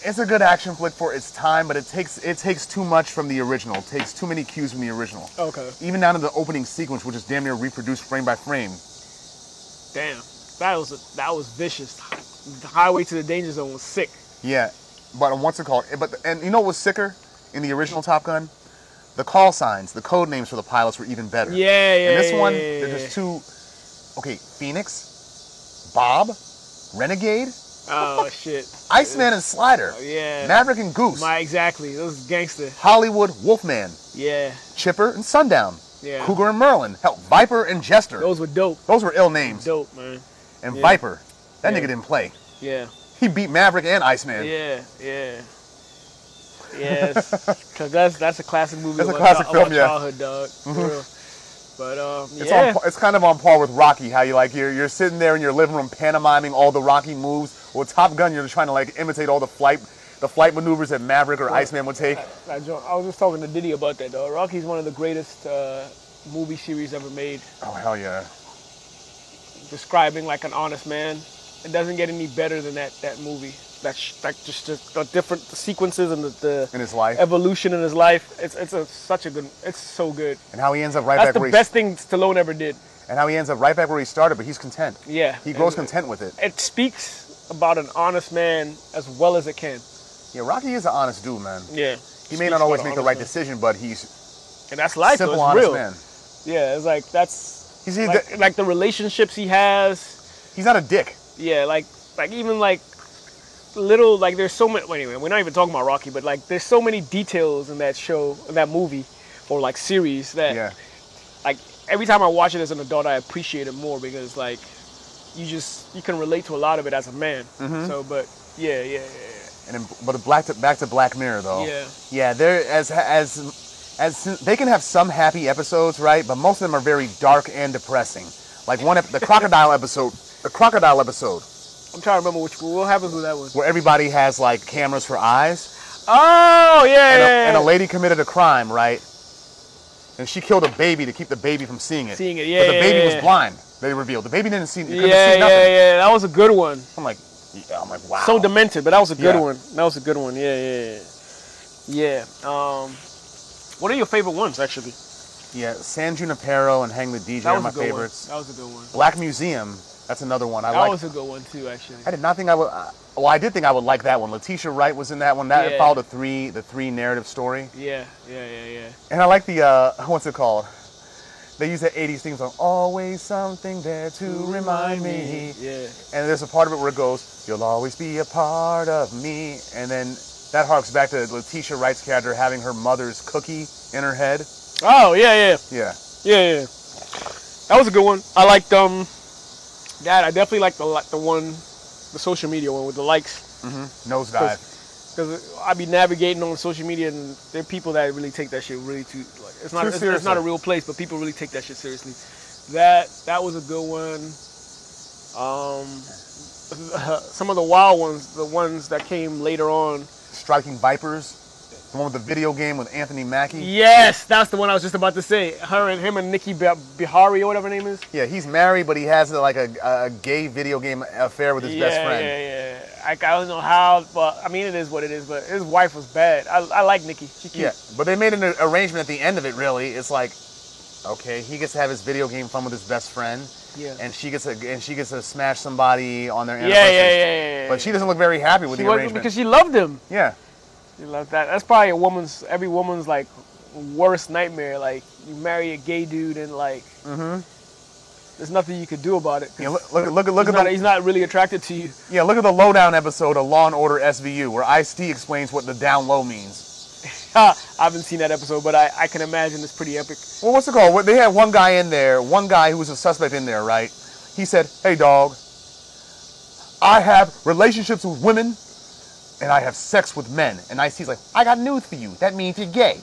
[SPEAKER 2] it's a good action flick for its time, but it takes it takes too much from the original. It takes too many cues from the original.
[SPEAKER 3] Okay.
[SPEAKER 2] Even down to the opening sequence, which is damn near reproduced frame by frame.
[SPEAKER 3] Damn, that was a, that was vicious. The highway to the danger zone was sick.
[SPEAKER 2] Yeah, but what's it called? But and you know what was sicker in the original Top Gun? The call signs, the code names for the pilots were even better.
[SPEAKER 3] Yeah, yeah.
[SPEAKER 2] In this one,
[SPEAKER 3] yeah,
[SPEAKER 2] they're
[SPEAKER 3] yeah,
[SPEAKER 2] just two. Okay, Phoenix, Bob, Renegade,
[SPEAKER 3] yeah.
[SPEAKER 2] [LAUGHS]
[SPEAKER 3] Oh shit.
[SPEAKER 2] Iceman, and Slider.
[SPEAKER 3] Oh, Yeah.
[SPEAKER 2] Maverick and Goose.
[SPEAKER 3] My exactly. Those gangster.
[SPEAKER 2] Hollywood, Wolfman,
[SPEAKER 3] Yeah,
[SPEAKER 2] Chipper, and Sundown.
[SPEAKER 3] Yeah.
[SPEAKER 2] Cougar and Merlin. Hell, Viper and Jester. Those,
[SPEAKER 3] those were dope.
[SPEAKER 2] were ill names.
[SPEAKER 3] Dope man.
[SPEAKER 2] and
[SPEAKER 3] yeah.
[SPEAKER 2] Viper. That
[SPEAKER 3] Yeah.
[SPEAKER 2] nigga didn't play.
[SPEAKER 3] Yeah.
[SPEAKER 2] He beat Maverick and Iceman.
[SPEAKER 3] Yeah. Yeah.
[SPEAKER 2] [LAUGHS]
[SPEAKER 3] Yes. Cause that's that's a classic movie.
[SPEAKER 2] That's
[SPEAKER 3] of
[SPEAKER 2] a
[SPEAKER 3] my
[SPEAKER 2] classic
[SPEAKER 3] chi- of
[SPEAKER 2] film,
[SPEAKER 3] my
[SPEAKER 2] yeah.
[SPEAKER 3] Childhood dog. For
[SPEAKER 2] [LAUGHS]
[SPEAKER 3] real. But um,
[SPEAKER 2] It's,
[SPEAKER 3] yeah.
[SPEAKER 2] on, par- it's kind of on par with Rocky, how you like you're, you're sitting there in your living room pantomiming all the Rocky moves. With Top Gun, you're trying to like imitate all the flight the flight maneuvers that Maverick or Iceman would take.
[SPEAKER 3] I, jo- I was just talking to Diddy about that though. Rocky's one of the greatest uh, movie series ever made.
[SPEAKER 2] Oh hell yeah!
[SPEAKER 3] describing like an honest man. It doesn't get any better than that that movie. That sh- like just the, the different sequences and the, the
[SPEAKER 2] In his life,
[SPEAKER 3] evolution in his life. It's it's a, such a good. It's so good.
[SPEAKER 2] and how he ends up right
[SPEAKER 3] That's
[SPEAKER 2] back
[SPEAKER 3] the
[SPEAKER 2] where he,
[SPEAKER 3] best thing Stallone ever did.
[SPEAKER 2] and how he ends up right back where he started, but he's content.
[SPEAKER 3] Yeah.
[SPEAKER 2] He grows
[SPEAKER 3] And
[SPEAKER 2] content with it.
[SPEAKER 3] It speaks about an honest man as well as it can.
[SPEAKER 2] Yeah, Rocky is an honest dude, man.
[SPEAKER 3] Yeah.
[SPEAKER 2] He may not always make the right
[SPEAKER 3] decision.
[SPEAKER 2] decision, but he's
[SPEAKER 3] And that's life.
[SPEAKER 2] simple,
[SPEAKER 3] though. It's
[SPEAKER 2] honest
[SPEAKER 3] real.
[SPEAKER 2] man.
[SPEAKER 3] Yeah. It's like that's
[SPEAKER 2] He's he's,
[SPEAKER 3] like, like the relationships he has.
[SPEAKER 2] he's not a dick.
[SPEAKER 3] Yeah, like like even like little like there's so many. Well, anyway, we're not even talking about Rocky, but like there's so many details in that show, in that movie, or like series that
[SPEAKER 2] Yeah,
[SPEAKER 3] like every time I watch it as an adult, I appreciate it more because like you just you can relate to a lot of it as a man.
[SPEAKER 2] Mm-hmm.
[SPEAKER 3] So, but yeah, yeah, yeah, yeah.
[SPEAKER 2] and then, but black to, back to Black Mirror though.
[SPEAKER 3] Yeah.
[SPEAKER 2] Yeah, they're as as as they can have some happy episodes, right? But most of them are very dark and depressing. Like one, ep- the crocodile episode, the crocodile episode,
[SPEAKER 3] I'm trying to remember which what happens with that one.
[SPEAKER 2] where everybody has like cameras for eyes,
[SPEAKER 3] Oh yeah,
[SPEAKER 2] and a,
[SPEAKER 3] yeah,
[SPEAKER 2] and a
[SPEAKER 3] yeah.
[SPEAKER 2] lady committed a crime, right? And she killed a baby to keep the baby from seeing it.
[SPEAKER 3] Seeing it,
[SPEAKER 2] But
[SPEAKER 3] yeah,
[SPEAKER 2] the
[SPEAKER 3] yeah,
[SPEAKER 2] baby
[SPEAKER 3] yeah,
[SPEAKER 2] was
[SPEAKER 3] yeah.
[SPEAKER 2] blind. They revealed the baby didn't see. Couldn't
[SPEAKER 3] yeah,
[SPEAKER 2] see
[SPEAKER 3] yeah,
[SPEAKER 2] nothing.
[SPEAKER 3] yeah. That was a good one.
[SPEAKER 2] I'm like, yeah, I'm like, wow.
[SPEAKER 3] so demented, but that was a good
[SPEAKER 2] Yeah.
[SPEAKER 3] one. That was a good one. Yeah, yeah, yeah. Yeah. Um, what are your favorite ones, actually?
[SPEAKER 2] yeah, San Junipero and Hang the DJ
[SPEAKER 3] That
[SPEAKER 2] are
[SPEAKER 3] was
[SPEAKER 2] my
[SPEAKER 3] a good
[SPEAKER 2] favorites.
[SPEAKER 3] one. That was a good one.
[SPEAKER 2] Black Museum, that's another one I
[SPEAKER 3] That
[SPEAKER 2] like.
[SPEAKER 3] was a good one too, actually.
[SPEAKER 2] I did not think I would. Uh, well, I did think I would like that one. Letitia Wright was in that one. That
[SPEAKER 3] Yeah.
[SPEAKER 2] followed a three, the three narrative story.
[SPEAKER 3] Yeah, yeah, yeah, yeah.
[SPEAKER 2] And I like the uh, [LAUGHS] what's it called? They use that '80s theme song. Always something there to remind me.
[SPEAKER 3] Yeah.
[SPEAKER 2] And there's a part of it where it goes, "You'll always be a part of me." And then that harks back to Letitia Wright's character having her mother's cookie in her head.
[SPEAKER 3] Oh yeah, yeah,
[SPEAKER 2] Yeah.
[SPEAKER 3] yeah, yeah. That was a good one. I liked um, that. I definitely liked the li- the one, the social media one with the likes.
[SPEAKER 2] Nosedive.
[SPEAKER 3] Because I be navigating on social media, and there are people that really take that shit really too. Like, it's not
[SPEAKER 2] Too
[SPEAKER 3] it's, it's not a
[SPEAKER 2] seriously.
[SPEAKER 3] real place, but people really take that shit seriously. That that was a good one. Um, [LAUGHS] some of the wild ones, the ones that came later on.
[SPEAKER 2] Striking Vipers, the one with the video game with Anthony Mackie.
[SPEAKER 3] Yes, that's the one I was just about to say. Her and him and Nikki Bi- Bihari or whatever her name is.
[SPEAKER 2] Yeah, he's married, but he has uh, like a, a gay video game affair with his
[SPEAKER 3] yeah,
[SPEAKER 2] best friend.
[SPEAKER 3] yeah, yeah. I, I don't know how, but I mean, it is what it is. But his wife was bad. I, I like Nikki. She cute.
[SPEAKER 2] Yeah, but they made an arrangement at the end of it. Really, it's like, okay, he gets to have his video game fun with his best friend,
[SPEAKER 3] Yeah.
[SPEAKER 2] and she gets to, and she gets to smash somebody on their
[SPEAKER 3] Yeah, yeah,
[SPEAKER 2] anniversary.
[SPEAKER 3] yeah, yeah, yeah.
[SPEAKER 2] But she doesn't look very happy with
[SPEAKER 3] She
[SPEAKER 2] the
[SPEAKER 3] wasn't-
[SPEAKER 2] arrangement.
[SPEAKER 3] because she loved him.
[SPEAKER 2] yeah,
[SPEAKER 3] She loved that. That's probably a woman's, every woman's like worst nightmare. Like you marry a gay dude and like
[SPEAKER 2] Mm-hmm.
[SPEAKER 3] there's nothing you could do about it. 'cause
[SPEAKER 2] yeah. Look, look, look, look
[SPEAKER 3] he's,
[SPEAKER 2] at
[SPEAKER 3] not,
[SPEAKER 2] the
[SPEAKER 3] he's not really attracted to you. [LAUGHS]
[SPEAKER 2] yeah, look at the lowdown episode of Law and Order SVU where Ice T explains what the down low means.
[SPEAKER 3] I haven't seen that episode, but I, I can imagine it's pretty epic.
[SPEAKER 2] Well, what's it called? What- They had one guy in there, one guy who was a suspect in there, right? He said, "Hey, dog, I have relationships with women, and I have sex with men." And Ice T's like, "I got news for you. That means
[SPEAKER 3] [LAUGHS]
[SPEAKER 2] you're gay,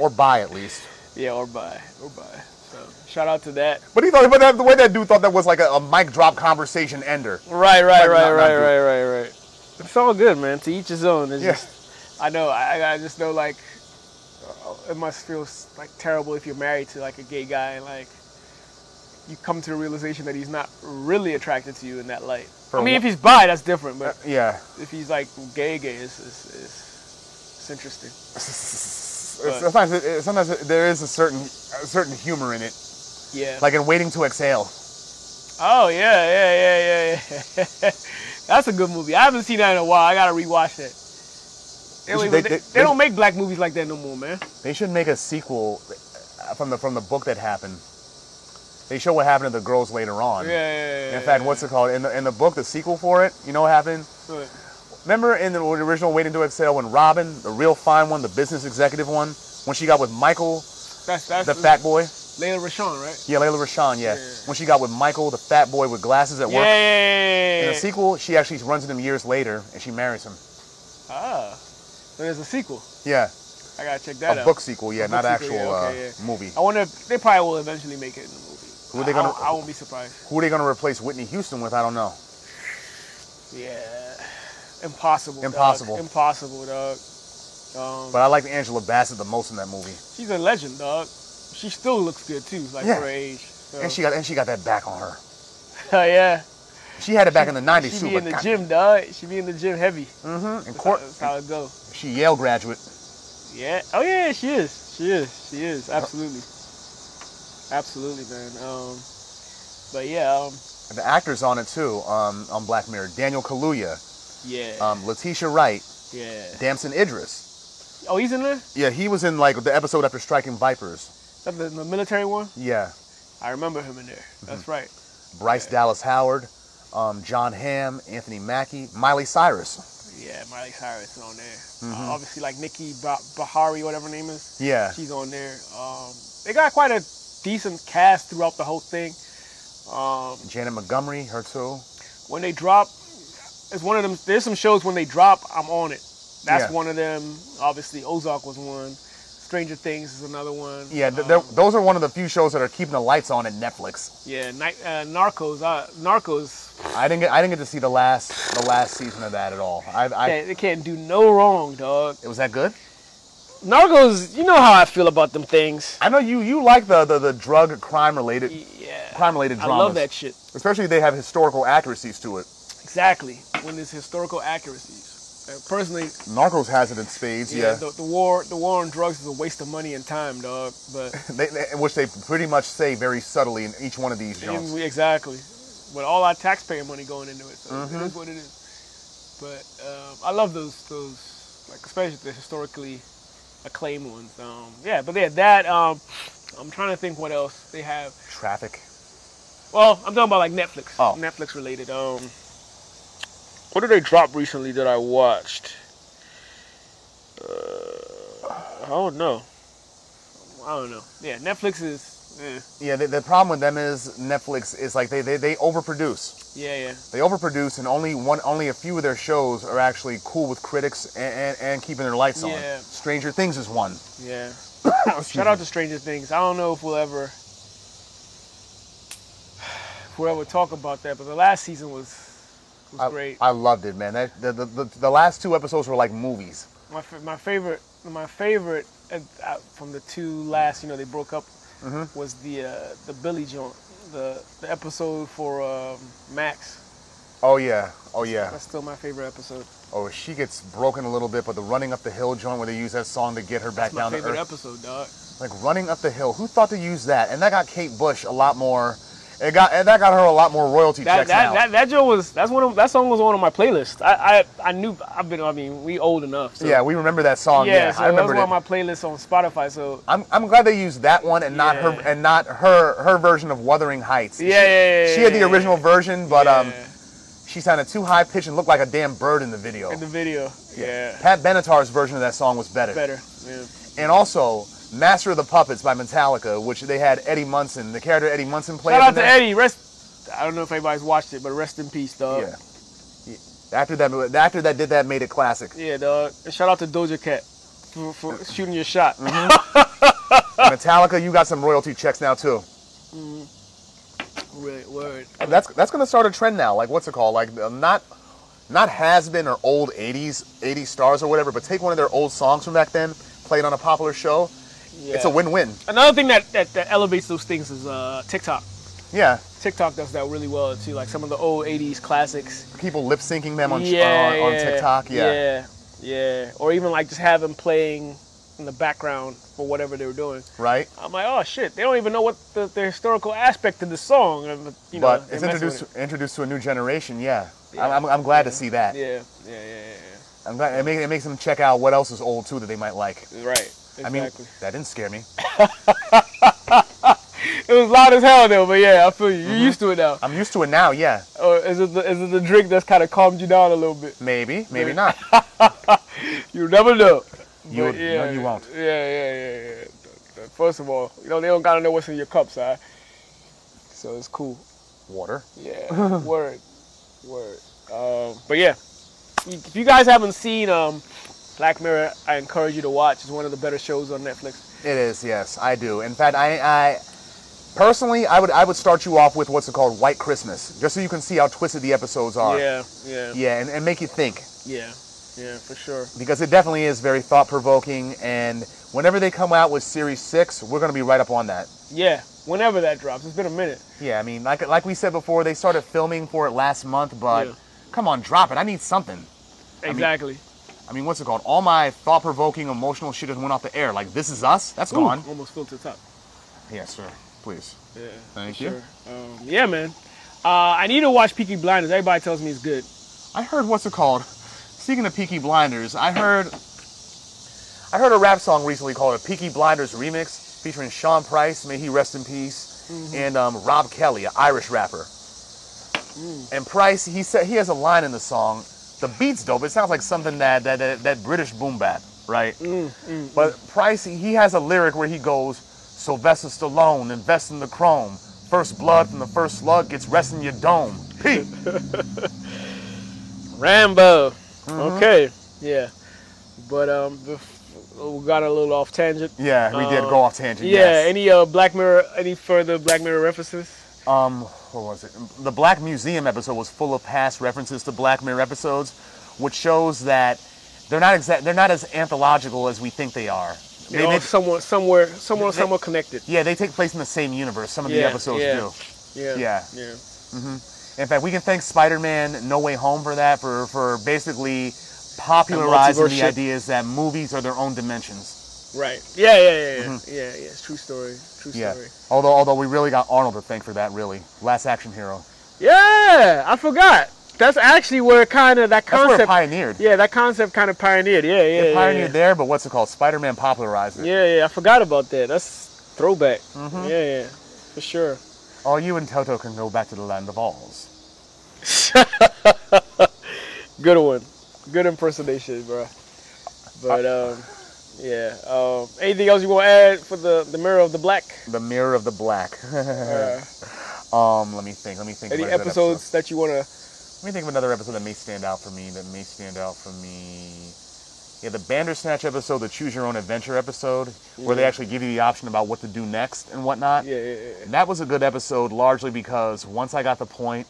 [SPEAKER 2] or bi at least."
[SPEAKER 3] Yeah, or by, or by. So shout out to that.
[SPEAKER 2] But he thought, but that, the way that dude thought that was like a, a mic drop conversation ender.
[SPEAKER 3] Right, right, right,
[SPEAKER 2] Not- not- not
[SPEAKER 3] right,
[SPEAKER 2] good.
[SPEAKER 3] right, right, right. It's all good, man. To each his own. It's
[SPEAKER 2] Yeah.
[SPEAKER 3] just, I know. I, I just know, like, uh, it must feel like terrible if you're married to like a gay guy and like you come to the realization that he's not really attracted to you in that light. Uh,
[SPEAKER 2] For
[SPEAKER 3] I mean,
[SPEAKER 2] wh-
[SPEAKER 3] if he's bi, that's different. But
[SPEAKER 2] Yeah,
[SPEAKER 3] if he's like gay, gay, it's it's, it's, it's interesting.
[SPEAKER 2] sometimes, it, sometimes it- there is a certain a certain humor in it,
[SPEAKER 3] Yeah.
[SPEAKER 2] like in waiting to exhale.
[SPEAKER 3] Oh yeah, yeah, yeah, yeah, yeah. [LAUGHS] That's a good movie. I haven't seen that in a while. I gotta rewatch that. They,
[SPEAKER 2] They
[SPEAKER 3] don't
[SPEAKER 2] should-
[SPEAKER 3] even-
[SPEAKER 2] they-
[SPEAKER 3] they-
[SPEAKER 2] they-
[SPEAKER 3] they don't make black movies like that no more, man.
[SPEAKER 2] They should make a sequel uh, from the from the book that happened. They show what happened to the girls later on.
[SPEAKER 3] Yeah, yeah, yeah.
[SPEAKER 2] In fact, what's it called? In the in the book, the sequel for it, you know what happened?
[SPEAKER 3] What?
[SPEAKER 2] Remember in the original Waiting to Exhale when Robin, the real fine one, the business executive one, when she got with Michael,
[SPEAKER 3] That's that's
[SPEAKER 2] the fat boy?
[SPEAKER 3] Layla Rashawn, right?
[SPEAKER 2] Yeah, Layla Rashan, yeah.
[SPEAKER 3] Yeah.
[SPEAKER 2] When she got with Michael, the fat boy with glasses at
[SPEAKER 3] Yeah,
[SPEAKER 2] work.
[SPEAKER 3] yeah,
[SPEAKER 2] In
[SPEAKER 3] yeah,
[SPEAKER 2] the
[SPEAKER 3] yeah.
[SPEAKER 2] sequel, she actually runs into him years later and she marries him.
[SPEAKER 3] Ah, so there's a sequel.
[SPEAKER 2] Yeah.
[SPEAKER 3] I gotta check that
[SPEAKER 2] A
[SPEAKER 3] out.
[SPEAKER 2] book sequel, yeah,
[SPEAKER 3] A book
[SPEAKER 2] not
[SPEAKER 3] sequel,
[SPEAKER 2] actual
[SPEAKER 3] yeah, okay,
[SPEAKER 2] uh, movie.
[SPEAKER 3] I wonder if they probably will eventually make it in the movie.
[SPEAKER 2] Who are they
[SPEAKER 3] I-
[SPEAKER 2] gonna-
[SPEAKER 3] I, I won't be surprised.
[SPEAKER 2] Who are they gonna replace Whitney Houston with? I don't know.
[SPEAKER 3] Yeah, impossible. dog.
[SPEAKER 2] Impossible.
[SPEAKER 3] Impossible, dog. Um,
[SPEAKER 2] But I like Angela Bassett the most in that movie.
[SPEAKER 3] She's a legend, dog. She still looks good too, like
[SPEAKER 2] Yeah.
[SPEAKER 3] her age. So.
[SPEAKER 2] And she got and she got that back on her.
[SPEAKER 3] [LAUGHS] yeah,
[SPEAKER 2] She had it back in the
[SPEAKER 3] she
[SPEAKER 2] '90s
[SPEAKER 3] be
[SPEAKER 2] too.
[SPEAKER 3] in the
[SPEAKER 2] But
[SPEAKER 3] gym, dog. She be in the gym heavy.
[SPEAKER 2] mm-hmm. And
[SPEAKER 3] That's,
[SPEAKER 2] Cor-
[SPEAKER 3] how, that's how it go.
[SPEAKER 2] she Yale graduate.
[SPEAKER 3] Yeah. Oh yeah, she is. She is. She is. Absolutely. Absolutely, man. Um, but yeah, um,
[SPEAKER 2] The actors on it too. Um, on Black Mirror, Daniel Kaluuya,
[SPEAKER 3] yeah,
[SPEAKER 2] um, Letitia Wright,
[SPEAKER 3] yeah.
[SPEAKER 2] Damson Idris.
[SPEAKER 3] Oh, he's in there.
[SPEAKER 2] Yeah, he was in like the episode after Striking Vipers.
[SPEAKER 3] That's the, the military one.
[SPEAKER 2] Yeah,
[SPEAKER 3] I remember him in there.
[SPEAKER 2] Mm-hmm.
[SPEAKER 3] That's right.
[SPEAKER 2] Bryce Dallas Howard, um, John Hamm, Anthony Mackie, Miley Cyrus.
[SPEAKER 3] Yeah, Miley Cyrus is on there. Uh, obviously, like Nikki ba- Bahari, whatever her name is.
[SPEAKER 2] Mm-hmm. Yeah,
[SPEAKER 3] She's on there. Um, they got quite a decent cast throughout the whole thing. Um,
[SPEAKER 2] Janet Montgomery, her too.
[SPEAKER 3] when they drop, it's one of them. There's some shows when they drop, I'm on it. That's
[SPEAKER 2] Yeah.
[SPEAKER 3] one of them. Obviously, Ozark was one. Stranger Things is another one.
[SPEAKER 2] Yeah, th-
[SPEAKER 3] Um,
[SPEAKER 2] they're- those are one of the few shows that are keeping the lights on at Netflix.
[SPEAKER 3] yeah. Ni- uh, Narcos. Uh, Narcos.
[SPEAKER 2] I didn't get I didn't get to see the last the last season of that at all. I, I
[SPEAKER 3] They, they can't do no wrong, dog.
[SPEAKER 2] was that good.
[SPEAKER 3] Narcos. You know how I feel about them things.
[SPEAKER 2] I know you you like the the, the drug crime related
[SPEAKER 3] Yeah.
[SPEAKER 2] crime related
[SPEAKER 3] I
[SPEAKER 2] dramas.
[SPEAKER 3] love that shit.
[SPEAKER 2] Especially they have historical accuracies to it.
[SPEAKER 3] Exactly. When there's historical accuracies. Uh, personally,
[SPEAKER 2] Narcos has it in spades,
[SPEAKER 3] Yeah,
[SPEAKER 2] yeah.
[SPEAKER 3] The, the war the war on drugs is a waste of money and time, dog. But
[SPEAKER 2] They, they- which they pretty much say very subtly in each one of these
[SPEAKER 3] even
[SPEAKER 2] films.
[SPEAKER 3] we, exactly. But all our taxpayer money going into it, so it is what it is. But um, I love those those like especially the historically acclaimed ones. Um, yeah, but yeah, that um, I'm trying to think what else they have.
[SPEAKER 2] Traffic.
[SPEAKER 3] Well, I'm talking about like Netflix.
[SPEAKER 2] Oh.
[SPEAKER 3] Netflix related. Um, what did they drop recently that I watched? Uh, I don't know. I don't know. Yeah, Netflix is Yeah,
[SPEAKER 2] Yeah, the, the problem with them is Netflix is like they, they, they overproduce.
[SPEAKER 3] yeah, yeah.
[SPEAKER 2] they overproduce and only one only a few of their shows are actually cool with critics and, and, and keeping their lights
[SPEAKER 3] Yeah.
[SPEAKER 2] on stranger things is one [COUGHS]
[SPEAKER 3] Yeah. Shout out to Stranger Things. I don't know if we'll ever if we'll ever talk about that, but the last season was was
[SPEAKER 2] I,
[SPEAKER 3] great.
[SPEAKER 2] I loved it man that the, the, the, the last two episodes were like movies
[SPEAKER 3] my fa- my favorite my favorite uh, uh, from the two last you know they broke up
[SPEAKER 2] Mm-hmm.
[SPEAKER 3] was the uh, the Billy Joint the the episode for um, Max.
[SPEAKER 2] oh yeah oh yeah
[SPEAKER 3] That's still my favorite episode.
[SPEAKER 2] oh she gets broken a little bit but the running up the hill joint where they use that song to get her back
[SPEAKER 3] That's my
[SPEAKER 2] down to
[SPEAKER 3] favorite
[SPEAKER 2] earth
[SPEAKER 3] episode, dog.
[SPEAKER 2] like running up the hill who thought to use that and that got kate bush a lot more it got and that got her a lot more royalty
[SPEAKER 3] That
[SPEAKER 2] checks
[SPEAKER 3] that,
[SPEAKER 2] now
[SPEAKER 3] that that joint was that's one of that song was on my playlist. I I, I knew I've been I mean we old enough. So.
[SPEAKER 2] yeah we remember that song yeah,
[SPEAKER 3] Oh, Yeah, so that
[SPEAKER 2] i
[SPEAKER 3] was
[SPEAKER 2] remember
[SPEAKER 3] one
[SPEAKER 2] it
[SPEAKER 3] of my playlists on Spotify. So
[SPEAKER 2] I'm, I'm glad they used that one and not her
[SPEAKER 3] Yeah.
[SPEAKER 2] and not her her version of Wuthering Heights.
[SPEAKER 3] yeah, yeah, yeah
[SPEAKER 2] She had the
[SPEAKER 3] yeah,
[SPEAKER 2] original version, but
[SPEAKER 3] yeah,
[SPEAKER 2] um, she sounded too high pitched and looked like a damn bird in the video.
[SPEAKER 3] in the video, yeah,
[SPEAKER 2] Pat Benatar's version of that song was better.
[SPEAKER 3] better, yeah.
[SPEAKER 2] And also, Master of the Puppets by Metallica, which they had Eddie Munson, the character Eddie Munson played.
[SPEAKER 3] Shout
[SPEAKER 2] in
[SPEAKER 3] out to
[SPEAKER 2] that.
[SPEAKER 3] Eddie. Rest. I don't know if anybody's watched it, but rest in peace, dog.
[SPEAKER 2] Yeah. Yeah. After that, after that did that made it
[SPEAKER 3] [LAUGHS]
[SPEAKER 2] classic.
[SPEAKER 3] Yeah, dog. And shout out to Doja Cat for, for shooting your shot.
[SPEAKER 2] Metallica, you got some royalty checks now too.
[SPEAKER 3] Really, word.
[SPEAKER 2] That's that's gonna start a trend now. Like what's it called? Like uh, not not has been or old '80s '80s stars or whatever, but take one of their old songs from back then, play it on a popular show.
[SPEAKER 3] Yeah.
[SPEAKER 2] It's a win-win.
[SPEAKER 3] Another thing that, that, that elevates those things is uh, TikTok.
[SPEAKER 2] Yeah,
[SPEAKER 3] TikTok does that really well too. Like some of the old '80s classics.
[SPEAKER 2] people lip syncing them on, uh,
[SPEAKER 3] yeah,
[SPEAKER 2] on, on
[SPEAKER 3] yeah,
[SPEAKER 2] TikTok. Yeah.
[SPEAKER 3] yeah, yeah. Or even like just have them playing in the background for whatever they were doing.
[SPEAKER 2] right.
[SPEAKER 3] I'm like, oh shit, they don't even know what the, the historical aspect of the song. and, You know,
[SPEAKER 2] but
[SPEAKER 3] they
[SPEAKER 2] it's
[SPEAKER 3] messing
[SPEAKER 2] introduced
[SPEAKER 3] with
[SPEAKER 2] introduced to a new generation. Yeah,
[SPEAKER 3] Yeah.
[SPEAKER 2] I'm, I'm, I'm glad to see that.
[SPEAKER 3] it. Yeah, yeah, yeah, yeah,
[SPEAKER 2] I'm glad it, make, it makes them check out what else is old too that they might like.
[SPEAKER 3] yeah. Right. Exactly.
[SPEAKER 2] I mean, that didn't scare me.
[SPEAKER 3] it was loud as hell though, but yeah, I feel you.
[SPEAKER 2] Mm-hmm.
[SPEAKER 3] You're used to it now.
[SPEAKER 2] I'm used to it now. Yeah,
[SPEAKER 3] Or is it the, is it the drink that's kind of calmed you down a little bit?
[SPEAKER 2] maybe,
[SPEAKER 3] [LAUGHS]
[SPEAKER 2] maybe not.
[SPEAKER 3] You never know.
[SPEAKER 2] You
[SPEAKER 3] But
[SPEAKER 2] no, you won't.
[SPEAKER 3] Yeah, yeah, yeah, yeah. Th- th- First of all, you know they don't gotta know what's in your cups, I. So it's cool.
[SPEAKER 2] Water.
[SPEAKER 3] Yeah.
[SPEAKER 2] [LAUGHS]
[SPEAKER 3] word, word. Um, but yeah, if you guys haven't seen um, Black Mirror, I encourage you to watch. It's one of the better shows on Netflix.
[SPEAKER 2] It is, yes, I do. In fact, I, I personally, I would, I would start you off with what's it called, White Christmas, just so you can see how twisted the episodes are.
[SPEAKER 3] Yeah, yeah,
[SPEAKER 2] Yeah, and, and make you think
[SPEAKER 3] yeah, yeah, for sure.
[SPEAKER 2] because it definitely is very thought provoking. And whenever they come out with Series Six, we're gonna be right up on that.
[SPEAKER 3] Yeah, whenever that drops, it's been a minute.
[SPEAKER 2] Yeah, I mean, like, like we said before, they started filming for it last month, but
[SPEAKER 3] Yeah.
[SPEAKER 2] come on, drop it. I need something.
[SPEAKER 3] Exactly.
[SPEAKER 2] I mean, what's it called? All my thought provoking, emotional shit just went off the air. Like, this is us. That's gone.
[SPEAKER 3] Ooh, almost filled to the top.
[SPEAKER 2] Yes, sir. Please.
[SPEAKER 3] Yeah.
[SPEAKER 2] Thank
[SPEAKER 3] for
[SPEAKER 2] you.
[SPEAKER 3] Sure. Um, yeah, man. Uh, I need to watch Peaky Blinders. Everybody tells me it's good.
[SPEAKER 2] I heard what's it called? Speaking of Peaky Blinders, I heard I heard a rap song recently called a Peaky Blinders remix featuring Sean Price, may he rest in peace, and um, Rob Kelly, an Irish rapper. And Price, he said he has a line in the song. The beat's dope. It sounds like something that that that, that British boom bap, right? but Price, he has a lyric where he goes, Sylvester Stallone, invest in the chrome. First blood from the first slug gets rest in your dome. Peace.
[SPEAKER 3] Rambo.
[SPEAKER 2] Mm-hmm.
[SPEAKER 3] Okay. Yeah. But um, bef- we got a little off tangent.
[SPEAKER 2] Yeah, we did
[SPEAKER 3] Uh,
[SPEAKER 2] go off tangent.
[SPEAKER 3] Yeah.
[SPEAKER 2] yes.
[SPEAKER 3] Any uh, Black Mirror? Any further Black Mirror references?
[SPEAKER 2] um, what was it? The Black Museum episode was full of past references to Black Mirror episodes, which shows that they're not exact. They're not as anthological as we think they are. They-
[SPEAKER 3] They're all
[SPEAKER 2] they-
[SPEAKER 3] somewhat, somewhere, somewhere,
[SPEAKER 2] They-
[SPEAKER 3] somewhat connected.
[SPEAKER 2] yeah, they take place in the same universe. Some of the
[SPEAKER 3] Yeah,
[SPEAKER 2] episodes
[SPEAKER 3] yeah.
[SPEAKER 2] do.
[SPEAKER 3] Yeah.
[SPEAKER 2] Yeah.
[SPEAKER 3] Yeah.
[SPEAKER 2] In fact, we can thank Spider-Man: No Way Home for that, for for basically popularizing
[SPEAKER 3] multiverse
[SPEAKER 2] the
[SPEAKER 3] shit.
[SPEAKER 2] ideas that movies are their own dimensions.
[SPEAKER 3] Right. Yeah. Yeah. Yeah. Yeah. yeah, yeah. It's true story. True
[SPEAKER 2] Mm-hmm. Yeah.
[SPEAKER 3] story.
[SPEAKER 2] Although although we really got Arnold to thank for that. Really, Last Action Hero.
[SPEAKER 3] Yeah. I forgot. That's actually where kind of that
[SPEAKER 2] That's where it
[SPEAKER 3] concept.
[SPEAKER 2] pioneered.
[SPEAKER 3] Yeah, that concept kind of pioneered. Yeah, yeah,
[SPEAKER 2] It
[SPEAKER 3] yeah,
[SPEAKER 2] pioneered there, but what's it called? Spider-Man popularized it.
[SPEAKER 3] yeah. yeah, yeah, I forgot about that. That's throwback.
[SPEAKER 2] Mm-hmm.
[SPEAKER 3] Yeah, yeah, for sure.
[SPEAKER 2] All you and Toto can go back to the land of Oz.
[SPEAKER 3] [LAUGHS] Good one. Good impersonation, bro. But um, Yeah. Um, anything else you want to add for the, the Mirror of the
[SPEAKER 2] [LAUGHS]
[SPEAKER 3] Black?
[SPEAKER 2] The Mirror of the Black.
[SPEAKER 3] [LAUGHS] Uh,
[SPEAKER 2] um, let me think. Let me think.
[SPEAKER 3] any
[SPEAKER 2] What is that
[SPEAKER 3] episodes that you want to?
[SPEAKER 2] Let me think of another episode that may stand out for me. That may stand out for me. Yeah, the Bandersnatch episode, the Choose Your Own Adventure episode, where they
[SPEAKER 3] Yeah.
[SPEAKER 2] actually give you the option about what to do next and whatnot.
[SPEAKER 3] Mm. Yeah, yeah, yeah.
[SPEAKER 2] And that was a good episode largely because once I got the point,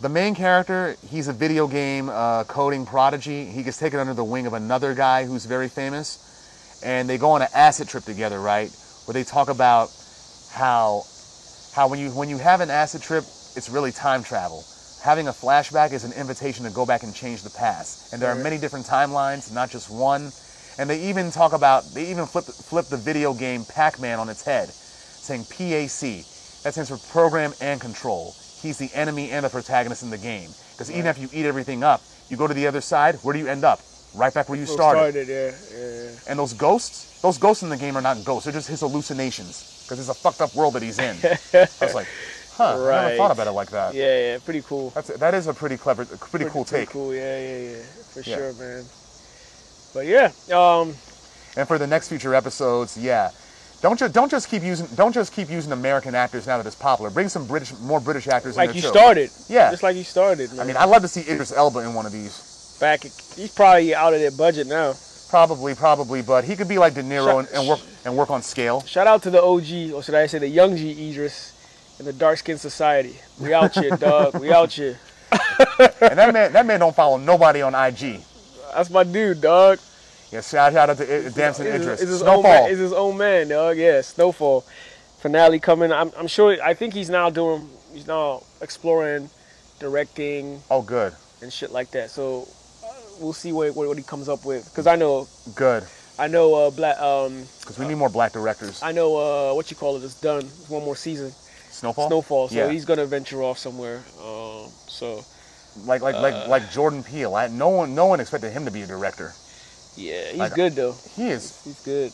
[SPEAKER 2] the main character, he's a video game uh, coding prodigy. He gets taken under the wing of another guy who's very famous, and they go on an acid trip together, right? Where they talk about how how when you when you have an acid trip, it's really time travel. Having a flashback is an invitation to go back and change the past. And there are
[SPEAKER 3] Right.
[SPEAKER 2] many different timelines, not just one. And they even talk about they even flip flip the video game Pac-Man on its head, saying PAC. That stands for program and control. He's the enemy and the protagonist in the game. Because even after you eat everything up, you go to the other side, where do you end up? Right back where you started.
[SPEAKER 3] yeah, yeah, yeah.
[SPEAKER 2] And those ghosts, those ghosts in the game are not ghosts. They're just his hallucinations because it's a fucked up world that
[SPEAKER 3] [LAUGHS]
[SPEAKER 2] he's in. I was like, huh, I never
[SPEAKER 3] Right.
[SPEAKER 2] thought about it like that.
[SPEAKER 3] yeah, yeah. Pretty cool.
[SPEAKER 2] That's that is a pretty clever, pretty, cool
[SPEAKER 3] Pretty
[SPEAKER 2] take.
[SPEAKER 3] cool. Yeah, yeah, yeah. For
[SPEAKER 2] Yeah.
[SPEAKER 3] sure, man. But yeah, um,
[SPEAKER 2] And for the next future episodes, yeah, don't just don't just keep using don't just keep using American actors now that it's popular. Bring some British, more British actors. in
[SPEAKER 3] like
[SPEAKER 2] there
[SPEAKER 3] you
[SPEAKER 2] too.
[SPEAKER 3] started.
[SPEAKER 2] Yeah.
[SPEAKER 3] Just like you started. Man.
[SPEAKER 2] I mean, I'd love to see Idris Elba in one of these.
[SPEAKER 3] back. He's probably out of their budget now.
[SPEAKER 2] Probably, probably, but he could be like De Niro and,
[SPEAKER 3] Shut-
[SPEAKER 2] and work and work on
[SPEAKER 3] [LAUGHS]
[SPEAKER 2] scale.
[SPEAKER 3] Shout out to the OG, or should I say the young G Idris, and the Dark Skin Society. We out
[SPEAKER 2] [LAUGHS]
[SPEAKER 3] here, dog. We out here.
[SPEAKER 2] And that man, that man don't follow nobody on IG.
[SPEAKER 3] That's my dude, dog.
[SPEAKER 2] Yeah, shout, shout out to I- Damson
[SPEAKER 3] It's his-
[SPEAKER 2] Idris.
[SPEAKER 3] it's his
[SPEAKER 2] Snowfall.
[SPEAKER 3] Own man, it's his own man, dog. Yeah, Snowfall. Finale coming. I'm, I'm sure. I think he's now doing. He's now exploring, directing,
[SPEAKER 2] Oh, good,
[SPEAKER 3] and shit like that. So uh, we'll see what what, what he comes up with. Cause I know.
[SPEAKER 2] good.
[SPEAKER 3] I know. Uh, black. Um.
[SPEAKER 2] Because we need more black directors.
[SPEAKER 3] I know. Uh. What you call it? It's done. It's one more season.
[SPEAKER 2] Snowfall.
[SPEAKER 3] Snowfall. So
[SPEAKER 2] yeah.
[SPEAKER 3] he's gonna venture off somewhere. Um. So.
[SPEAKER 2] like like
[SPEAKER 3] uh,
[SPEAKER 2] like like Jordan Peele. I, no one no one expected him to be a director.
[SPEAKER 3] Yeah. He's
[SPEAKER 2] Like-
[SPEAKER 3] good though.
[SPEAKER 2] He is.
[SPEAKER 3] He's good.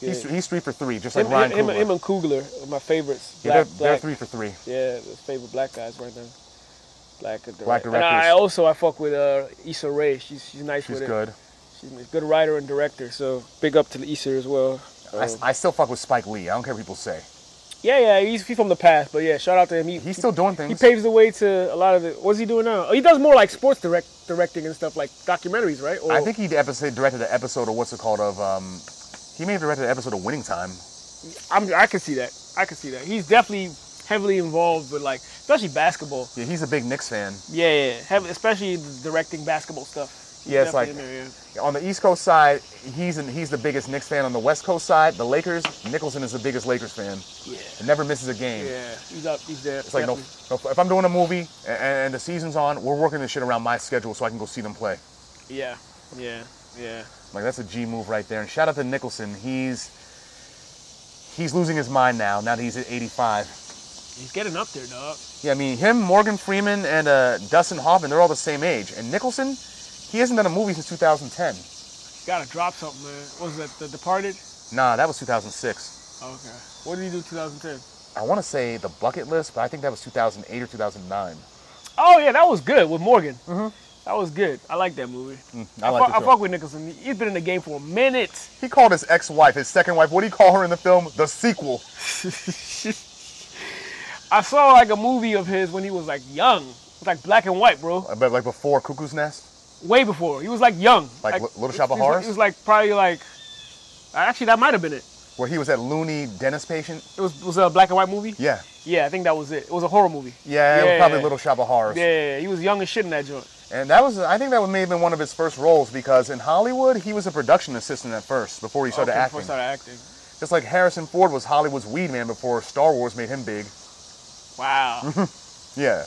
[SPEAKER 2] He's,
[SPEAKER 3] He's good.
[SPEAKER 2] he's three for three, just like
[SPEAKER 3] Him,
[SPEAKER 2] Ryan
[SPEAKER 3] him, him,
[SPEAKER 2] Coogler.
[SPEAKER 3] him and Coogler, are my favorites.
[SPEAKER 2] yeah,
[SPEAKER 3] Black,
[SPEAKER 2] they're, they're
[SPEAKER 3] black,
[SPEAKER 2] three for three.
[SPEAKER 3] Yeah, the favorite black guys right now. Black director.
[SPEAKER 2] Black
[SPEAKER 3] And I
[SPEAKER 2] directors.
[SPEAKER 3] also I fuck with uh, Issa Rae. She's she's nice
[SPEAKER 2] She's
[SPEAKER 3] with
[SPEAKER 2] good.
[SPEAKER 3] it. She's a good writer and director. So big up to Issa as well.
[SPEAKER 2] I,
[SPEAKER 3] Um,
[SPEAKER 2] I still fuck with Spike Lee. I don't care what people say.
[SPEAKER 3] yeah, yeah, he's, he's from the past, but yeah, shout out to him. He,
[SPEAKER 2] He's still doing
[SPEAKER 3] he
[SPEAKER 2] things.
[SPEAKER 3] paves the way to a lot of the. What's he doing now? Oh, he does more like sports direct directing and stuff like documentaries, right? Or,
[SPEAKER 2] I think he episode, directed an episode of what's it called of um, he may have directed an episode of Winning Time.
[SPEAKER 3] I'm, I can see that. I can see that. He's definitely heavily involved with like especially basketball.
[SPEAKER 2] Yeah, he's a big Knicks fan.
[SPEAKER 3] Yeah, yeah, yeah. Have, especially the directing basketball stuff. He's
[SPEAKER 2] Yeah, it's
[SPEAKER 3] definitely
[SPEAKER 2] like-
[SPEAKER 3] in there, yeah.
[SPEAKER 2] On the East Coast side, he's an, he's the biggest Knicks fan. On the West Coast side, the Lakers, Nicholson is the biggest Lakers fan.
[SPEAKER 3] Yeah.
[SPEAKER 2] He never misses a game.
[SPEAKER 3] Yeah, he's up. He's there.
[SPEAKER 2] It's like no, no. If I'm doing a movie and, and the season's on, we're working this shit around my schedule so I can go see them play.
[SPEAKER 3] Yeah, yeah, yeah.
[SPEAKER 2] Like that's a G move right there. And shout out to Nicholson. He's he's losing his mind now. Now that he's at 85.
[SPEAKER 3] He's getting up there, dog.
[SPEAKER 2] Yeah, I mean him, Morgan Freeman, and uh, Dustin Hoffman. They're all the same age. And Nicholson, he hasn't done a movie since 2010.
[SPEAKER 3] Gotta drop something, man. What was that The Departed? Oh,
[SPEAKER 2] Nah, that was 2006.
[SPEAKER 3] Okay. What did he do 2010?
[SPEAKER 2] I want to say the bucket list, but I think that was 2008 or 2009.
[SPEAKER 3] Oh yeah, that was good with Morgan. Mm-hmm. That was good. I like that movie.
[SPEAKER 2] Mm, I
[SPEAKER 3] fu-
[SPEAKER 2] like
[SPEAKER 3] I fuck with Nicholson. He's been in the game for a minute.
[SPEAKER 2] He called his ex-wife, his second wife. What do you call her in the film? The sequel.
[SPEAKER 3] I saw like a movie of his when he was like young. It was like black and white, bro.
[SPEAKER 2] I bet like before Cuckoo's Nest.
[SPEAKER 3] Way before. He was like young.
[SPEAKER 2] Like Li- Little Shop of
[SPEAKER 3] he was-
[SPEAKER 2] Horrors?
[SPEAKER 3] He was like probably like actually that might have been it.
[SPEAKER 2] where he was that loony dentist patient.
[SPEAKER 3] It was was it a black and white movie?
[SPEAKER 2] Yeah,
[SPEAKER 3] Yeah, I think that was it. It was a horror movie.
[SPEAKER 2] yeah, it was probably
[SPEAKER 3] Yeah.
[SPEAKER 2] Little Shop of Horrors.
[SPEAKER 3] Yeah, he was young as shit in that joint.
[SPEAKER 2] And that was, I think, that may have been one of his first roles because in Hollywood he was a production assistant at first before he started
[SPEAKER 3] Okay,
[SPEAKER 2] acting.
[SPEAKER 3] Before I started acting.
[SPEAKER 2] Just like Harrison Ford was Hollywood's weed man before Star Wars made him big.
[SPEAKER 3] Wow. [LAUGHS]
[SPEAKER 2] Yeah,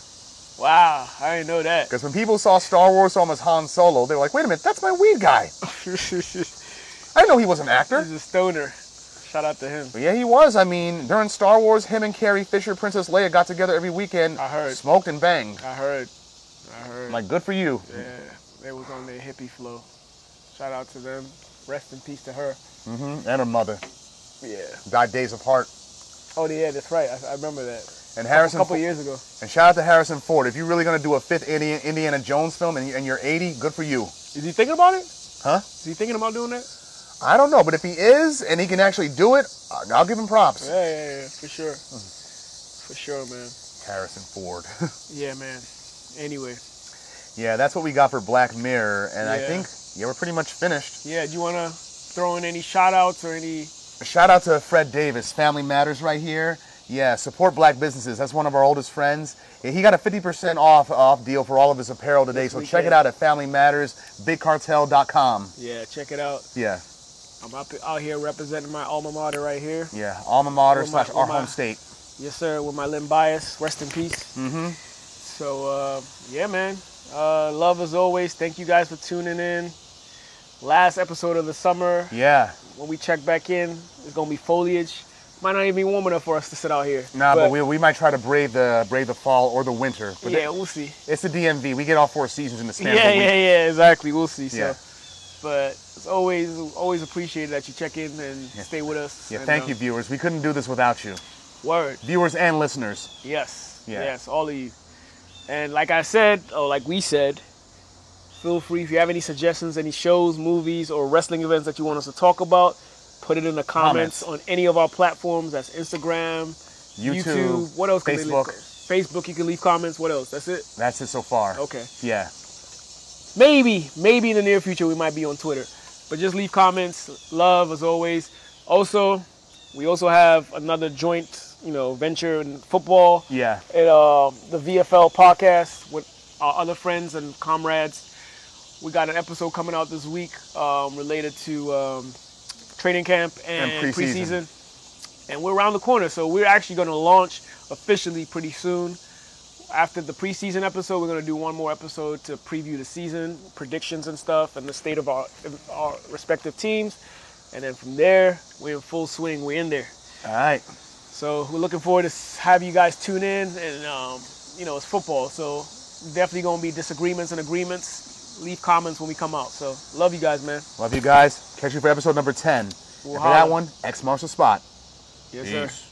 [SPEAKER 3] wow. I didn't know that.
[SPEAKER 2] because when people saw Star Wars saw him as Han Solo, they were like, "Wait a minute, that's my weed guy."
[SPEAKER 3] [LAUGHS] He's
[SPEAKER 2] I didn't know he was an actor.
[SPEAKER 3] a stoner. Shout out to him.
[SPEAKER 2] But yeah, he was. I mean, during Star Wars, him and Carrie Fisher, Princess Leia, got together every weekend,
[SPEAKER 3] I heard.
[SPEAKER 2] smoked and banged.
[SPEAKER 3] I heard. I heard.
[SPEAKER 2] Like, good for you.
[SPEAKER 3] yeah, they was on their hippie flow. Shout out to them. Rest in peace to her.
[SPEAKER 2] hmm And her mother
[SPEAKER 3] Yeah.
[SPEAKER 2] died days apart.
[SPEAKER 3] Oh yeah, that's right. I, I remember that.
[SPEAKER 2] And
[SPEAKER 3] A
[SPEAKER 2] Harrison
[SPEAKER 3] couple
[SPEAKER 2] Fo-
[SPEAKER 3] years ago.
[SPEAKER 2] And shout out to Harrison Ford. If you're really gonna do a fifth Indian, Indiana Jones film and, and you're 80, good for you.
[SPEAKER 3] Is he thinking about it?
[SPEAKER 2] Huh?
[SPEAKER 3] Is he thinking about doing that?
[SPEAKER 2] I don't know, but if he is and he can actually do it, I- I'll give him props.
[SPEAKER 3] Yeah, yeah, yeah, for sure. For sure, man.
[SPEAKER 2] Harrison Ford. [LAUGHS]
[SPEAKER 3] Yeah, man. Anyway,
[SPEAKER 2] yeah, that's what we got for Black Mirror, and I
[SPEAKER 3] Yeah.
[SPEAKER 2] think yeah, we're pretty much finished.
[SPEAKER 3] yeah, do you want to throw in any shout outs or any.
[SPEAKER 2] Shout out to Fred Davis, Family Matters, right here. Yeah, support black businesses. That's one of our oldest friends. Yeah, he got a 50% off off deal for all of his apparel today,
[SPEAKER 3] Yes,
[SPEAKER 2] so
[SPEAKER 3] we
[SPEAKER 2] check
[SPEAKER 3] did.
[SPEAKER 2] it out at Family Matters, BigCartel.com.
[SPEAKER 3] Yeah, check it out.
[SPEAKER 2] Yeah,
[SPEAKER 3] I'm up, out here representing my alma mater right here.
[SPEAKER 2] yeah, alma mater
[SPEAKER 3] Where my-
[SPEAKER 2] slash our
[SPEAKER 3] where my-
[SPEAKER 2] home state.
[SPEAKER 3] Yes, sir, with my limb bias. Rest in peace. Mm-hmm. So, uh, yeah, man. Uh, love as always. Thank you guys for tuning in. Last episode of the summer.
[SPEAKER 2] Yeah,
[SPEAKER 3] When we check back in, it's going to be foliage. Might not even be warm enough for us to sit out here.
[SPEAKER 2] nah, but, we, we might try to brave the brave the fall or the winter. But
[SPEAKER 3] Yeah, we'll see.
[SPEAKER 2] It's the DMV. We get all four seasons in the span of
[SPEAKER 3] yeah,
[SPEAKER 2] a week.
[SPEAKER 3] yeah, yeah, exactly. We'll see. So,
[SPEAKER 2] Yeah.
[SPEAKER 3] but it's always always appreciated that you check in and stay with us.
[SPEAKER 2] Yeah,
[SPEAKER 3] and,
[SPEAKER 2] thank
[SPEAKER 3] um,
[SPEAKER 2] you, viewers. We couldn't do this without you,
[SPEAKER 3] Word.
[SPEAKER 2] viewers and listeners.
[SPEAKER 3] Yes.
[SPEAKER 2] Yeah.
[SPEAKER 3] Yes, all of you. And like I said, or like we said, feel free if you have any suggestions, any shows, movies, or wrestling events that you want us to talk about, put it in the comments,
[SPEAKER 2] Comments.
[SPEAKER 3] on any of our platforms. That's Instagram,
[SPEAKER 2] YouTube,
[SPEAKER 3] What else? Can they leave?
[SPEAKER 2] Facebook.
[SPEAKER 3] Facebook. You can leave comments. What else? That's it.
[SPEAKER 2] That's it so far.
[SPEAKER 3] Okay.
[SPEAKER 2] Yeah.
[SPEAKER 3] maybe, maybe in the near future we might be on Twitter. But just leave comments. Love as always. Also, we also have another joint, you know, venture in football.
[SPEAKER 2] Yeah.
[SPEAKER 3] At uh, the VFL podcast with our other friends and comrades. We got an episode coming out this week um, related to um, training camp and,
[SPEAKER 2] And preseason.
[SPEAKER 3] preseason. And we're around the corner, so we're actually going to launch officially pretty soon after the preseason episode, we're gonna do one more episode to preview the season, predictions and stuff, and the state of our, our respective teams. And then from there, we're in full swing. We're in there.
[SPEAKER 2] All right.
[SPEAKER 3] So we're looking forward to s- have you guys tune in. And um, you know, it's football, so definitely gonna be disagreements and agreements. Leave comments when we come out. So love you guys, man.
[SPEAKER 2] Love you guys. Catch you for episode number 10. And for
[SPEAKER 3] holla.
[SPEAKER 2] that one, X marks the spot.
[SPEAKER 3] Yes,
[SPEAKER 2] Peace.